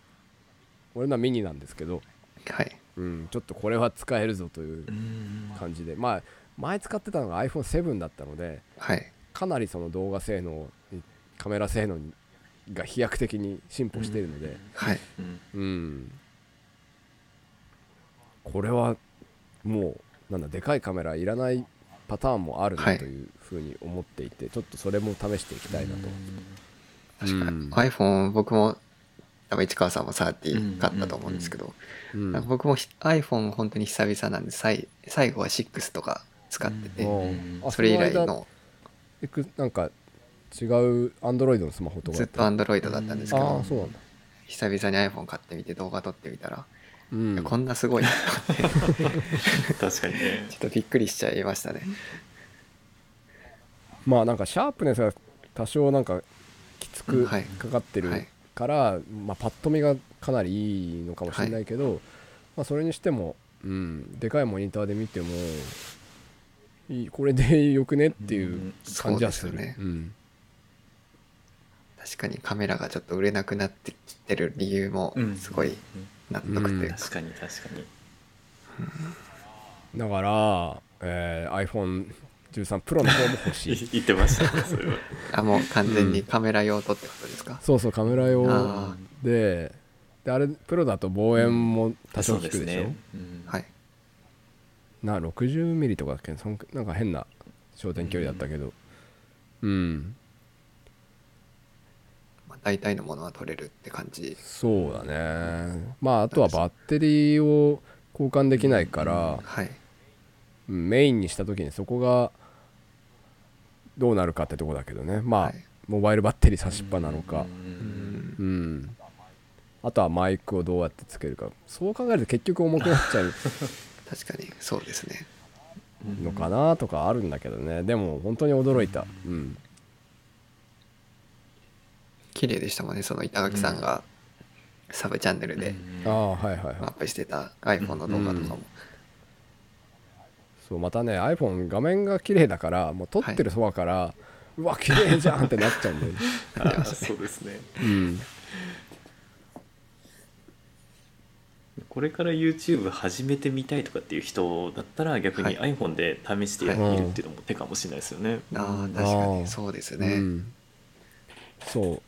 Speaker 2: 俺のはミニなんですけど、
Speaker 1: はい
Speaker 2: うん、ちょっとこれは使えるぞという
Speaker 3: うん
Speaker 2: 感じでまあ前使ってたのが iPhone7 だったので
Speaker 1: はい
Speaker 2: かなりその動画性能にカメラ性能にが飛躍的に進歩しているので、
Speaker 1: はい
Speaker 3: うん
Speaker 2: うん、これはもうなんだでかいカメラいらないパターンもある
Speaker 1: は
Speaker 2: ないというふうに思っていて、ちょっとそれも試していきたいなと、
Speaker 1: 確かに、
Speaker 2: うん
Speaker 1: iPhone 僕も多分市川さんも
Speaker 3: うん
Speaker 1: 30買ったと思うんですけど、
Speaker 2: うん
Speaker 1: なんか僕もひ iPhone 本当に久々なんでさい最後は6とか使ってて、
Speaker 2: うん
Speaker 3: うん
Speaker 2: あ
Speaker 1: それ以来
Speaker 2: その間
Speaker 1: の
Speaker 2: いくなんか違うアンドロイドのスマホとか
Speaker 1: ず
Speaker 2: だ
Speaker 1: っと
Speaker 2: あ
Speaker 1: Android だったんですけ
Speaker 2: あー
Speaker 1: ど
Speaker 2: そうなんだ、
Speaker 1: 久々に iPhone 買ってみて動画撮ってみたら、
Speaker 2: う
Speaker 1: いや
Speaker 2: ん、
Speaker 1: こんなすごいな と思って
Speaker 3: 確かにね
Speaker 1: ちょっとびっくりしちゃいましたね
Speaker 2: まあなんかシャープネスが多少なんかきつ
Speaker 1: う
Speaker 2: く
Speaker 1: んはい
Speaker 2: かかって
Speaker 1: は
Speaker 2: る
Speaker 1: い
Speaker 2: から、まあ、パッと見がかなりいいのかもしれないけど、まあ、それにしても、うん、でかいモニターで見てもいいこれでよくねっていう感じはする
Speaker 1: うんそうですよね
Speaker 2: うん
Speaker 1: 確かにカメラがちょっと売れなくなってきてる理由も
Speaker 3: うん
Speaker 1: すごい納得というか、
Speaker 3: 確かに確かに
Speaker 2: だから、えー iPhone13Pro の方も欲し い
Speaker 3: い言ってましたねそれは
Speaker 1: あもう完全にカメラ用とってことですか、
Speaker 2: そうそうカメラ用
Speaker 1: あ
Speaker 2: でであれプロだと望遠も多少
Speaker 3: そう
Speaker 2: 効く
Speaker 3: で
Speaker 2: でしょ、
Speaker 3: すね、うん
Speaker 1: はい
Speaker 2: な60ミリとかだっけそんくなんか変な焦点距離だったけどうん、
Speaker 1: まあ、大体のものは撮れるって感じ
Speaker 2: そうだねまああとはバッテリーを交換できないから、
Speaker 1: はい
Speaker 2: うんメインにした時にそこがどうなるかってとこだけどねまあ、
Speaker 1: はい
Speaker 2: モバイルバッテリー差しっぱなのか
Speaker 3: う
Speaker 1: うんん
Speaker 2: うん、あとはマイクをどうやってつけるかそう考えると結局重くなっちゃう
Speaker 1: 確かにそうですね
Speaker 2: のかなとかあるんだけどねでも本当に驚いたうん
Speaker 1: 綺麗でしたもんねその板垣さんがサブチャンネルで
Speaker 2: ああはいはいはい
Speaker 1: アップしてた iPhone の動画とかも、
Speaker 2: そうまたね iPhone 画面が綺麗だからもう撮ってるそばから、うわ綺麗じゃんってなっちゃうんだ よね、
Speaker 3: あーそうですね
Speaker 2: うん、
Speaker 3: これから YouTube 始めてみたいとかっていう人だったら逆に
Speaker 1: は
Speaker 3: iPhone で試してやってみるっていうのも手かもしれないですよね、
Speaker 1: ああ
Speaker 3: うん
Speaker 1: 確か
Speaker 2: あー
Speaker 1: にそうです
Speaker 2: う
Speaker 1: ね、
Speaker 2: ん、そう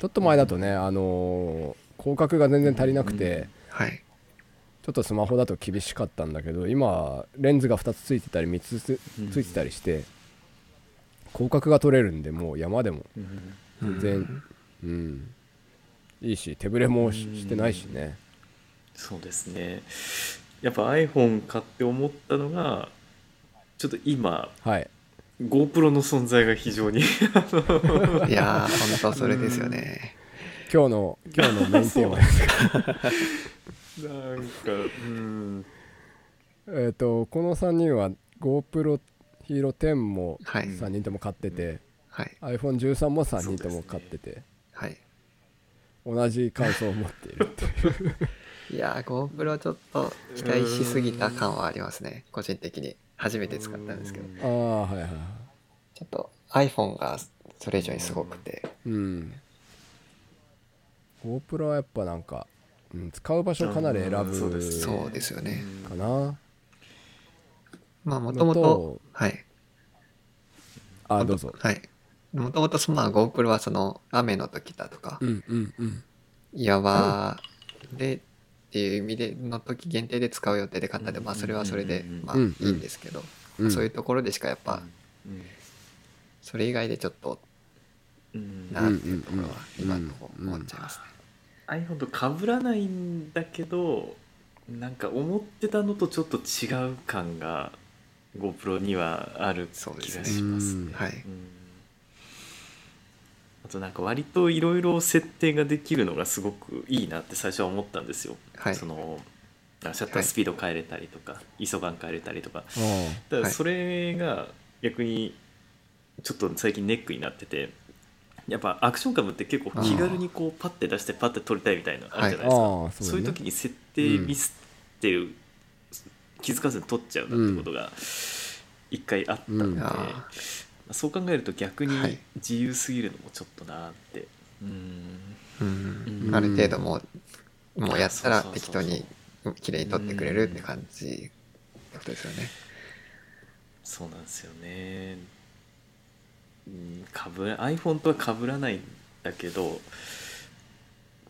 Speaker 2: ちょっと前だとね、あのー広角が全然足りなくて、
Speaker 1: はい
Speaker 2: ちょっとスマホだと厳しかったんだけど今レンズが2つついてたり3つつ
Speaker 3: うん
Speaker 2: ついてたりして、広角が取れるんでもう山でも
Speaker 3: うん
Speaker 2: 全然、うんいいし手ぶれもししてないしね、
Speaker 3: そうですねやっぱ iPhone 買って思ったのがちょっと今
Speaker 2: はい
Speaker 3: GoPro の存在が非常に あの
Speaker 1: いやー本当それですよね、
Speaker 2: 今日の今日のメインテーマです
Speaker 3: なんかうん
Speaker 2: えー、とこの3人は GoPro ヒーロー10も
Speaker 1: はい
Speaker 2: 3人とも買ってて、
Speaker 1: はい
Speaker 2: iPhone13 も3人とも買ってて、
Speaker 1: はい
Speaker 2: 同じ感想を持っているっていう
Speaker 1: いやー GoPro ちょっと期待しすぎた感はありますね個人的に初めて使ったんですけど
Speaker 2: ああはいはい
Speaker 1: ちょっと iPhone がそれ以上にすごくて
Speaker 2: うん GoPro はやっぱなんか、うん、使う場所をかなり選
Speaker 3: うんそうで
Speaker 2: ぶ
Speaker 3: す
Speaker 1: そうですよね
Speaker 2: かな
Speaker 1: まあもともと
Speaker 2: 元
Speaker 1: はい
Speaker 2: あどうぞ
Speaker 1: はいもともとそのまあ GoPro はその雨の時だとか、
Speaker 2: うんうんうん
Speaker 1: 岩場でっていう意味での時限定で使う予定で買ったんで、まあ、それはそれで
Speaker 3: うん
Speaker 1: まあい
Speaker 2: うん
Speaker 1: いんですけど、
Speaker 2: うん
Speaker 1: そういうところでしかやっぱ
Speaker 3: うん
Speaker 1: それ以外でちょっと
Speaker 3: うん
Speaker 1: なっていうところは
Speaker 2: うん
Speaker 1: 今のとこ思っちゃいますね。
Speaker 3: iPhone と被らないんだけどなんか思ってたのとちょっと違う感が GoPro にはある
Speaker 1: そうで
Speaker 3: 気
Speaker 1: すね
Speaker 3: がしますね。
Speaker 1: はい
Speaker 3: うんあとなんか割といろいろ設定ができるのがすごくいいなって最初は思ったんですよ。
Speaker 1: はい
Speaker 3: そのあシャッタースピード変えれたりとか、ISO 感変えれたりとか
Speaker 2: あ
Speaker 3: ただ
Speaker 1: はい
Speaker 3: それが逆にちょっと最近ネックになっててやっぱアクションカムって結構気軽にこうパッて出してパッて撮りたいみたいなのあるじゃない
Speaker 2: あ
Speaker 3: ですか、
Speaker 2: ああ
Speaker 3: そういう
Speaker 2: だ
Speaker 3: 時に設定ミスっていう、気づかずに撮っちゃうなってことが一回あったので、
Speaker 2: うん
Speaker 1: あ
Speaker 3: そう考えると逆に
Speaker 1: はい
Speaker 3: 自由すぎるのもちょっとなーって、うん
Speaker 1: ーう
Speaker 3: うんん
Speaker 1: ある程度もうもうやったら
Speaker 3: そうそう
Speaker 1: 適
Speaker 3: そうそ
Speaker 1: 当
Speaker 3: う
Speaker 1: に綺麗に撮ってくれるって感じってことですよね。
Speaker 3: そうなんですよね。うん、かぶら iPhone とはかぶらないんだけど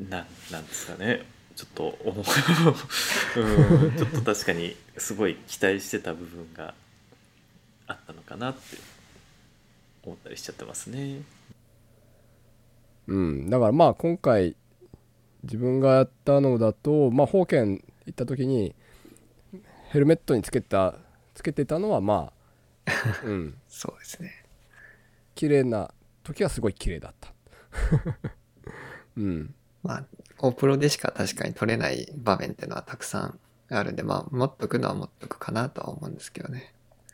Speaker 3: なんなんですかねちょっと思 う、うん、ちょっと確かにすごい期待してた部分があったのかなって思ったりしちゃってますね。
Speaker 2: うん、だからまあ今回自分がやったのだとまあ保険行った時にヘルメットにつけたつけてたのはまあうん
Speaker 1: そうですね。
Speaker 2: 綺麗な時はすごい綺麗だった。 うん、
Speaker 1: まあ、GoPro でしか確かに撮れない場面っていうのはたくさんあるんで、まあ、持っとくのは持っとくかなとは思うんですけどね。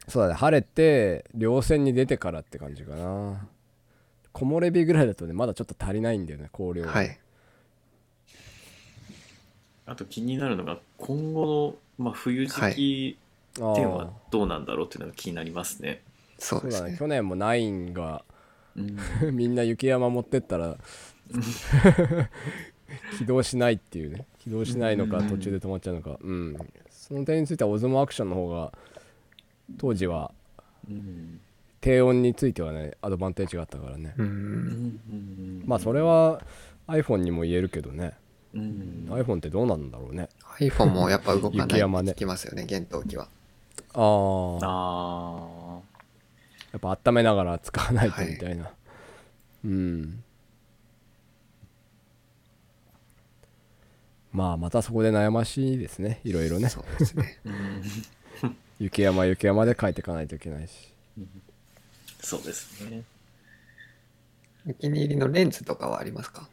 Speaker 2: そうだね晴れて稜線に出てからって感じかな木漏れ日ぐらいだとねまだちょっと足りないんだよね光量が
Speaker 1: はい。
Speaker 3: あと気になるのが今後の、まあ、冬
Speaker 1: は
Speaker 3: 時期
Speaker 2: あー
Speaker 3: 点はどうなんだろうっていうのが気になりますね。
Speaker 1: そう
Speaker 2: そ
Speaker 1: で
Speaker 2: うだ
Speaker 1: す
Speaker 2: ね
Speaker 1: ね。
Speaker 2: 去年もナインが
Speaker 3: うん
Speaker 2: みんな雪山持ってったら 起動しないっていうね起動しないのか
Speaker 3: うん
Speaker 2: 途中で止まっちゃうのかうんその点についてはオズモアクションの方が当時は
Speaker 3: うん
Speaker 2: 低温についてはねアドバンテージがあったからね
Speaker 1: う
Speaker 3: うん
Speaker 1: ん。
Speaker 3: うん
Speaker 2: まあそれは iPhone にも言えるけどね
Speaker 3: うん
Speaker 2: iPhone ってどうなんだろうね
Speaker 1: iPhone もやっぱ動か
Speaker 2: 雪山
Speaker 1: ない
Speaker 2: ね
Speaker 1: できますよね、厳冬期は。
Speaker 2: あー
Speaker 3: ああ
Speaker 2: やっぱ温めながら使わないとみたいな、うんまあまたそこで悩ましいですねいろいろね
Speaker 1: そうですね。
Speaker 3: うん
Speaker 2: 雪山雪山で書いていかないといけないし
Speaker 3: そうですね。
Speaker 1: お気に入りのレンズとかはありますか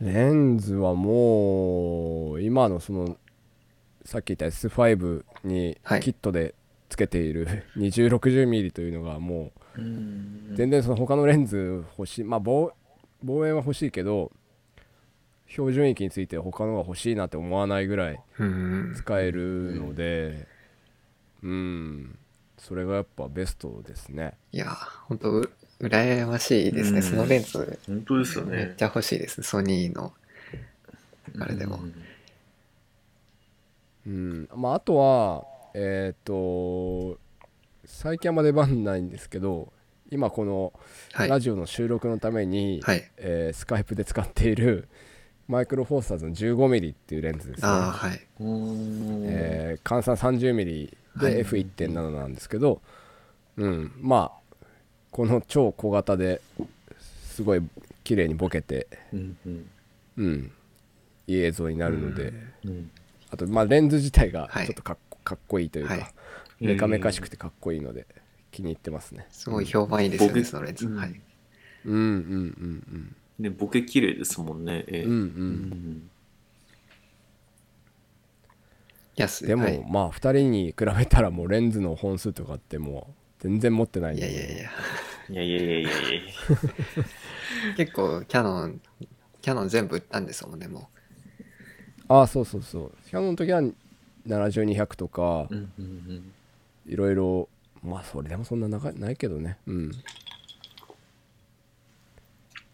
Speaker 2: レンズはもう今のそのさっき言った S5 に
Speaker 1: はい
Speaker 2: キットでつけている 2060mm というのがも
Speaker 3: うん
Speaker 2: う全然その他のレンズ欲しいまあ望望遠は欲しいけど標準域について他のが欲しいなって思わないぐらい
Speaker 1: うん。
Speaker 2: 使えるのでうん、それがやっぱベストですね
Speaker 1: いやー、ほんと、う羨ましいです
Speaker 3: う
Speaker 1: ね。
Speaker 3: ん
Speaker 1: そのレンズ、
Speaker 3: 本当ですよね。
Speaker 1: めっちゃ欲しいです。ソニーの。あれでも
Speaker 3: うん
Speaker 2: うんまああとはえっ、と最近あんま出番ないんですけど今この
Speaker 1: はい。
Speaker 2: ラジオの収録のために、
Speaker 1: はい。
Speaker 2: えースカイプで使っているマイクロフォーサーズの 15mm っていうレンズですね、
Speaker 1: ああ、はい。
Speaker 3: うん
Speaker 2: えー換算 30mm
Speaker 1: は
Speaker 2: で
Speaker 1: い
Speaker 2: F1.7 なんですけど、うんまあこの超小型ですごい綺麗にボケて、
Speaker 3: うんうん
Speaker 2: うん、いい映像になるので、
Speaker 1: うん
Speaker 3: うん
Speaker 2: あと、まあ、レンズ自体がち
Speaker 1: は
Speaker 2: ょ
Speaker 1: い
Speaker 2: っとかっこ,、かっこいいというか、
Speaker 1: はい
Speaker 2: メカメカしくてかっこいいので気に入ってますね。
Speaker 1: すごい評判いいですよね、
Speaker 3: 僕
Speaker 1: そのレンズ。
Speaker 3: うん
Speaker 1: はい。
Speaker 2: うんうんうん
Speaker 3: ねボケ綺麗ですもんね。え
Speaker 2: うんうんう
Speaker 3: うんん
Speaker 1: 安い。
Speaker 2: でも、
Speaker 1: はい
Speaker 2: まあ2人に比べたらもうレンズの本数とかってもう全然持ってないん
Speaker 1: いや
Speaker 2: で
Speaker 1: いやいや。
Speaker 3: いやいやいやいやいや。
Speaker 1: 結構キャノンキャノン全部売ったんですもんねも
Speaker 2: ああそうそうそうキャノンの時は70200とか
Speaker 3: うんうんうん
Speaker 2: いろいろまあそれでもそんな長いないけどねうん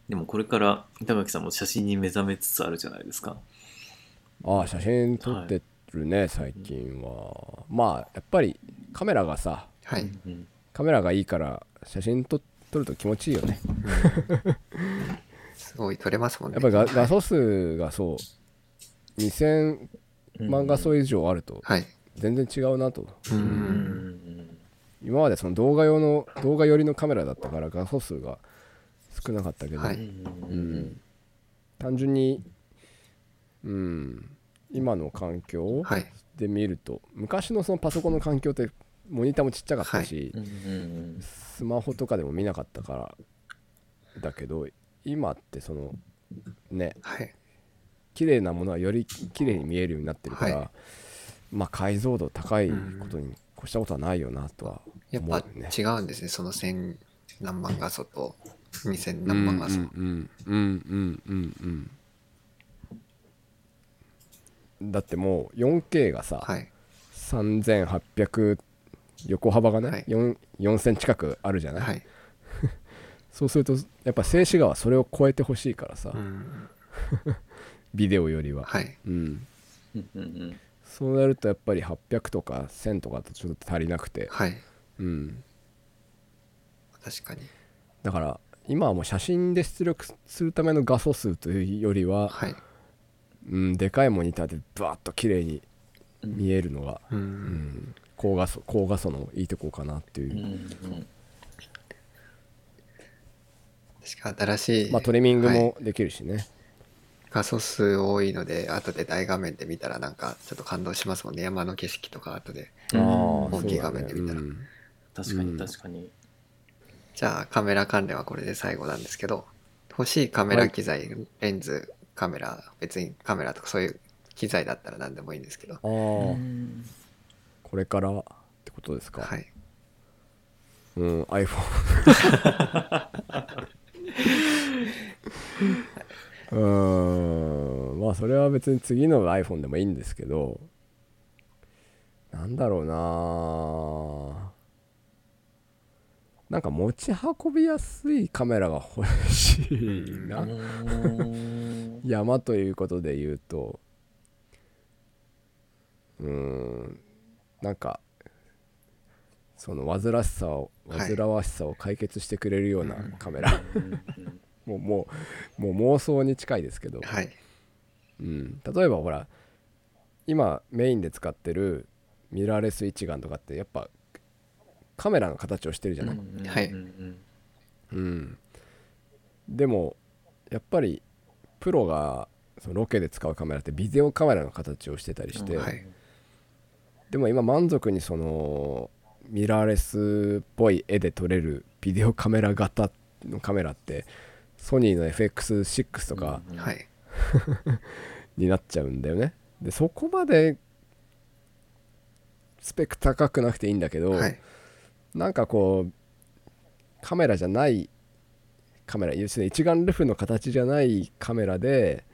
Speaker 3: でもこれから板垣さんも写真に目覚めつつあるじゃないですか。
Speaker 2: ああ写真撮ってるね、最近はまあやっぱりカメラがさ
Speaker 1: うはい、
Speaker 3: うん
Speaker 2: カメラがいいから写真撮撮ると気持ちいいよね
Speaker 1: すごい取れますもんね
Speaker 2: やっぱり画画素数がそう2000万画素以上あると
Speaker 1: はい
Speaker 2: 全然違うなと
Speaker 1: う
Speaker 3: うん
Speaker 1: ん
Speaker 2: 今までその動画用の動画寄りのカメラだったから画素数が少なかったけど、
Speaker 1: は
Speaker 3: う
Speaker 1: い
Speaker 2: うんん、単純にうん今の環境
Speaker 1: はい
Speaker 2: で見ると、昔のそのパソコンの環境ってモニターもちっちゃかったし、
Speaker 3: うんうん
Speaker 2: スマホとかでも見なかったからだけど今ってそのね
Speaker 1: はい
Speaker 2: 綺麗なものはより綺麗に見えるようになってるから、
Speaker 1: は
Speaker 2: まあ解像度高いことに越したことはないよなとは
Speaker 1: やっ
Speaker 2: 思う
Speaker 1: ぱ
Speaker 2: よね。
Speaker 1: 違うんですねその1000何万画素と2000何万画素、
Speaker 2: うんうんうんうんうんうんだってもう 4K がさ、
Speaker 1: はい
Speaker 2: 3800横幅がね、
Speaker 1: はい
Speaker 2: 4 4000近くあるじゃない、
Speaker 1: はい、
Speaker 2: そうするとやっぱ静止画はそれを超えてほしいからさ、
Speaker 1: うん、
Speaker 2: ビデオよりは、
Speaker 1: はい
Speaker 2: うん、
Speaker 3: うんうん
Speaker 2: そうなるとやっぱり800とか1000とかだとちょっと足りなくて、
Speaker 1: はい
Speaker 2: うん、
Speaker 1: 確かに
Speaker 2: だから今はもう写真で出力するための画素数というよりは、
Speaker 1: はい
Speaker 2: うん、でかいモニターでバーッと綺麗に見えるのが、
Speaker 1: う
Speaker 2: うんん、高画素高画素のいいとこかなっていう、
Speaker 3: うん
Speaker 1: 確か新しい、
Speaker 2: まあトリミング
Speaker 1: はい
Speaker 2: もできるしね、
Speaker 1: 画素数多いので後で大画面で見たらなんかちょっと感動しますもんね山の景色とか後で
Speaker 3: うん
Speaker 2: ああ
Speaker 1: 大
Speaker 2: そう
Speaker 1: きい
Speaker 2: だ
Speaker 1: 画面
Speaker 2: ね
Speaker 1: で見たら
Speaker 2: うん
Speaker 3: 確か
Speaker 2: うん
Speaker 3: に確かに、
Speaker 1: じゃあカメラ関連はこれで最後なんですけど欲しいカメラ機材、レンズカメラ別にカメラとかそういう機材だったら何でもいいんですけど
Speaker 2: ああ、
Speaker 3: うん
Speaker 2: これからってことですか、
Speaker 1: はい
Speaker 2: うん iPhone うーん まあそれは別に次の iPhone でもいいんですけどなんだろうななんか持ち運びやすいカメラが欲しいな
Speaker 3: うん
Speaker 2: 山ということで言うとうーんなんかその煩わしさを
Speaker 1: はい
Speaker 2: 煩わしさを解決してくれるようなカメラ、 もうもうもう妄想に近いですけど、
Speaker 1: はい
Speaker 2: うん、例えばほら今メインで使ってるミラーレス一眼とかってやっぱカメラの形をしてるじゃない、
Speaker 1: はい
Speaker 3: うん
Speaker 2: うん、でもやっぱりプロがそのロケで使うカメラってビデオカメラの形をしてたりして、
Speaker 1: うんはい
Speaker 2: でも今満足にそのミラーレスっぽい絵で撮れるビデオカメラ型のカメラってソニーの FX6 とか
Speaker 3: うん
Speaker 1: はい
Speaker 2: になっちゃうんだよね。でそこまでスペック高くなくていいんだけど、
Speaker 1: はい
Speaker 2: なんかこうカメラじゃないカメラ要するに一眼レフの形じゃないカメラで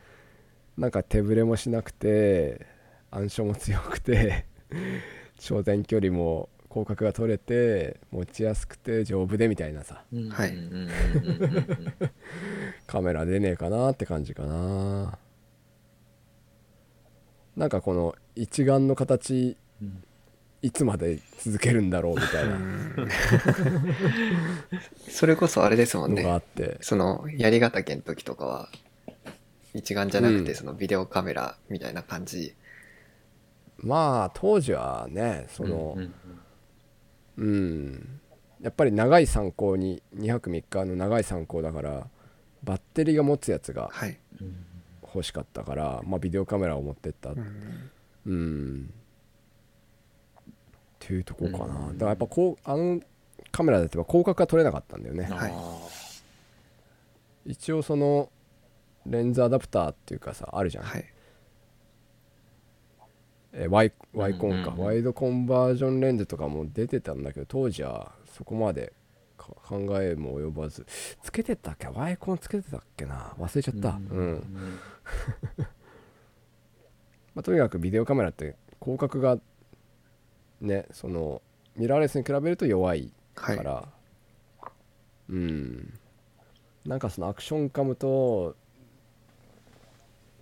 Speaker 2: なんか手ぶれもしなくて暗証も強くて焦点距離も広角が取れて持ちやすくて丈夫でみたいなさ
Speaker 3: うん
Speaker 1: はい
Speaker 3: うんうんうんうんうん
Speaker 2: カメラ出ねえかなって感じかななんかこの一眼の形
Speaker 3: うん
Speaker 2: いつまで続けるんだろうみたいな
Speaker 1: それこそあれですもん
Speaker 2: のが
Speaker 1: ね
Speaker 2: あ って、
Speaker 1: その槍ヶ岳の時とかは一眼じゃなく
Speaker 2: うん
Speaker 1: てそのビデオカメラみたいな感じ、
Speaker 2: まあ当時はね その、
Speaker 3: うんうん
Speaker 2: うんやっぱり長い参考に2泊3日の長い参考だからバッテリーが持つやつが
Speaker 1: はい、
Speaker 3: うん
Speaker 2: 欲しかったから、まあ、ビデオカメラを持ってった
Speaker 1: うん
Speaker 2: うんっていうとこかな、
Speaker 3: うん
Speaker 2: だからやっぱこうあのカメラだと広角が取れなかったんだよね
Speaker 3: あ
Speaker 1: はい
Speaker 3: ー
Speaker 2: 一応そのレンズアダプターっていうかさあるじゃん、
Speaker 1: はい
Speaker 2: えーワイワイコンか、
Speaker 3: うんうんうん
Speaker 2: ワイドコンバージョンレンズとかも出てたんだけど当時はそこまでか考えも及ばずつけてたっけワイコンつけてたっけな忘れちゃったうん、まあ、とにかくビデオカメラって広角がねそのミラーレスに比べると弱い
Speaker 1: は
Speaker 2: か
Speaker 1: い
Speaker 2: ら、うんなんかそのアクションカムと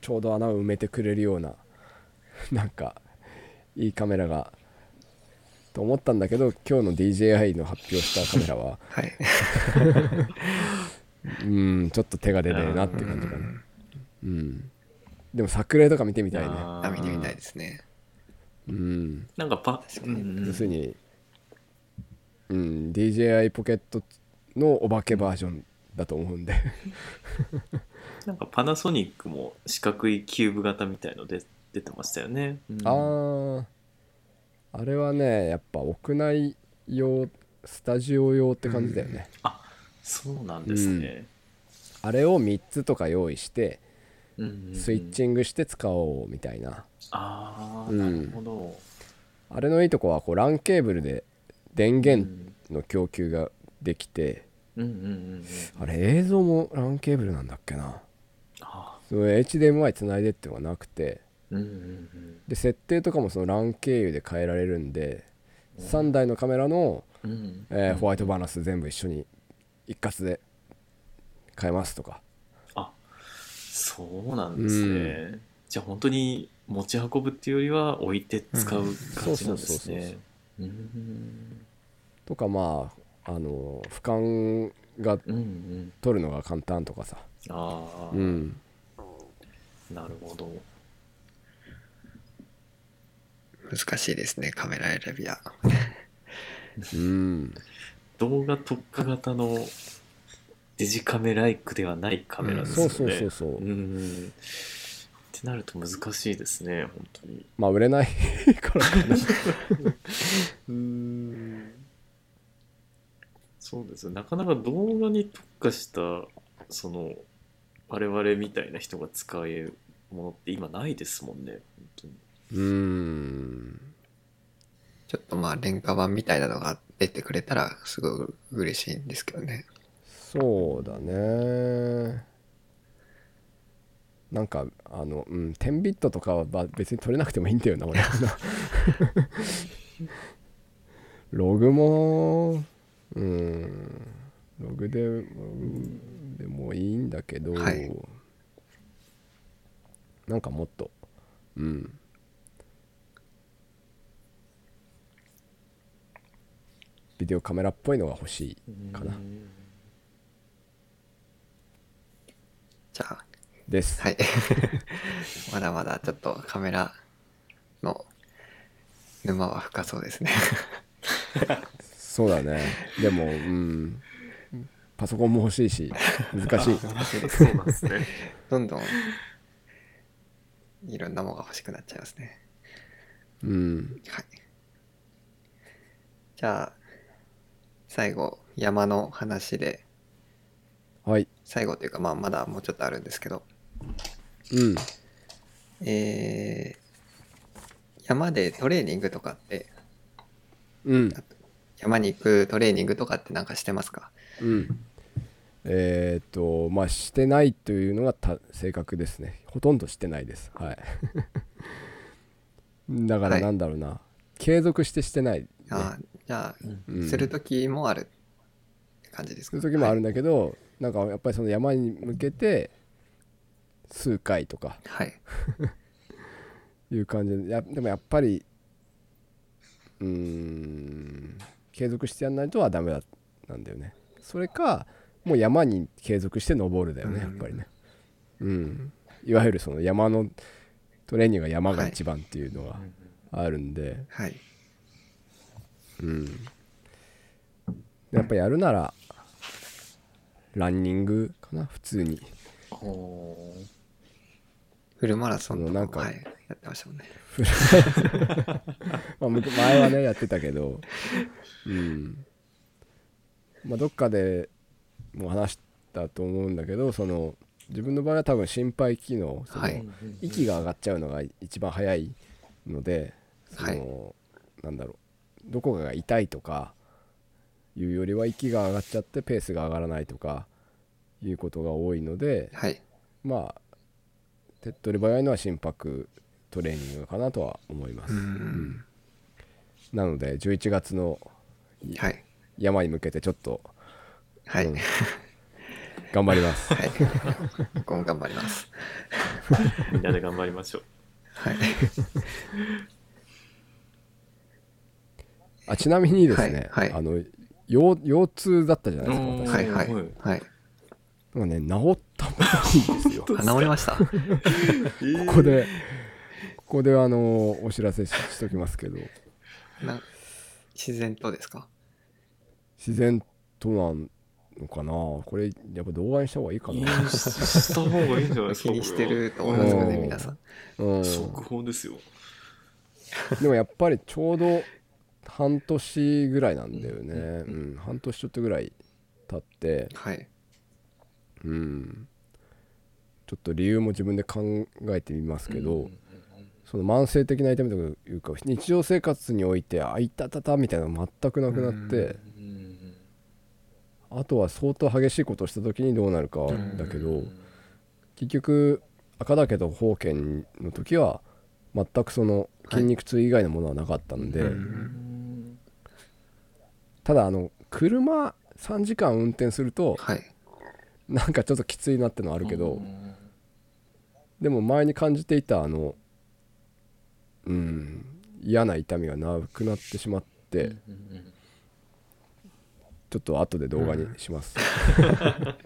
Speaker 2: ちょうど穴を埋めてくれるような なんかいいカメラがと思ったんだけど今日の DJI の発表したカメラは
Speaker 1: はい
Speaker 2: うんちょっと手が出ねえなっていう感じかなうんでも作例とか見てみたいね
Speaker 3: あ ー
Speaker 1: あ見てみたいですね
Speaker 2: うん
Speaker 3: なんかパ
Speaker 1: 確かに
Speaker 3: うんうん
Speaker 2: 要するに、うん DJI ポケットのお化けバージョンだと思うんで
Speaker 3: なんかパナソニックも四角いキューブ型みたいので出てましたよね。うん
Speaker 2: あーあれはねやっぱ屋内用スタジオ用って感じだよね、
Speaker 3: そうなんですね。
Speaker 2: あれを3つとか用意して
Speaker 3: うんうんうん
Speaker 2: スイッ。チングして使おうみたいな、
Speaker 3: ああ、
Speaker 2: うん
Speaker 3: なるほど。
Speaker 2: あれのいいとこはこう LAN ケーブルで電源の供給ができて、
Speaker 3: うんうんうんうん。
Speaker 2: あれ映像も LAN ケーブルなんだっけな
Speaker 3: あ
Speaker 2: その HDMI つないでっていうのがなくて
Speaker 3: ーうんうん
Speaker 2: で設定とかもその LAN 経由で変えられるんで3台のカメラの、
Speaker 3: うんうん。
Speaker 2: えーホワイトバランス全部一緒に一括で変えますとか
Speaker 3: あそうなんですね。じゃあ本当に持ち運ぶっていうよりは置いて使う感じなんです
Speaker 2: うんそうそうそうそう
Speaker 3: ね。うん
Speaker 2: とかまああの俯瞰が
Speaker 3: うんうん。
Speaker 2: 取るのが簡単とかさ
Speaker 3: ああ、
Speaker 2: うん
Speaker 3: なるほど。
Speaker 1: 難しいですねカメラ選びは
Speaker 2: うん
Speaker 3: 動画特化型のデジカメライクではないカメラですよ
Speaker 2: そうそ
Speaker 3: ね。
Speaker 2: うそうそう、
Speaker 3: うん。ってなると難しいですね、本当に。
Speaker 2: まあ売れないからかな
Speaker 3: うん。そうですねなかなか動画に特化した、その、我々みたいな人が使えるものって今ないですもんね、本当に。
Speaker 2: うん
Speaker 1: ちょっとまあ廉価版みたいなのが出てくれたらすごい嬉しいんですけどね
Speaker 2: そうだねなんかあの、うん、10ビットとかはば別に取れなくてもいいんだよ な俺ログもうんログでうんでもいいんだけど、
Speaker 1: はい
Speaker 2: なんかもっとうんビデオカメラっぽいのが欲しいかな
Speaker 3: うん
Speaker 1: じゃあ
Speaker 2: です、
Speaker 1: はい まだまだちょっとカメラの沼は深そうですね
Speaker 2: そうだねでもうんパソコンも欲しいし 難しい
Speaker 3: あそうなんですね。
Speaker 1: どんどんいろんなものが欲しくなっちゃいますね
Speaker 2: うん
Speaker 1: はいじゃあ最後山の話で
Speaker 2: はい
Speaker 1: 最後というかまあまだもうちょっとあるんですけど
Speaker 2: うん
Speaker 1: えー山でトレーニングとかって
Speaker 2: うん
Speaker 1: 山に行くトレーニングとかってなんかしてますか
Speaker 2: うんえっ、とまあしてないというのがた正確ですねほとんどしてないですはい だか
Speaker 1: は
Speaker 2: ら
Speaker 1: い
Speaker 2: なんだろうな、継続してしてない、ね、
Speaker 1: あーじゃあ、
Speaker 2: うん
Speaker 1: する時もあるって感じです
Speaker 2: そう
Speaker 1: か
Speaker 2: いう時もあるん
Speaker 1: ね
Speaker 2: だけど、なんかやっぱりその山に向けて数回とか
Speaker 1: はい、はい
Speaker 2: いう感じでやでもやっぱりうーん継続してやんないとはダメだなんだよねそれかもう山に継続して登るだよね
Speaker 1: うん
Speaker 2: やっぱりねうんいわゆるその山のトレーニングが山が一番っていうのがあるんで、
Speaker 1: はい、
Speaker 2: うんでやっぱやるならランニングかな普通に
Speaker 3: ほー
Speaker 1: フルマラソン
Speaker 2: あ
Speaker 1: とかも
Speaker 2: のなんか
Speaker 1: はい、やってましたもんね
Speaker 2: まあ、む前はねやってたけどうんまあどっかでもう話したと思うんだけどその自分の場合は多分心肺機能その、
Speaker 1: はい
Speaker 2: 息が上がっちゃうのが一番早いのでその、
Speaker 1: はい
Speaker 2: なんだろうどこかが痛いとかいうよりは息が上がっちゃってペースが上がらないとかいうことが多いので
Speaker 1: はい
Speaker 2: まあ手っ取り早いのは心拍トレーニングかなとは思います。
Speaker 1: うん
Speaker 2: なので11月の
Speaker 1: はい
Speaker 2: 山に向けてちょっと、
Speaker 1: はい、
Speaker 2: うん頑張ります。
Speaker 1: はい僕も頑張ります
Speaker 3: みんなで頑張りましょう。
Speaker 1: はい
Speaker 2: あちなみにですね、
Speaker 1: はいはい
Speaker 2: あの腰腰痛だったじゃないですか
Speaker 3: おー
Speaker 2: 私
Speaker 1: はいはい
Speaker 3: はい
Speaker 1: はい
Speaker 2: なんかね治ったっぽい んですよ。
Speaker 1: あ治りました
Speaker 2: ここでここであのお知らせししときますけど
Speaker 1: な自然とですか
Speaker 2: 自然となんのかなこれやっぱ動画にした方がいいか
Speaker 3: い
Speaker 2: な。
Speaker 3: やしした方がいいんじゃないですか。
Speaker 1: 気にしてると
Speaker 3: こ
Speaker 1: 思い
Speaker 3: れ
Speaker 1: ま
Speaker 3: は
Speaker 1: すよね
Speaker 2: うん
Speaker 1: 皆さん
Speaker 2: うん、
Speaker 3: 速報ですよ。
Speaker 2: でもやっぱりちょうど半年ぐらいなんだよね、うん、半年ちょっとぐらい経って、
Speaker 1: はい
Speaker 2: うん、ちょっと理由も自分で考えてみますけど、その慢性的な痛みというか日常生活においてあいたたたみたいなのが全くなくなって、
Speaker 3: うん
Speaker 2: あとは相当激しいことをした時にどうなるかだけど、結局赤岳と宝剣の時は全くその筋肉痛以外のものはなかったんで、
Speaker 1: うん
Speaker 2: ただあの車3時間運転すると
Speaker 1: はい
Speaker 2: なんかちょっときついなってのはあるけど、
Speaker 3: うん
Speaker 2: でも前に感じていたあのうん、嫌な痛みがなくなってしまって、
Speaker 3: うん
Speaker 2: ちょっと後で動画にします。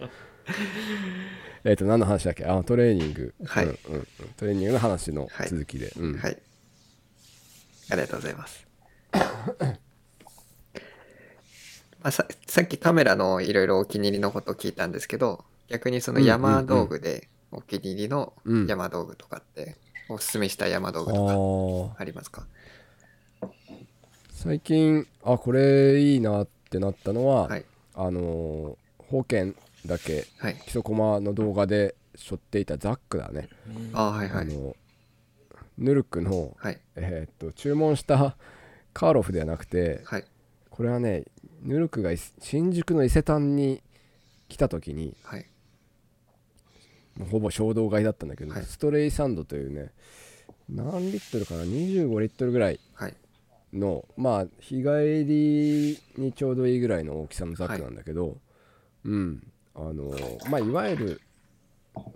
Speaker 2: えっと何の話だっけあトレーニング、
Speaker 1: はい
Speaker 2: うんうんうん、トレーニングの話の
Speaker 1: はい
Speaker 2: 続きで、うん
Speaker 1: はい。ありがとうございます。まあ、ささっきカメラのいろいろお気に入りのことを聞いたんですけど逆にその山道具でお気に入りの
Speaker 2: うん
Speaker 1: 山道具とかっておすすめしたい山道
Speaker 2: あ
Speaker 1: 具とか
Speaker 2: ー
Speaker 1: ありますか
Speaker 2: 最近あこれいいなってなったのは、
Speaker 1: はい
Speaker 2: あのー、宝剣だけ
Speaker 1: はい
Speaker 2: 基礎駒の動画で背負っていたザックだね、
Speaker 3: うん
Speaker 1: あーはいは
Speaker 2: あ
Speaker 1: い
Speaker 2: のヌルクの、
Speaker 1: はい
Speaker 2: えーっと注文したカーロフではなくて
Speaker 1: はい
Speaker 2: これはねヌルクがい新宿の伊勢丹に来た時に
Speaker 1: はい
Speaker 2: もうほぼ衝動買いだったんだけど、
Speaker 1: はい
Speaker 2: ストレイサンドというね何リットルかな25リットルぐらい
Speaker 1: はい
Speaker 2: のまあ日帰りにちょうどいいぐらいの大きさのザックなんだけど、うんあのまあいわゆる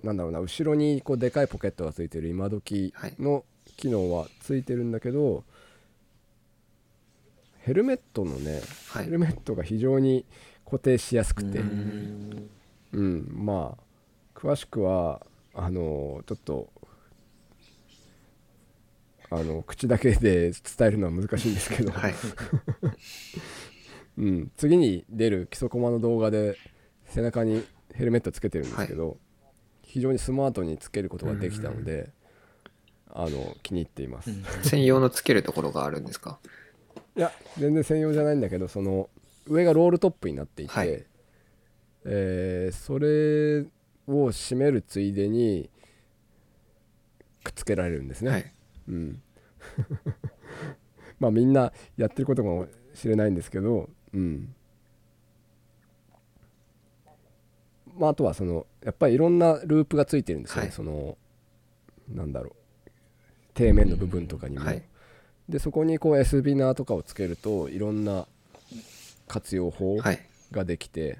Speaker 2: なんだろうな後ろにこうでかいポケットがついてる今時の機能はついてるんだけど、ヘルメットのね、
Speaker 1: はい
Speaker 2: ヘルメットが非常に固定しやすくて。
Speaker 3: うん
Speaker 2: うん、まあ詳しくはあのちょっとあの口だけで伝えるのは難しいんですけど、
Speaker 1: はい
Speaker 2: うん、次に出る基礎コマの動画で背中にヘルメットつけてるんですけど、非常にスマートにつけることができたので、あの気に入っています、
Speaker 3: う
Speaker 2: い
Speaker 3: ん
Speaker 1: 専用のつけるところがあるんですか
Speaker 2: や全然専用じゃないんだけどその上がロールトップになっていて、
Speaker 1: はい
Speaker 2: えーそれを締めるついでにくっつけられるんですね、
Speaker 1: はい
Speaker 2: うん まあみんなやってることかもしれないんですけど、うん、まああとはそのやっぱりいろんなループがついてるんですよね、
Speaker 1: はい
Speaker 2: そのなんだろう底面の部分とかにも、
Speaker 1: はい
Speaker 2: でそこにこう S ビナーとかをつけるといろんな活用法
Speaker 1: はい
Speaker 2: ができて、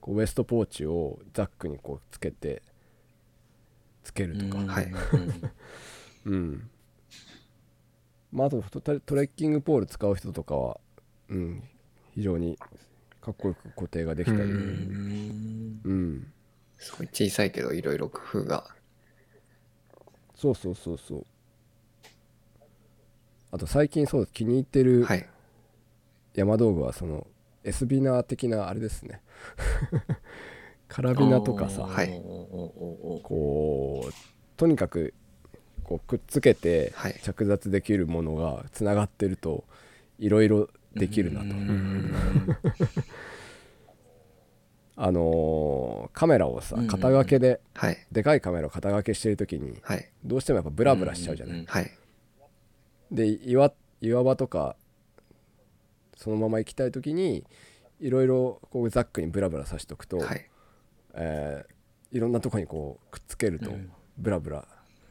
Speaker 2: こうウエストポーチをザックにこうつけてつけるとか、
Speaker 1: はい
Speaker 2: うんまあ、あとトレトレッキングポール使う人とかは、うん、非常にかっこよく固定ができたり、
Speaker 1: う
Speaker 2: うんん
Speaker 1: すごい小さいけどいろいろ工夫が
Speaker 2: そうそうそうそうあと最近そう気に入ってる
Speaker 1: はい
Speaker 2: 山道具はその S ビナー的なあれですね カラビナとかさ
Speaker 1: はい
Speaker 3: おーおーおーおー
Speaker 2: こうとにかくこうくっつけて
Speaker 1: はい
Speaker 2: 着脱できるものがつながってるといろいろできるなと、
Speaker 3: うん
Speaker 2: あのーカメラをさ
Speaker 3: うんうんうん
Speaker 2: 肩掛けで、
Speaker 1: はい
Speaker 2: でかいカメラを肩掛けしてる時に
Speaker 1: はい
Speaker 2: どうしてもやっぱブラブラしちゃうじゃない、
Speaker 3: うんうん
Speaker 1: はい
Speaker 2: で岩岩場とかそのまま行きたい時にいろいろこうザックにブラブラさしとくと、
Speaker 1: はい
Speaker 2: えーいろんなとこにこうくっつけると
Speaker 3: うん
Speaker 2: ブラブラ、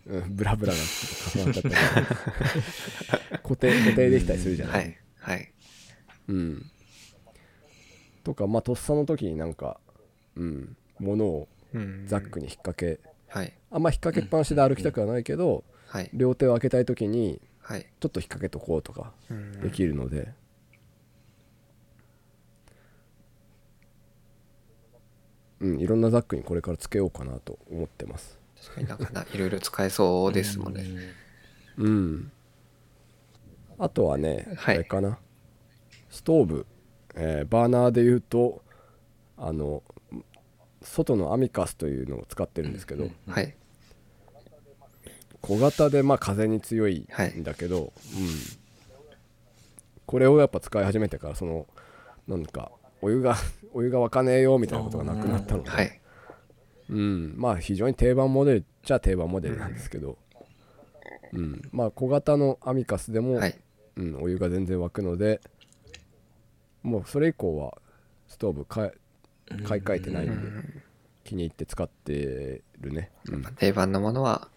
Speaker 2: うん、ブラブラがちょっと重なっちゃったり 固定固定できたりするじゃない、
Speaker 1: はいはい
Speaker 2: うん、とかまあとっさの時になんか、うん、物をザックに引っ掛け、
Speaker 1: はい
Speaker 2: あんま引っ掛けっぱなしで歩きたくはないけど、
Speaker 1: はい
Speaker 2: 両手を開けたい時に
Speaker 1: はい
Speaker 2: ちょっと引っ掛けとこうとかできるので、うんいろんなザックにこれからつけようかなと思ってます
Speaker 1: 確かになんかないろいろ使えそうですもんね。
Speaker 2: うんあとはね、
Speaker 1: はい
Speaker 2: あれかなストーブ、えーバーナーで言うとあの外のアミカスというのを使ってるんですけど、
Speaker 3: うん
Speaker 1: はい
Speaker 2: 小型でまあ風に強いんだけど、うん、これをやっぱ使い始めてからそのなんかお湯が お湯が沸かねえよみたいなことがなくなったので、
Speaker 1: はい
Speaker 2: うん、まあ非常に定番モデルっちゃ定番モデルなんですけど、うん、まあ小型のアミカスでも、
Speaker 1: はい
Speaker 2: うん、お湯が全然沸くのでもうそれ以降はストーブか買い替えてないんで、気に入って使ってるね、うん
Speaker 1: 定番のものは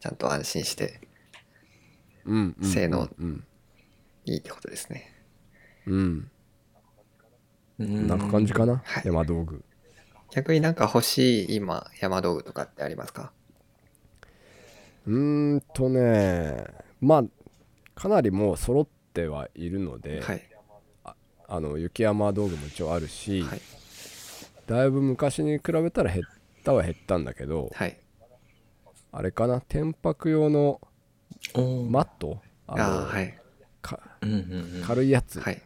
Speaker 1: ちゃんと安心して
Speaker 2: うんうん、
Speaker 1: 性能
Speaker 2: うん、
Speaker 1: いいってことですね。
Speaker 2: うん
Speaker 3: うん
Speaker 2: なんか感じかな、
Speaker 1: はい
Speaker 2: 山道具
Speaker 1: 逆になんか欲しい今山道具とかってありますか
Speaker 2: うーんとねまあかなりもう揃ってはいるので、
Speaker 1: はい
Speaker 2: あの雪山道具も一応あるし、
Speaker 1: はい
Speaker 2: だいぶ昔に比べたら減ったは減ったんだけど、
Speaker 1: はい
Speaker 2: あれかな天白用の
Speaker 3: お
Speaker 2: マットあの
Speaker 1: ああーはい
Speaker 2: か
Speaker 3: うんうんうん、
Speaker 2: 軽いやつ、
Speaker 1: はい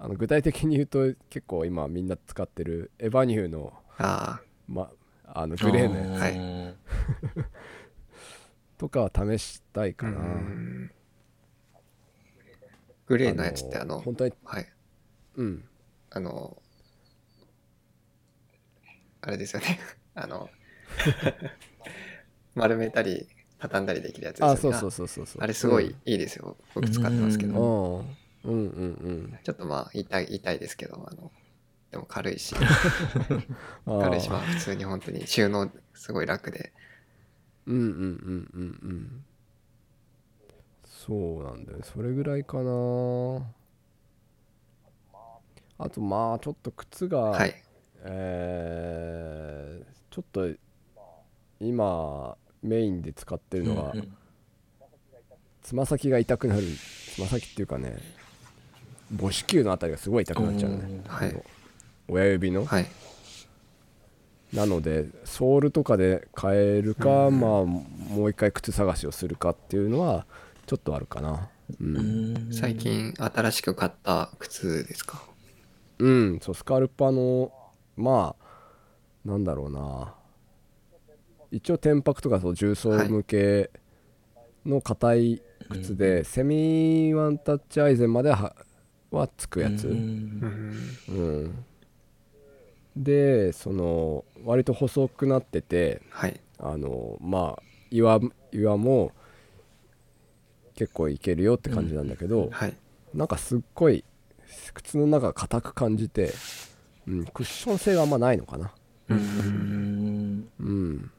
Speaker 2: あの具体的に言うと結構今みんな使ってるエヴァニューの,、
Speaker 1: あ
Speaker 2: ま、あのグレーのやつ
Speaker 1: は
Speaker 3: はい
Speaker 2: とかは試したい
Speaker 1: あ
Speaker 2: かな、
Speaker 1: うんグレーのやつってあの
Speaker 2: 本当に
Speaker 1: はい
Speaker 2: うん
Speaker 1: あのあれですよね あの丸めたり畳んだりできるやつですよね
Speaker 2: あそうそうそうそうそう
Speaker 1: あれすごいいいですよ、僕使ってますけ
Speaker 2: う
Speaker 1: ど、
Speaker 2: ん、うんうんうん
Speaker 1: ちょっとまあ痛い痛いですけどあのでも軽いし
Speaker 2: うん
Speaker 1: 軽いしま
Speaker 2: あ
Speaker 1: あ普通に本当に収納すごい楽で
Speaker 2: ーうんうんうんうんうんそうなんだよねそれぐらいかなあとまあちょっと靴が、
Speaker 1: はい
Speaker 2: えーちょっと今メインで使ってるのがつま先が痛くなるつま先っていうかね母子球のあたりがすごい痛くなっちゃうね
Speaker 1: おーはい
Speaker 2: あの親指の、
Speaker 1: はい
Speaker 2: なのでソールとかで買えるか、まあもう一回靴探しをするかっていうのはちょっとあるかなうん、うん
Speaker 1: 最近新しく買った靴ですか
Speaker 2: そうスカルパのまあなんだろうな一応天白とかそう重曹向けの硬い靴で、セミワンタッチアイゼンまでははつくやつ、うん、でその割と細くなってて
Speaker 1: はい
Speaker 2: あのまあ岩岩も結構いけるよって感じなんだけど、
Speaker 1: はい
Speaker 2: なんかすっごい靴の中が硬く感じて、うん、クッション性があんまないのかな
Speaker 3: うん
Speaker 2: うん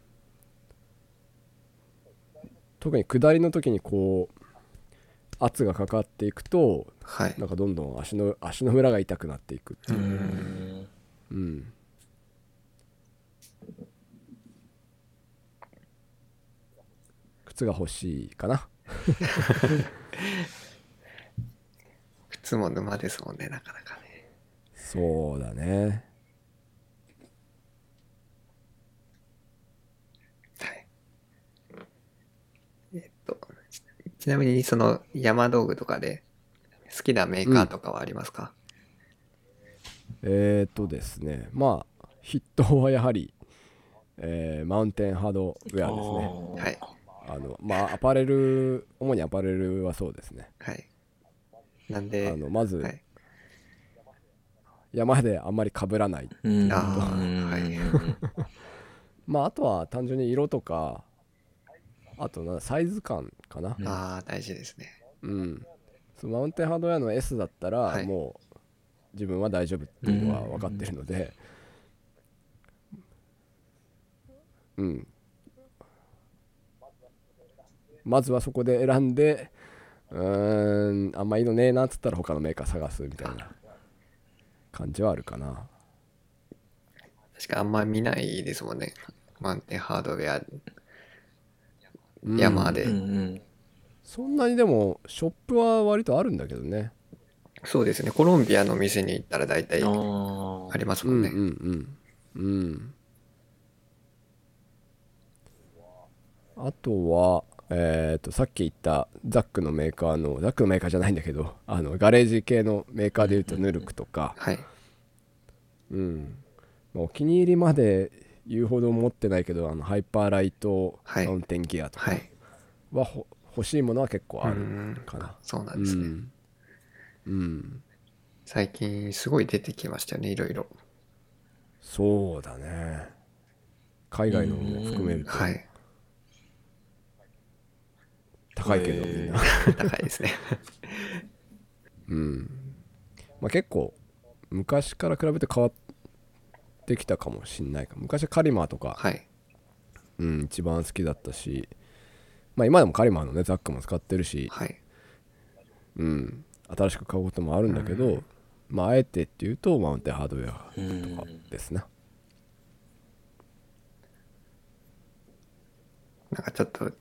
Speaker 2: 特に下りの時にこう圧がかかっていくと
Speaker 1: はい
Speaker 2: なんかどんどん足の足の裏が痛くなっていくっていうう、
Speaker 1: ん
Speaker 2: うん、靴が欲しいかな
Speaker 1: 靴も沼ですもんねなかなかね
Speaker 2: そうだね
Speaker 1: はいえっとちちなみにその山道具とかで好きなメーカーとかはありますか、
Speaker 2: えっ、ー、とですねまあ筆頭はやはり、えーマウンテンハードウェアですね
Speaker 1: はい
Speaker 2: あのまあアパレル主にアパレルはそうですね
Speaker 1: はいなん
Speaker 2: あ
Speaker 1: で
Speaker 2: のまず
Speaker 1: はい
Speaker 2: 山であんまり被らない
Speaker 3: うん
Speaker 1: あーはい
Speaker 2: まああとは単純に色とかあとなサイズ感かな
Speaker 1: ああ大事ですね
Speaker 2: うん、そのマウンテンハードウェアの S だったら、
Speaker 1: はい
Speaker 2: もう自分は大丈夫っていうのは分かってるので、うんまずはそこで選んでうーんあんまいいのねえなっつったら他のメーカー探すみたいな感じはあるかな
Speaker 1: 確かあんま見ないですもんねマウンテンハードウェア
Speaker 2: うん
Speaker 1: 山で、
Speaker 3: うん
Speaker 2: そんなにでもショップは割とあるんだけどね
Speaker 1: そうですねコロンビアの店に行ったら大体あ
Speaker 3: あ
Speaker 1: ります
Speaker 2: う
Speaker 1: もん
Speaker 2: ん
Speaker 1: ね、
Speaker 2: うんうんうんあとはえっ、とさっき言ったザックのメーカーのザックのメーカーじゃないんだけどあのガレージ系のメーカーでいうとヌルクとか、
Speaker 1: はい
Speaker 2: うんまあ、お気に入りまで言うほど持ってないけどあのハイパーライト
Speaker 1: はい
Speaker 2: マウンテンギアとか
Speaker 1: はい
Speaker 2: はほ、欲しいものは結構あ
Speaker 1: う
Speaker 2: る
Speaker 1: ん
Speaker 2: かな
Speaker 1: そうなんですね、
Speaker 2: うんうん、
Speaker 1: 最近すごい出てきましたよねいろいろ
Speaker 2: そうだね海外のも含めると
Speaker 1: はい
Speaker 2: 高いけど
Speaker 3: へ
Speaker 2: みん
Speaker 3: ー
Speaker 2: な
Speaker 1: 高いですね
Speaker 2: うんまあ、結構昔から比べて変わってきたかもしんないか昔はカリマーとか、
Speaker 1: はい
Speaker 2: うん、一番好きだったし、まあ、今でもカリマーのねザックも使ってるし、
Speaker 1: はい
Speaker 2: うん、新しく買うこともあるんだけど、まあ、あえてっていうとマウンテンハードウェアとかですな、
Speaker 1: なんかちょっと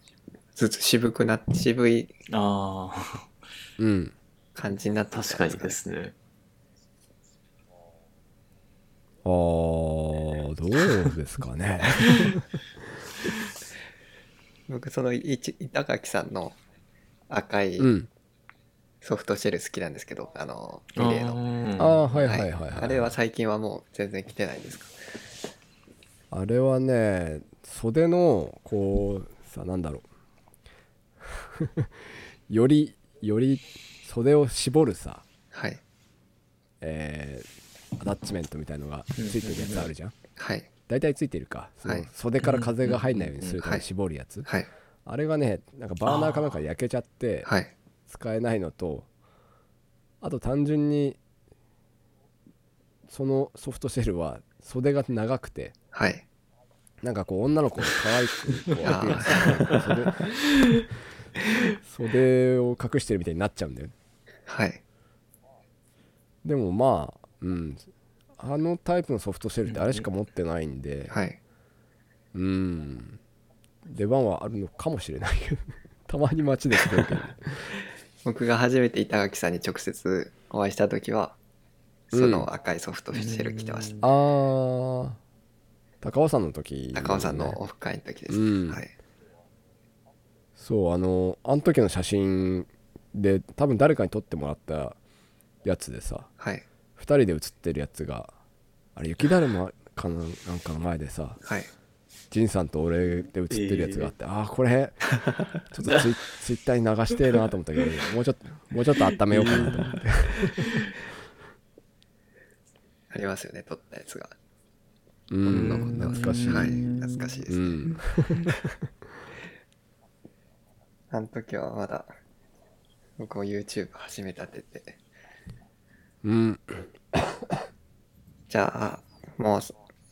Speaker 1: ずつ渋くなって渋い
Speaker 3: ああ、
Speaker 2: うん
Speaker 1: 感じになってき
Speaker 3: 確
Speaker 1: た
Speaker 3: か
Speaker 1: ん
Speaker 3: に
Speaker 1: で
Speaker 3: です すね。
Speaker 2: あーどうですかね
Speaker 1: ね僕その一板垣さんの赤い
Speaker 2: うん
Speaker 1: ソフトシェル好きなんですけど、あの
Speaker 3: あ
Speaker 1: リレーの
Speaker 2: あ
Speaker 3: ー
Speaker 2: あーはいはいはい、はい、
Speaker 1: あれは最近はもう全然来てないですか
Speaker 2: あれはね袖のこうさなんだろう よりより袖を絞るさ
Speaker 1: はい
Speaker 2: えーアタッチメントみたいのがついてるやつあるじゃん
Speaker 1: はい
Speaker 2: 大体ついてるかそ
Speaker 1: は
Speaker 2: の
Speaker 1: い
Speaker 2: 袖から風が入んないようにするため
Speaker 1: はい
Speaker 2: に絞るやつ
Speaker 1: はい
Speaker 2: あれがねなんかバーナーかなんかで焼けちゃって
Speaker 1: はい
Speaker 2: 使えないのとあと単純にそのソフトシェルは袖が長くて
Speaker 1: はい
Speaker 2: なんかこう女の子を可愛くこうアピールする袖袖を隠してるみたいになっちゃうんだよね
Speaker 1: はい
Speaker 2: でもまあうんあのタイプのソフトシェルってあれしか持ってないんで
Speaker 1: はい
Speaker 2: うん出番はあるのかもしれないけどたまに街で聞こえるけどね
Speaker 1: 僕が初めて板垣さんに直接お会いした時はその赤いソフトシェル着てました、
Speaker 2: あー高尾山の時、
Speaker 1: 高尾さんのオフ会の時です、
Speaker 2: うん
Speaker 1: はい
Speaker 2: そうあのあの時の写真で多分誰かに撮ってもらったやつでさ
Speaker 1: はい
Speaker 2: 2人で写ってるやつがあれ雪だるまかななんかの前でさ
Speaker 1: はい
Speaker 2: 仁さんと俺で写ってるやつがあって、ああこれちょっとツイツイッターに流してえなと思ったけどもうちょっともうちょっと温めようかなと 思って
Speaker 1: ありますよね撮ったやつが
Speaker 2: うん
Speaker 1: 残ってます
Speaker 2: 懐かしい、
Speaker 1: はい懐かしいです、
Speaker 2: う
Speaker 1: ね
Speaker 2: ん
Speaker 1: あの時はまだ僕も YouTube 始めたてて
Speaker 2: うん
Speaker 1: じゃあもう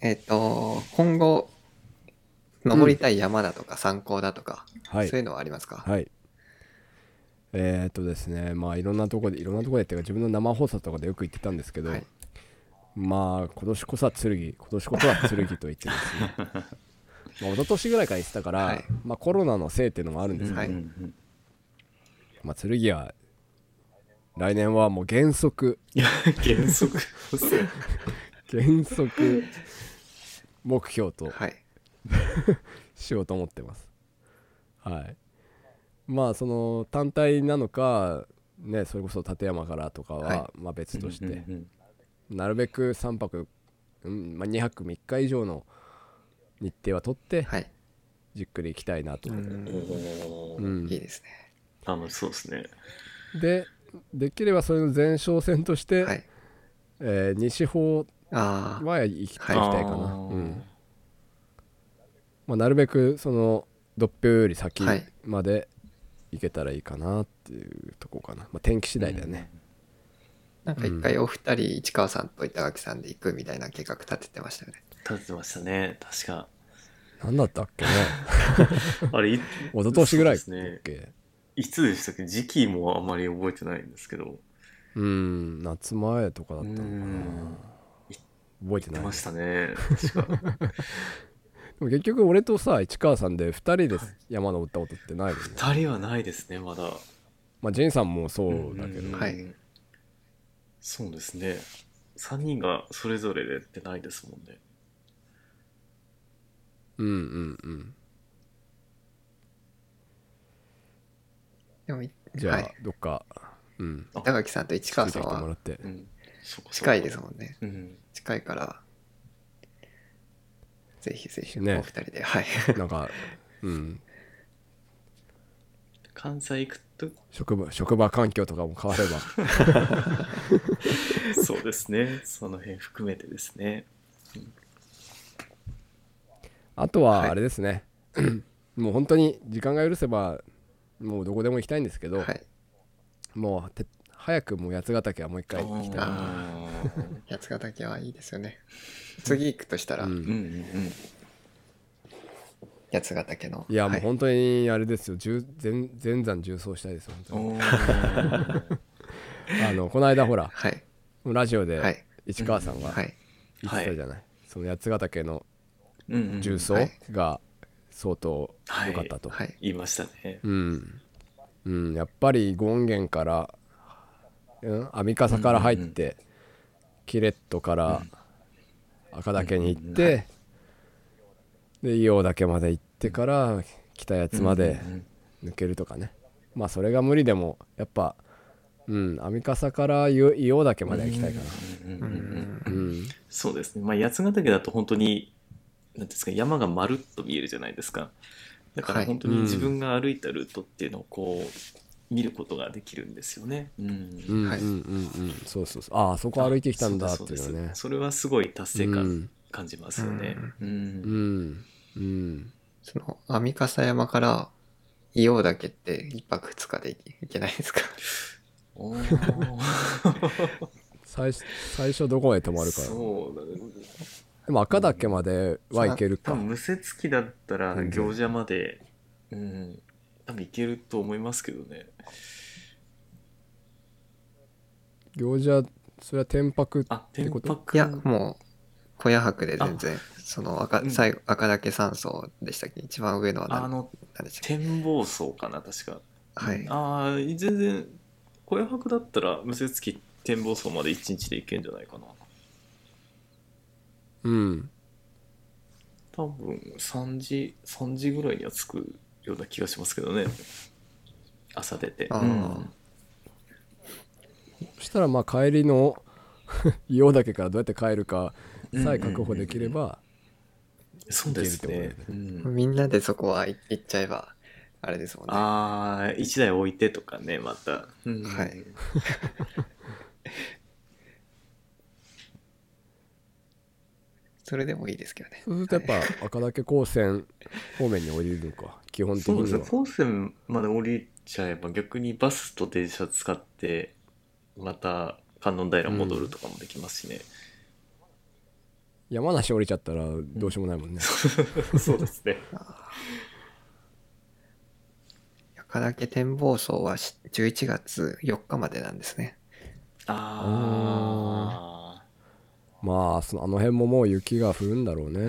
Speaker 1: えっ、と今後登りたい山だとか参考だとか、
Speaker 2: はい
Speaker 1: そういうのはありますか、
Speaker 2: はい。えーっとですね、まあいろんなとこで、いろんなとこでっていうか、自分の生放送とかでよく言ってたんですけど、
Speaker 1: はい
Speaker 2: まあ今年こそは剣、今年こそは剣と言 ってですね、まあ一昨年ぐらいから言ってたから、
Speaker 1: はい
Speaker 2: まあコロナのせいっていうのもあるんです
Speaker 1: は
Speaker 2: が、
Speaker 1: い
Speaker 3: うんうん
Speaker 2: まあ剣は、来年はもう原則、
Speaker 3: いや、原則。
Speaker 2: 原則目標と
Speaker 1: はい
Speaker 2: しようと思ってますはいまあその単体なのかねそれこそ立山からとかは、
Speaker 1: は
Speaker 2: まあ別として、
Speaker 3: うんうん
Speaker 2: なるべく3泊、うんまあ、2泊3日以上の日程は取って
Speaker 1: はい、
Speaker 2: じっくり行きたいなと、
Speaker 1: う
Speaker 2: うん
Speaker 3: うん
Speaker 1: ん
Speaker 3: おー
Speaker 1: いいですね
Speaker 3: 楽しそうですね。
Speaker 2: でできればそれの前哨戦として、
Speaker 1: はい
Speaker 2: えー西方
Speaker 1: ああ
Speaker 2: は行き,、
Speaker 1: はい
Speaker 2: 行きたいかな、
Speaker 3: あー
Speaker 2: うんまあ、なるべくそのドッピョより先
Speaker 1: はい
Speaker 2: まで行けたらいいかなっていうとこかな、まあ、天気次第だよね、
Speaker 1: なんか一回お二人市川さんと板垣さんで行くみたいな計画立ててましたよね
Speaker 3: 立ってましたね、確か。
Speaker 2: なんだったっけね
Speaker 3: あれ、い
Speaker 2: 一昨年ぐらいだっ
Speaker 3: そうですね
Speaker 2: けう,、
Speaker 3: いつでしたっけ時期もあまり覚えてないんですけど、
Speaker 2: ん夏前とかだったのか
Speaker 3: うん
Speaker 2: な覚えて
Speaker 3: 出
Speaker 2: ない
Speaker 3: ましたね、確か。
Speaker 2: でも結局俺とさ市川さんで2人で山登ったことってないよね、
Speaker 3: 二人はないですね、まだ。
Speaker 2: まあ仁さんもそうだけど、
Speaker 1: んはい
Speaker 3: そうですね。三人がそれぞれでってないですもんね。
Speaker 2: うんうんうん
Speaker 1: でもい
Speaker 2: じゃあ、
Speaker 1: はい、
Speaker 2: どっか、うん、
Speaker 1: 板垣さんと市川さん
Speaker 2: ついてきてもら
Speaker 1: は
Speaker 2: って
Speaker 3: うん。そこそこ
Speaker 1: 近いですもんね
Speaker 3: うん。
Speaker 1: 近いからぜひぜひお
Speaker 2: ね
Speaker 1: 二人で、はい
Speaker 2: なんか、うん、
Speaker 3: 関西行く と、
Speaker 2: 職場職場環境とかも変われば
Speaker 3: そうですね。その辺含めてですね。
Speaker 2: あとは
Speaker 1: はい
Speaker 2: あれですね、 もう本当に時間が許せばもうどこでも行きたいんですけど、
Speaker 1: はい
Speaker 2: もうて早くもう八ヶ岳はもう一回行きたい
Speaker 1: あ
Speaker 3: ー
Speaker 1: 八ヶ岳はいいですよね次行くとしたら、
Speaker 2: うん
Speaker 3: うんうん
Speaker 1: 八ヶ岳の
Speaker 2: いやも
Speaker 1: は
Speaker 2: う本当にあれですよ重全全山重走したいです本当 に
Speaker 3: うん。おー
Speaker 2: あのこの間ほら
Speaker 1: はい
Speaker 2: ラジオで
Speaker 1: はい
Speaker 2: 市川さんが
Speaker 1: はい
Speaker 2: 言ってたじゃない、その八ヶ岳の
Speaker 3: うんうん
Speaker 2: 重曹
Speaker 1: はい
Speaker 2: が相当良かったと、
Speaker 1: はい。
Speaker 3: 言いましたね。
Speaker 2: うん、うん、やっぱり権現から、うん、アミカサから入って、キレットから赤岳に行って、で硫黄岳まで行ってから北やつまで
Speaker 3: うんうん
Speaker 2: 抜けるとかね、まあそれが無理でもやっぱうんアミカサから硫硫黄岳までは行きたいか
Speaker 3: うんうんうんうん
Speaker 2: な、うん、
Speaker 3: そうですね。まあ、八ヶ岳だと本当に、なんていうんですか、山がまるっと見えるじゃないですか。だか
Speaker 1: は
Speaker 3: ら
Speaker 1: い
Speaker 3: 本当に自分が歩いたルートっていうのをこう、見ることができるんですよね。うん。
Speaker 2: うんうんうん
Speaker 1: はい
Speaker 2: うんそうそうそうああそこ歩いてきたんだって
Speaker 3: そう
Speaker 2: い
Speaker 3: で
Speaker 2: う
Speaker 3: す
Speaker 2: のね
Speaker 3: それはすごい達成
Speaker 2: う
Speaker 3: 感
Speaker 2: ん
Speaker 3: 感じますよね。うん。
Speaker 2: うんうん
Speaker 1: その、網笠山から硫黄岳って一泊二日で行けないですか
Speaker 3: おー
Speaker 2: 最初最初どこへ泊まるか
Speaker 3: そうだね。
Speaker 2: でも赤岳までは行ける
Speaker 3: 多
Speaker 2: か
Speaker 3: 分無雪機だったら
Speaker 2: 全然
Speaker 3: 行者まで、うん、多分いけると思いますけどね。
Speaker 2: 行者それは天白
Speaker 3: あ、
Speaker 2: て
Speaker 3: 天
Speaker 2: こと
Speaker 3: 白
Speaker 1: いや、もう、小屋泊で全然、その赤、
Speaker 3: うん
Speaker 1: 最後、赤岳山荘でしたっけ一番上のは
Speaker 3: あ
Speaker 1: 何
Speaker 3: の、
Speaker 1: 何でしたっ
Speaker 3: 展望層かな、確か。
Speaker 1: けはい。
Speaker 3: ああ、全然、小屋泊だったら無雪機展望層まで1日で行けるんじゃないかな。
Speaker 2: うん
Speaker 3: 多分3時、3時ぐらいには着くような気がしますけどね。朝出て。
Speaker 1: あー
Speaker 3: うん
Speaker 2: そしたらまあ帰りの 硫黄岳からどうやって帰るかさえ確保できれば
Speaker 3: そうです
Speaker 2: いけるっ
Speaker 3: ね
Speaker 2: て。
Speaker 3: うん
Speaker 1: みんなでそこは行っちゃえば、あれですもんね。
Speaker 3: ああ、1台置いてとかね、また。うん
Speaker 1: はい。それでもいいですけどね。
Speaker 2: そうするとやっぱ赤岳高専方面に降りるのか基本的
Speaker 3: そうで
Speaker 2: に
Speaker 3: す
Speaker 2: は
Speaker 3: ね。本線まで降りちゃえば逆にバスと電車使って、また観音平戻るとかもできますしね。
Speaker 2: 山梨降りちゃったらどうしようもないもんね
Speaker 3: そうですね。
Speaker 1: 赤岳展望層はし11月4日までなんですね。
Speaker 3: あ
Speaker 2: まあそのあの辺ももう雪が降るんだろう
Speaker 3: あ。う
Speaker 2: ね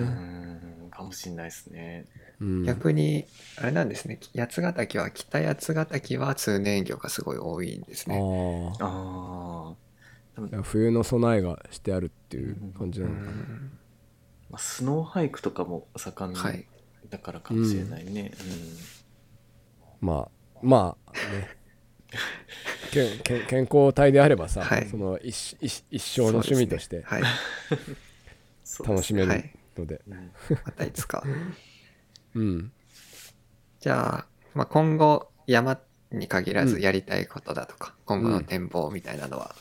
Speaker 3: ん、かもしれないですね。
Speaker 2: うん
Speaker 1: 逆に、あれなんですね。八ヶ岳は、北八ヶ岳は通年魚がすごい多いんです
Speaker 2: あ
Speaker 1: ね。
Speaker 2: あ
Speaker 3: ああ。多分
Speaker 2: 冬の備えがしてあるっていう感じなのかな
Speaker 1: うん
Speaker 3: まあスノーハイクとかも盛ん
Speaker 1: はい。
Speaker 3: だからかもしれないね。
Speaker 2: まあまあねけんけん健康体であればさ、
Speaker 1: はい
Speaker 2: その一一一生の趣味として
Speaker 1: はい。
Speaker 2: 楽し
Speaker 3: み。
Speaker 2: める
Speaker 1: そうです
Speaker 2: ので
Speaker 3: うん
Speaker 1: またいつか。
Speaker 2: うん
Speaker 1: じゃあ、まあ、今後、山に限ら
Speaker 2: う
Speaker 1: ず
Speaker 2: ん
Speaker 1: やりたいことだとか、今後
Speaker 2: う
Speaker 1: の
Speaker 2: ん
Speaker 1: 展望みたいなのは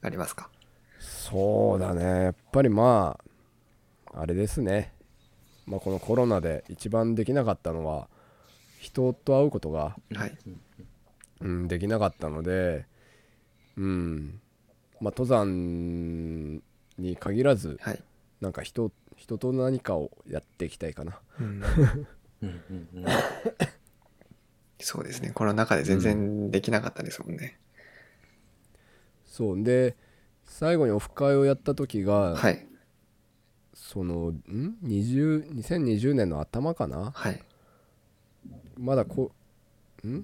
Speaker 1: ありますか、
Speaker 2: そうだねやっぱりまああれですね、まあ、このコロナで一番できなかったのは人と会うことが、
Speaker 1: はい。
Speaker 2: うん、できなかったのでうんまあ登山に限らず
Speaker 1: はい。
Speaker 2: なんか人人と何かをやっていきたいかな
Speaker 3: うんうんうん
Speaker 1: そうですね。この中で全然できなかったですもんね。
Speaker 2: そうで最後にオフ会をやった時が、
Speaker 1: はい。
Speaker 2: そのん20 2020年の頭かな
Speaker 1: はい。
Speaker 2: まだこん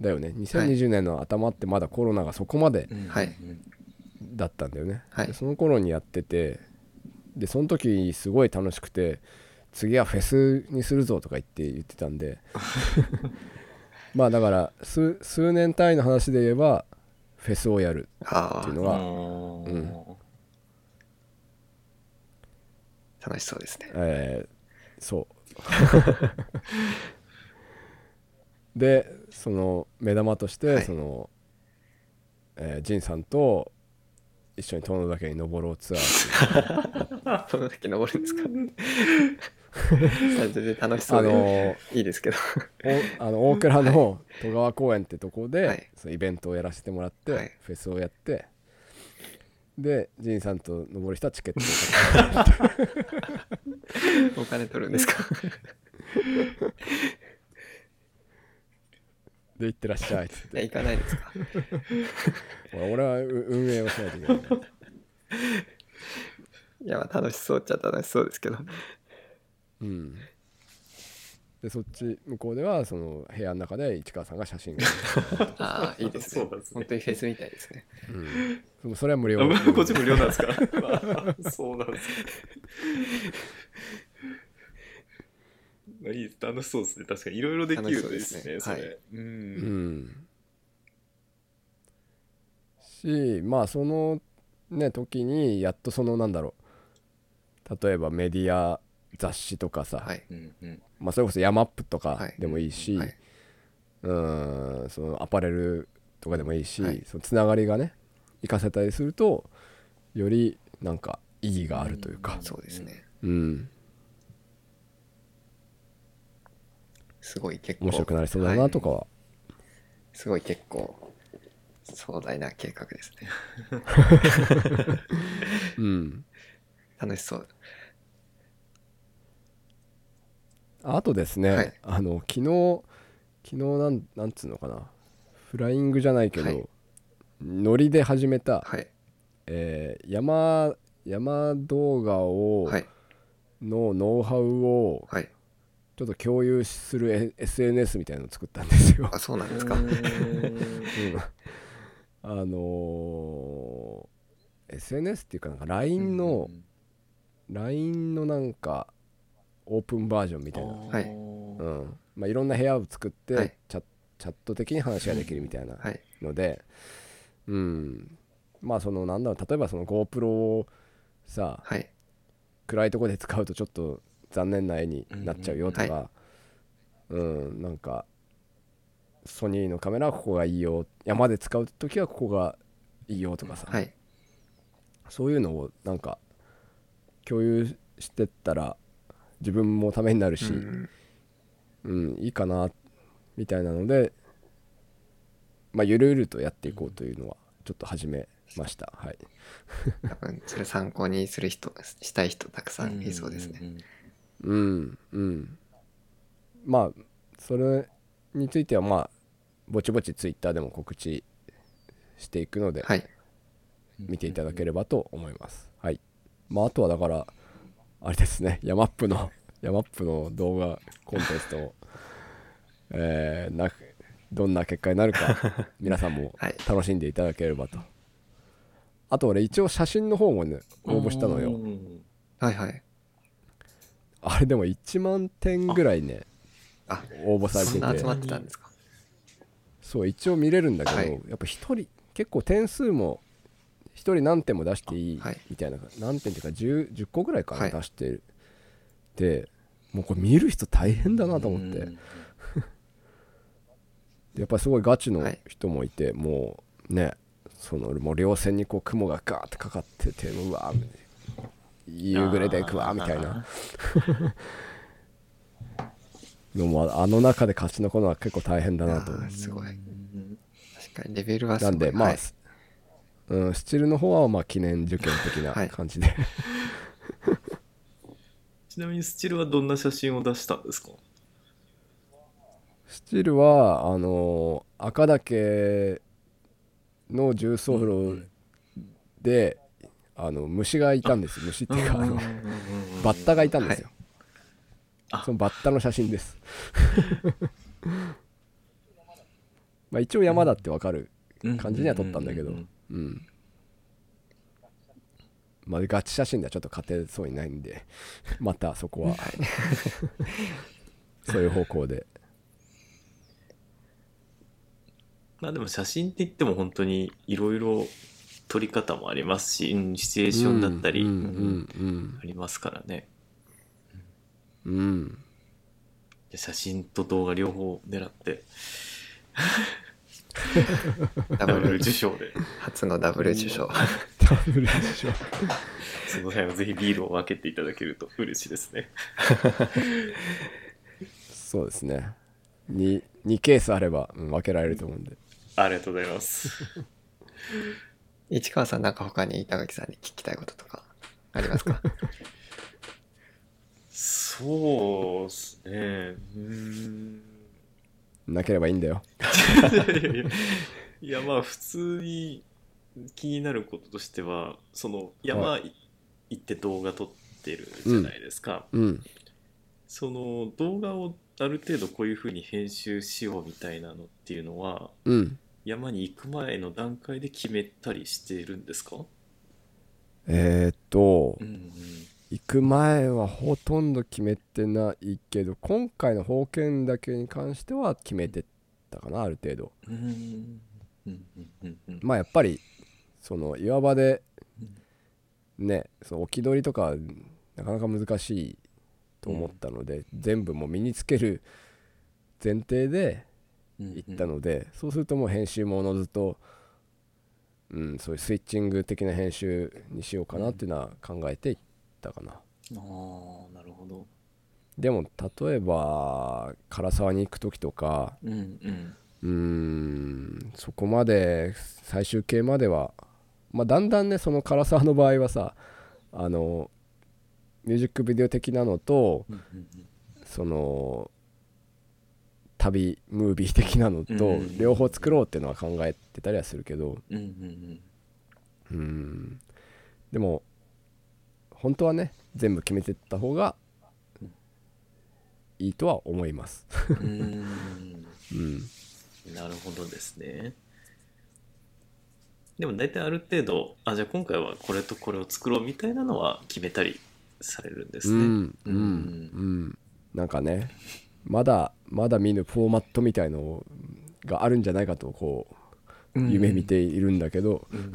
Speaker 2: だよね2020年の頭ってまだコロナがそこまで
Speaker 3: うん
Speaker 1: はい
Speaker 2: だったんだよね、
Speaker 1: はい
Speaker 2: でその頃にやっててでその時すごい楽しくて次はフェスにするぞとか言って言ってた んでまあだから数数年単位の話で言えばフェスをやる
Speaker 1: あ
Speaker 2: っていう
Speaker 1: あ
Speaker 2: の、が
Speaker 3: うん
Speaker 1: 楽しそうですね。
Speaker 2: えーそう でその目玉として、
Speaker 1: はい
Speaker 2: その、えー、仁さんと一緒に遠野岳に登ろうツアー
Speaker 1: その時登るんですか 全然楽し そ
Speaker 2: あ
Speaker 1: うで、
Speaker 2: の
Speaker 1: いいですけど。
Speaker 2: おあの大倉の戸川公園ってとこで、
Speaker 1: はい
Speaker 2: そのイベントをやらせてもらって、
Speaker 1: はい
Speaker 2: フェスをやってで仁さんと登る人はチケット を
Speaker 1: お金取るんですか
Speaker 2: で行ってらっしゃい っつっ
Speaker 1: いや、
Speaker 2: て
Speaker 1: 行かないですか
Speaker 2: 俺はう運営をしないといけない
Speaker 1: いや、まあ楽しそうっちゃ楽しそうですけど。
Speaker 2: うんでそっち向こうではその部屋の中で市川さんが写 真を、
Speaker 1: ああ、いいですね。
Speaker 3: そうなんですね
Speaker 1: 本当にフェスみたいですね。
Speaker 2: うんその、それは無料
Speaker 3: あこっち無料なんですかあそうなんですか。まあいい楽しそうですね。確かにいろいろできるといいですね。
Speaker 1: 楽し
Speaker 3: そ
Speaker 1: そうですね
Speaker 3: れ
Speaker 1: は
Speaker 3: う。
Speaker 2: うんんしまあそのね時にやっとそのなんだろう例えばメディア雑誌とかさ、
Speaker 1: はい。
Speaker 3: うんうん。
Speaker 2: まあ、それこそヤマップと
Speaker 1: は
Speaker 2: か
Speaker 1: い
Speaker 2: でもいいし、
Speaker 1: はいう
Speaker 2: ーんそのアパレルとかでもいいし、
Speaker 1: はい
Speaker 2: そのつながりがね活かせたりするとよりなんか意義があるというか
Speaker 1: そうですね。
Speaker 2: うん
Speaker 1: すごい結構。
Speaker 2: 面白くなりそうだなとかは、
Speaker 1: すごい結構壮大な計画ですね。
Speaker 2: うん
Speaker 1: 楽しそう。
Speaker 2: あとですね、
Speaker 1: はい
Speaker 2: あの昨日昨日なんなんつうのかなフライングじゃないけど、
Speaker 1: はい
Speaker 2: ノリで始めた、
Speaker 1: はい。
Speaker 2: えー山山動画を、
Speaker 1: はい。
Speaker 2: のノウハウを
Speaker 1: はい。
Speaker 2: ちょっと共有する S- SNS みたいなのを作ったんですよ。
Speaker 1: あ、そうなんですか。
Speaker 2: うん あのー SNS っていうかなんか LINE の、LINE のなんかオープンバージョンみたいな、
Speaker 1: はい
Speaker 2: うんまあ、いろんな部屋を作って、
Speaker 1: はい
Speaker 2: チャチャット的に話ができるみたいな
Speaker 1: はい。
Speaker 2: ので、うんまあそのなんだろう例えばその GoPro をさ
Speaker 1: はい。
Speaker 2: 暗いところで使うとちょっと残念な絵になっちゃうよとか、うんなんかソニーのカメラはここがいいよ山で使う時はここがいいよとかさ、
Speaker 1: はい。
Speaker 2: そういうのをなんか共有してったら自分もためになるし、
Speaker 1: う
Speaker 2: うん
Speaker 1: ん
Speaker 2: いいかなみたいなので、まあ、ゆるゆるとやっていこうというのはちょっと始めましたはい
Speaker 1: 多分、それ参考にする人、したい人たくさんいそうですね。。
Speaker 2: うんうんまあそれについてはまあぼちぼちツイッターでも告知していくので
Speaker 1: はい。
Speaker 2: 見ていただければと思いますはいまああとはだからあれですねヤマップの ヤマップの動画コンテストを えーなどんな結果になるか皆さんも
Speaker 1: はい
Speaker 2: 楽しんでいただければとあと俺一応写真の方もね応募したのよ
Speaker 3: うん
Speaker 1: はいはい。
Speaker 2: あれでも1万点ぐらいね
Speaker 1: あ、
Speaker 2: 応募さ
Speaker 1: そん
Speaker 2: れ
Speaker 1: な
Speaker 2: て
Speaker 1: 集
Speaker 2: て
Speaker 1: まってたんですか。
Speaker 2: そう一応見れるんだけど、
Speaker 1: はい
Speaker 2: やっぱ一人結構点数も一人何点も出していい
Speaker 1: はい
Speaker 2: みたいな、何点っていうか 10, 10個ぐらいかな、
Speaker 1: はい
Speaker 2: 出してるでもうこれ見る人大変だなと思って、
Speaker 3: うん
Speaker 2: やっぱりすごいガチの
Speaker 1: はい
Speaker 2: 人もいて、もうねそのもう稜線にこう雲がガーってかかっててうわー夕暮れでいくわみたいなのもあの中で勝ち残るのは結構大変だなと思って
Speaker 1: あーすごい。
Speaker 3: うん
Speaker 1: 確かにレベルはすご。
Speaker 2: ないんで、まあ、
Speaker 1: はい
Speaker 2: すうん、スチルの方はまあ記念受験的な
Speaker 1: はい
Speaker 2: 感じで、
Speaker 3: ちなみにスチルはどんな写真を出したんですか
Speaker 2: スチルはあのー赤岳の重走路で、あの虫がいたんですよ虫っていうかあのバッタがいたんですよ、
Speaker 3: はいあ
Speaker 2: そのバッタの写真です まあ一応山だってわかる感じには撮ったんだけど
Speaker 3: う
Speaker 2: うん、まあガチ写真ではちょっと勝てそうにないんでまたそこは そういう方向で
Speaker 3: まあでも写真って言っても本当にいろいろ撮り方もありますし、うんシチュエーションだったり、
Speaker 2: うん
Speaker 3: う
Speaker 2: うんん
Speaker 3: ありますからね。
Speaker 2: うん、うん
Speaker 3: 写真と動画両方狙って、
Speaker 1: ダ
Speaker 3: ダ
Speaker 1: ブ
Speaker 3: ブル
Speaker 1: ル、
Speaker 3: 受賞で、
Speaker 1: 初のダブル受賞。
Speaker 2: ダブルでしょ
Speaker 3: その辺はぜひビールを分けていただけると嬉しいですね。
Speaker 2: そうですね 2, 2ケースあれば、うん分けられると思うんで
Speaker 3: ありがとうございます。
Speaker 1: 市川さん、なんか他に板垣さんに聞きたいこととかあります か
Speaker 3: そうですね。うーん。
Speaker 2: なければいいんだよ
Speaker 3: いや、まあ、普通に気になることとしては、その、山
Speaker 2: は
Speaker 3: 行って動画撮ってるじゃないですか。
Speaker 2: うん
Speaker 3: その動画をある程度こういう風に編集しようみたいなのっていうのは
Speaker 2: うん
Speaker 3: 山に行く前の段階で決めたりしてるんですか
Speaker 2: えー、っと、
Speaker 3: うんうん
Speaker 2: 行く前はほとんど決めてないけど今回の封建だけに関しては決めてたかなある程度
Speaker 3: うんうんうんうんうん
Speaker 2: まあやっぱりその岩場で
Speaker 3: うん
Speaker 2: ねその置き取りとかなかなか難しいと思ったので、全部もう身につける前提で
Speaker 3: うん
Speaker 2: 行ったので、そうするともう編集もおのずと、うん、そういうスイッチング的な編集にしようかなっていうのは考えていったかな。
Speaker 3: ああなるほど
Speaker 2: でも例えば唐沢に行く時とか
Speaker 3: うんうん
Speaker 2: うーんそこまで最終形までは、まあ、だんだんねその唐沢の場合はさあのミュージックビデオ的なのと
Speaker 3: うんうん
Speaker 2: その旅ムービー的なのと
Speaker 3: うん
Speaker 2: 両方作ろうっていうのは考えてたりはするけど
Speaker 3: うんうん
Speaker 2: う
Speaker 3: うん
Speaker 2: んでも本当はね全部決めてった方がいいとは思います。
Speaker 3: うんうん
Speaker 2: うん
Speaker 3: なるほどですね。でも大体ある程度、あ、じゃあ今回はこれとこれを作ろうみたいなのは決めたりされるんですね。
Speaker 2: うんうん
Speaker 3: う
Speaker 2: うんなんかねまだまだ見ぬフォーマットみたいのがあるんじゃないかとこう夢見ているんだけど、
Speaker 3: うん。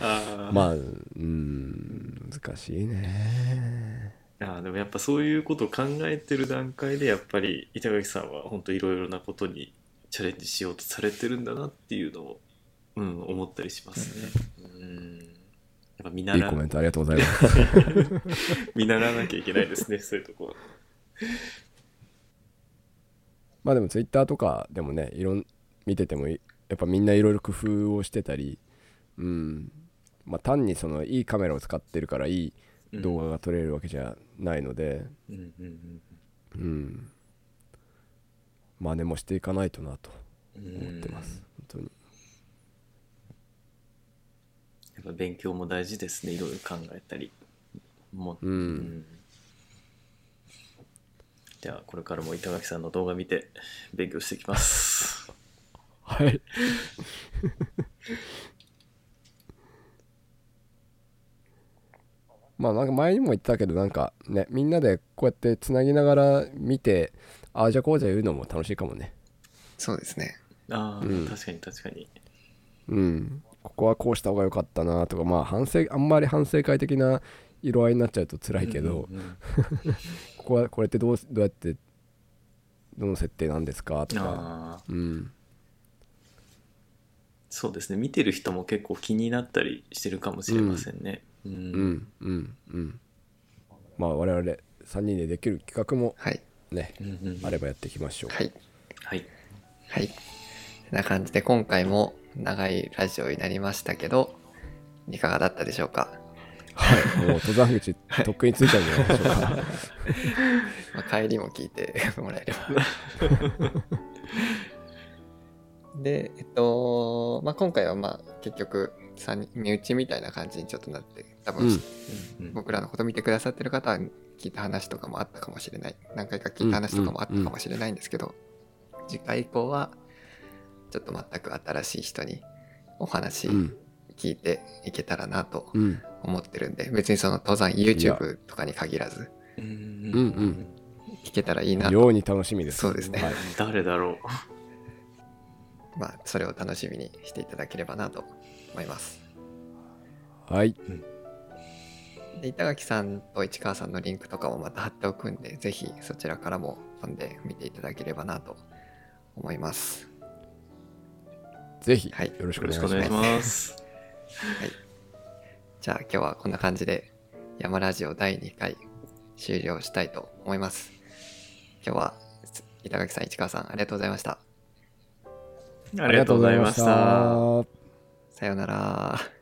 Speaker 3: あ ー
Speaker 2: まあうん難しいね
Speaker 3: あー、でもやっぱそういうことを考えてる段階で、やっぱり板垣さんは本当いろいろなことにチャレンジしようとされてるんだなっていうのを、うん、思ったりしますね。うん。やっぱ見
Speaker 2: いい
Speaker 3: 習
Speaker 2: コ
Speaker 3: う
Speaker 2: メントありがとうございます
Speaker 3: 見習わなきゃいけないですね、そういうところ。
Speaker 2: まあでもツイッターとかでもねいろん見ててもいやっぱみんないろいろ工夫をしてたりうんまあ単にそのいいカメラを使ってるからいい動画が撮れるわけじゃないので、
Speaker 3: うんうんうん
Speaker 2: うん、真似もしていかないとなと
Speaker 3: うん
Speaker 2: 思ってます、本
Speaker 3: やっぱ勉強も大事ですねいろいろ考えたりも
Speaker 2: うん
Speaker 3: じゃあこれからも板垣さんの動画見て勉強していきます
Speaker 2: 当にはい まあなんか前にも言ったけどなんかねみんなでこうやってつなぎながら見てああじゃあこうじゃ言うのも楽しいかもね
Speaker 1: そうですね。
Speaker 3: ああ、
Speaker 2: うん
Speaker 3: 確かに確かに
Speaker 2: うんここはこうした方が良かったなとかまあ反省あんまり反省会的な色合いになっちゃうと辛いけど、
Speaker 3: うんうんうん
Speaker 2: ここはこれってどうどうやってどの設定なんですかとか
Speaker 3: ああ
Speaker 2: うん
Speaker 3: そうですね見てる人も結構気になったりしてるかもしれませんねうん、
Speaker 2: うんうんうんまあ我々3人でできる企画も
Speaker 1: はい。
Speaker 2: ね
Speaker 3: うんうんうん
Speaker 2: あればやっていきましょう
Speaker 1: はい。
Speaker 3: はい
Speaker 1: はい。てな感じで今回も長いラジオになりましたけど、いかがだったでしょうか。
Speaker 2: はいもう登山口とっくについたんじゃないでしょうか
Speaker 1: まあ帰りも聞いて もらえれば。 で、えっと、まあ、今回はまあ結局三人身内みたいな感じにちょっとなって、多分、
Speaker 2: うん
Speaker 3: うんうん
Speaker 1: 僕らのこと見てくださってる方は聞いた話とかもあったかもしれない何回か聞いた話とかもあったかもしれないんですけど、次回以降はちょっと全く新しい人にお話
Speaker 2: うん
Speaker 1: 聞いていけたらなと
Speaker 2: うん
Speaker 1: 思ってるんで、別にその登山 YouTube とかに限らず
Speaker 3: うん
Speaker 2: うんうん
Speaker 1: 聞けたらいいなと、
Speaker 2: ように楽しみです
Speaker 1: そうですね
Speaker 2: はい、
Speaker 3: 誰だろう
Speaker 1: まあ、それを楽しみにしていただければなと思います
Speaker 2: はい
Speaker 1: で板垣さんと市川さんのリンクとかもまた貼っておくんでぜひそちらからも飛んで見ていただければなと思います
Speaker 2: ぜひよ
Speaker 1: はい
Speaker 2: ろし
Speaker 3: よ
Speaker 2: くお願い
Speaker 3: ろ
Speaker 2: し
Speaker 3: しく
Speaker 2: ま
Speaker 3: お
Speaker 2: す、
Speaker 3: 願いします
Speaker 1: じゃあ今日はこんな感じで山ラジオ第2回終了したいと思います。今日は板垣さん、市川さんありがとうございました。
Speaker 3: ありがとうございました
Speaker 2: ありがとうございました
Speaker 1: さようなら。